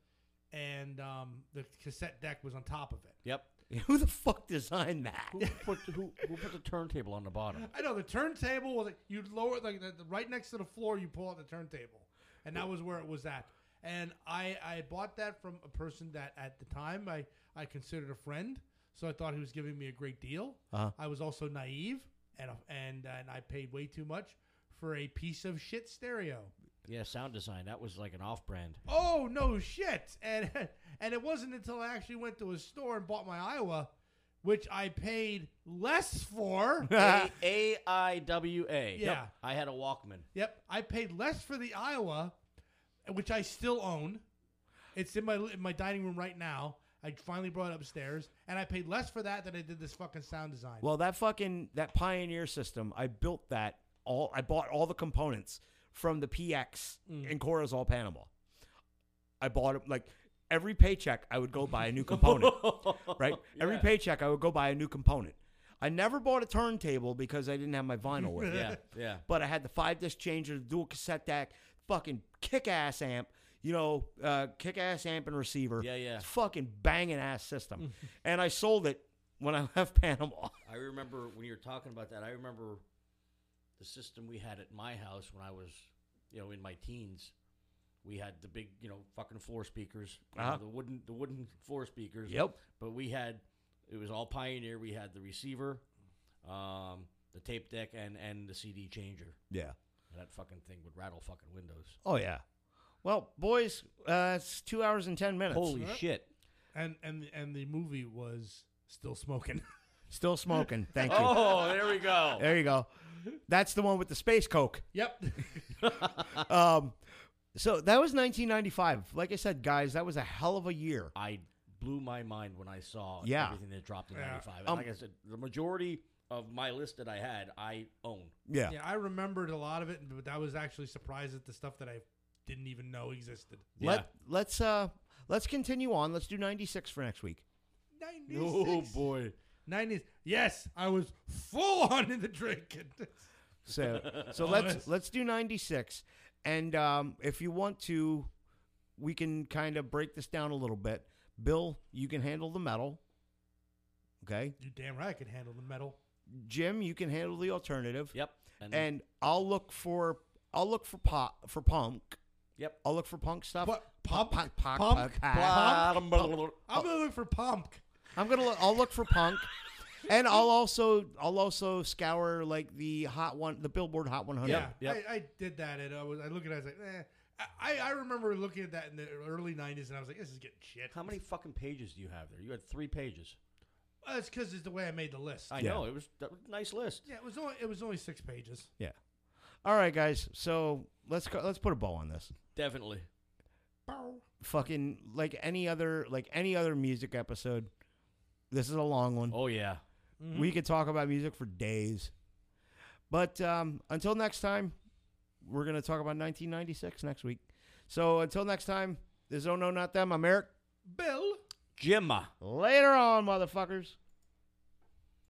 [SPEAKER 3] and um, the cassette deck was on top of it.
[SPEAKER 2] Yep.
[SPEAKER 4] who the fuck designed that?
[SPEAKER 2] Who put who, who put the turntable on the bottom?
[SPEAKER 3] I know the turntable was like you'd lower it like the, the- right next to the floor. You pull out the turntable, and that was where it was at. And I I bought that from a person that at the time I I considered a friend, so I thought he was giving me a great deal.
[SPEAKER 4] Uh-huh.
[SPEAKER 3] I was also naive, and and and I paid way too much for a piece of shit stereo.
[SPEAKER 2] Yeah, sound design. That was like an off-brand.
[SPEAKER 3] oh no shit and *laughs* and it wasn't until i actually went to a store and bought my iowa which i paid less for
[SPEAKER 2] *laughs* A A I W *laughs* A.
[SPEAKER 3] Yeah.
[SPEAKER 2] I had a Walkman.
[SPEAKER 3] yep i paid less for the iowa which i still own it's in my in my dining room right now i finally brought it upstairs and i paid less for that than i did this fucking sound design
[SPEAKER 4] Well, that fucking that Pioneer system, I built that all. I bought all the components from the PX
[SPEAKER 2] Mm.
[SPEAKER 4] in Corozal, Panama. I bought it like every paycheck. I would go buy a new
[SPEAKER 2] *laughs*
[SPEAKER 4] component. right, every paycheck I would go buy a new component. I never bought a turntable because I didn't have my vinyl with
[SPEAKER 2] *laughs*
[SPEAKER 4] it.
[SPEAKER 2] Yeah, yeah.
[SPEAKER 4] But I had the five disc changer, the dual cassette deck, fucking kick ass amp, you know, uh, kick ass amp and
[SPEAKER 2] *laughs*
[SPEAKER 4] receiver.
[SPEAKER 2] Yeah, yeah.
[SPEAKER 4] Fucking banging ass
[SPEAKER 2] *laughs*
[SPEAKER 4] system. and I sold it when I *laughs* left Panama.
[SPEAKER 2] I remember when you were talking about that. I remember the system we had at my house when I was, you know, in my teens. We had the big, you know, fucking floor speakers, you know,
[SPEAKER 4] Uh-huh.
[SPEAKER 2] the wooden, the wooden floor speakers.
[SPEAKER 4] Yep.
[SPEAKER 2] But we had, it was all Pioneer. We had the receiver, um, the tape deck, and and the CD changer.
[SPEAKER 4] Yeah.
[SPEAKER 2] That fucking thing would rattle fucking windows.
[SPEAKER 4] Oh yeah. Well, boys, uh, it's two hours and ten minutes.
[SPEAKER 2] Holy
[SPEAKER 3] Huh?
[SPEAKER 2] shit!
[SPEAKER 3] And and and the movie was still smoking.
[SPEAKER 4] *laughs*
[SPEAKER 3] *laughs*
[SPEAKER 4] Still smoking. Thank you.
[SPEAKER 2] *laughs* Oh, there we go.
[SPEAKER 4] There you go. That's the one with the space coke.
[SPEAKER 3] yep.
[SPEAKER 2] Uh.
[SPEAKER 4] Um, so that was 1995. Like I said, guys, that was a hell of a year.
[SPEAKER 2] *laughs* I blew my mind when I saw
[SPEAKER 4] Yeah.
[SPEAKER 2] everything that dropped in
[SPEAKER 3] Yeah.
[SPEAKER 2] '95. And
[SPEAKER 4] Um,
[SPEAKER 2] like I said, the majority of my list that I had, I own.
[SPEAKER 4] Yeah.
[SPEAKER 3] yeah, I remembered a lot of it, but I was actually surprised at the stuff that I didn't even know existed.
[SPEAKER 4] Let let's uh let's continue on. Let's do 96 for next week.
[SPEAKER 3] 96.
[SPEAKER 2] Oh boy.
[SPEAKER 3] 90s. Yes, I was full on in the drinking. *laughs*
[SPEAKER 4] So
[SPEAKER 2] *laughs*
[SPEAKER 4] so let's let's do 96. And um, if you want to, we can kind of break this down a little bit. Bill, you can handle the metal. Okay.
[SPEAKER 3] You damn right I could handle the metal.
[SPEAKER 4] Jim, you can handle the alternative.
[SPEAKER 2] Yep.
[SPEAKER 4] And I'll look for I'll look for pop for punk.
[SPEAKER 2] Yep.
[SPEAKER 4] I'll look for punk stuff.
[SPEAKER 3] What?
[SPEAKER 4] Punk,
[SPEAKER 3] Punk?
[SPEAKER 4] punk, punk,
[SPEAKER 3] Punk?
[SPEAKER 4] punk,
[SPEAKER 3] Punk?
[SPEAKER 2] Bottom-
[SPEAKER 3] I'm going to look for pump.
[SPEAKER 4] I'm gonna look, I'll look for punk, and I'll also I'll also scour like the hot one, the Billboard Hot 100.
[SPEAKER 3] Yeah,
[SPEAKER 2] yep.
[SPEAKER 3] I, I did that, and I was I look at it, I was like, eh. I, I remember looking at that in the early '90s, and I was like, this is getting shit.
[SPEAKER 2] How many fucking pages do you have there? You had three pages.
[SPEAKER 3] Uh, it's because it's the way I made the list.
[SPEAKER 2] I
[SPEAKER 4] Yeah.
[SPEAKER 2] know it was that was a nice list.
[SPEAKER 3] yeah, it was only it was only six pages.
[SPEAKER 4] Yeah. All right, guys. So let's go, let's put a bow on this.
[SPEAKER 2] Definitely.
[SPEAKER 3] Bow.
[SPEAKER 4] Fucking like any other like any other music episode. This is a long one.
[SPEAKER 2] Oh yeah.
[SPEAKER 3] Mm-hmm.
[SPEAKER 4] We could talk about music for days. But um, until next time, we're gonna talk about 1996 next week. So until next time, this is oh no not them. I'm Eric.
[SPEAKER 3] Bill.
[SPEAKER 2] Gemma.
[SPEAKER 4] Later on, motherfuckers.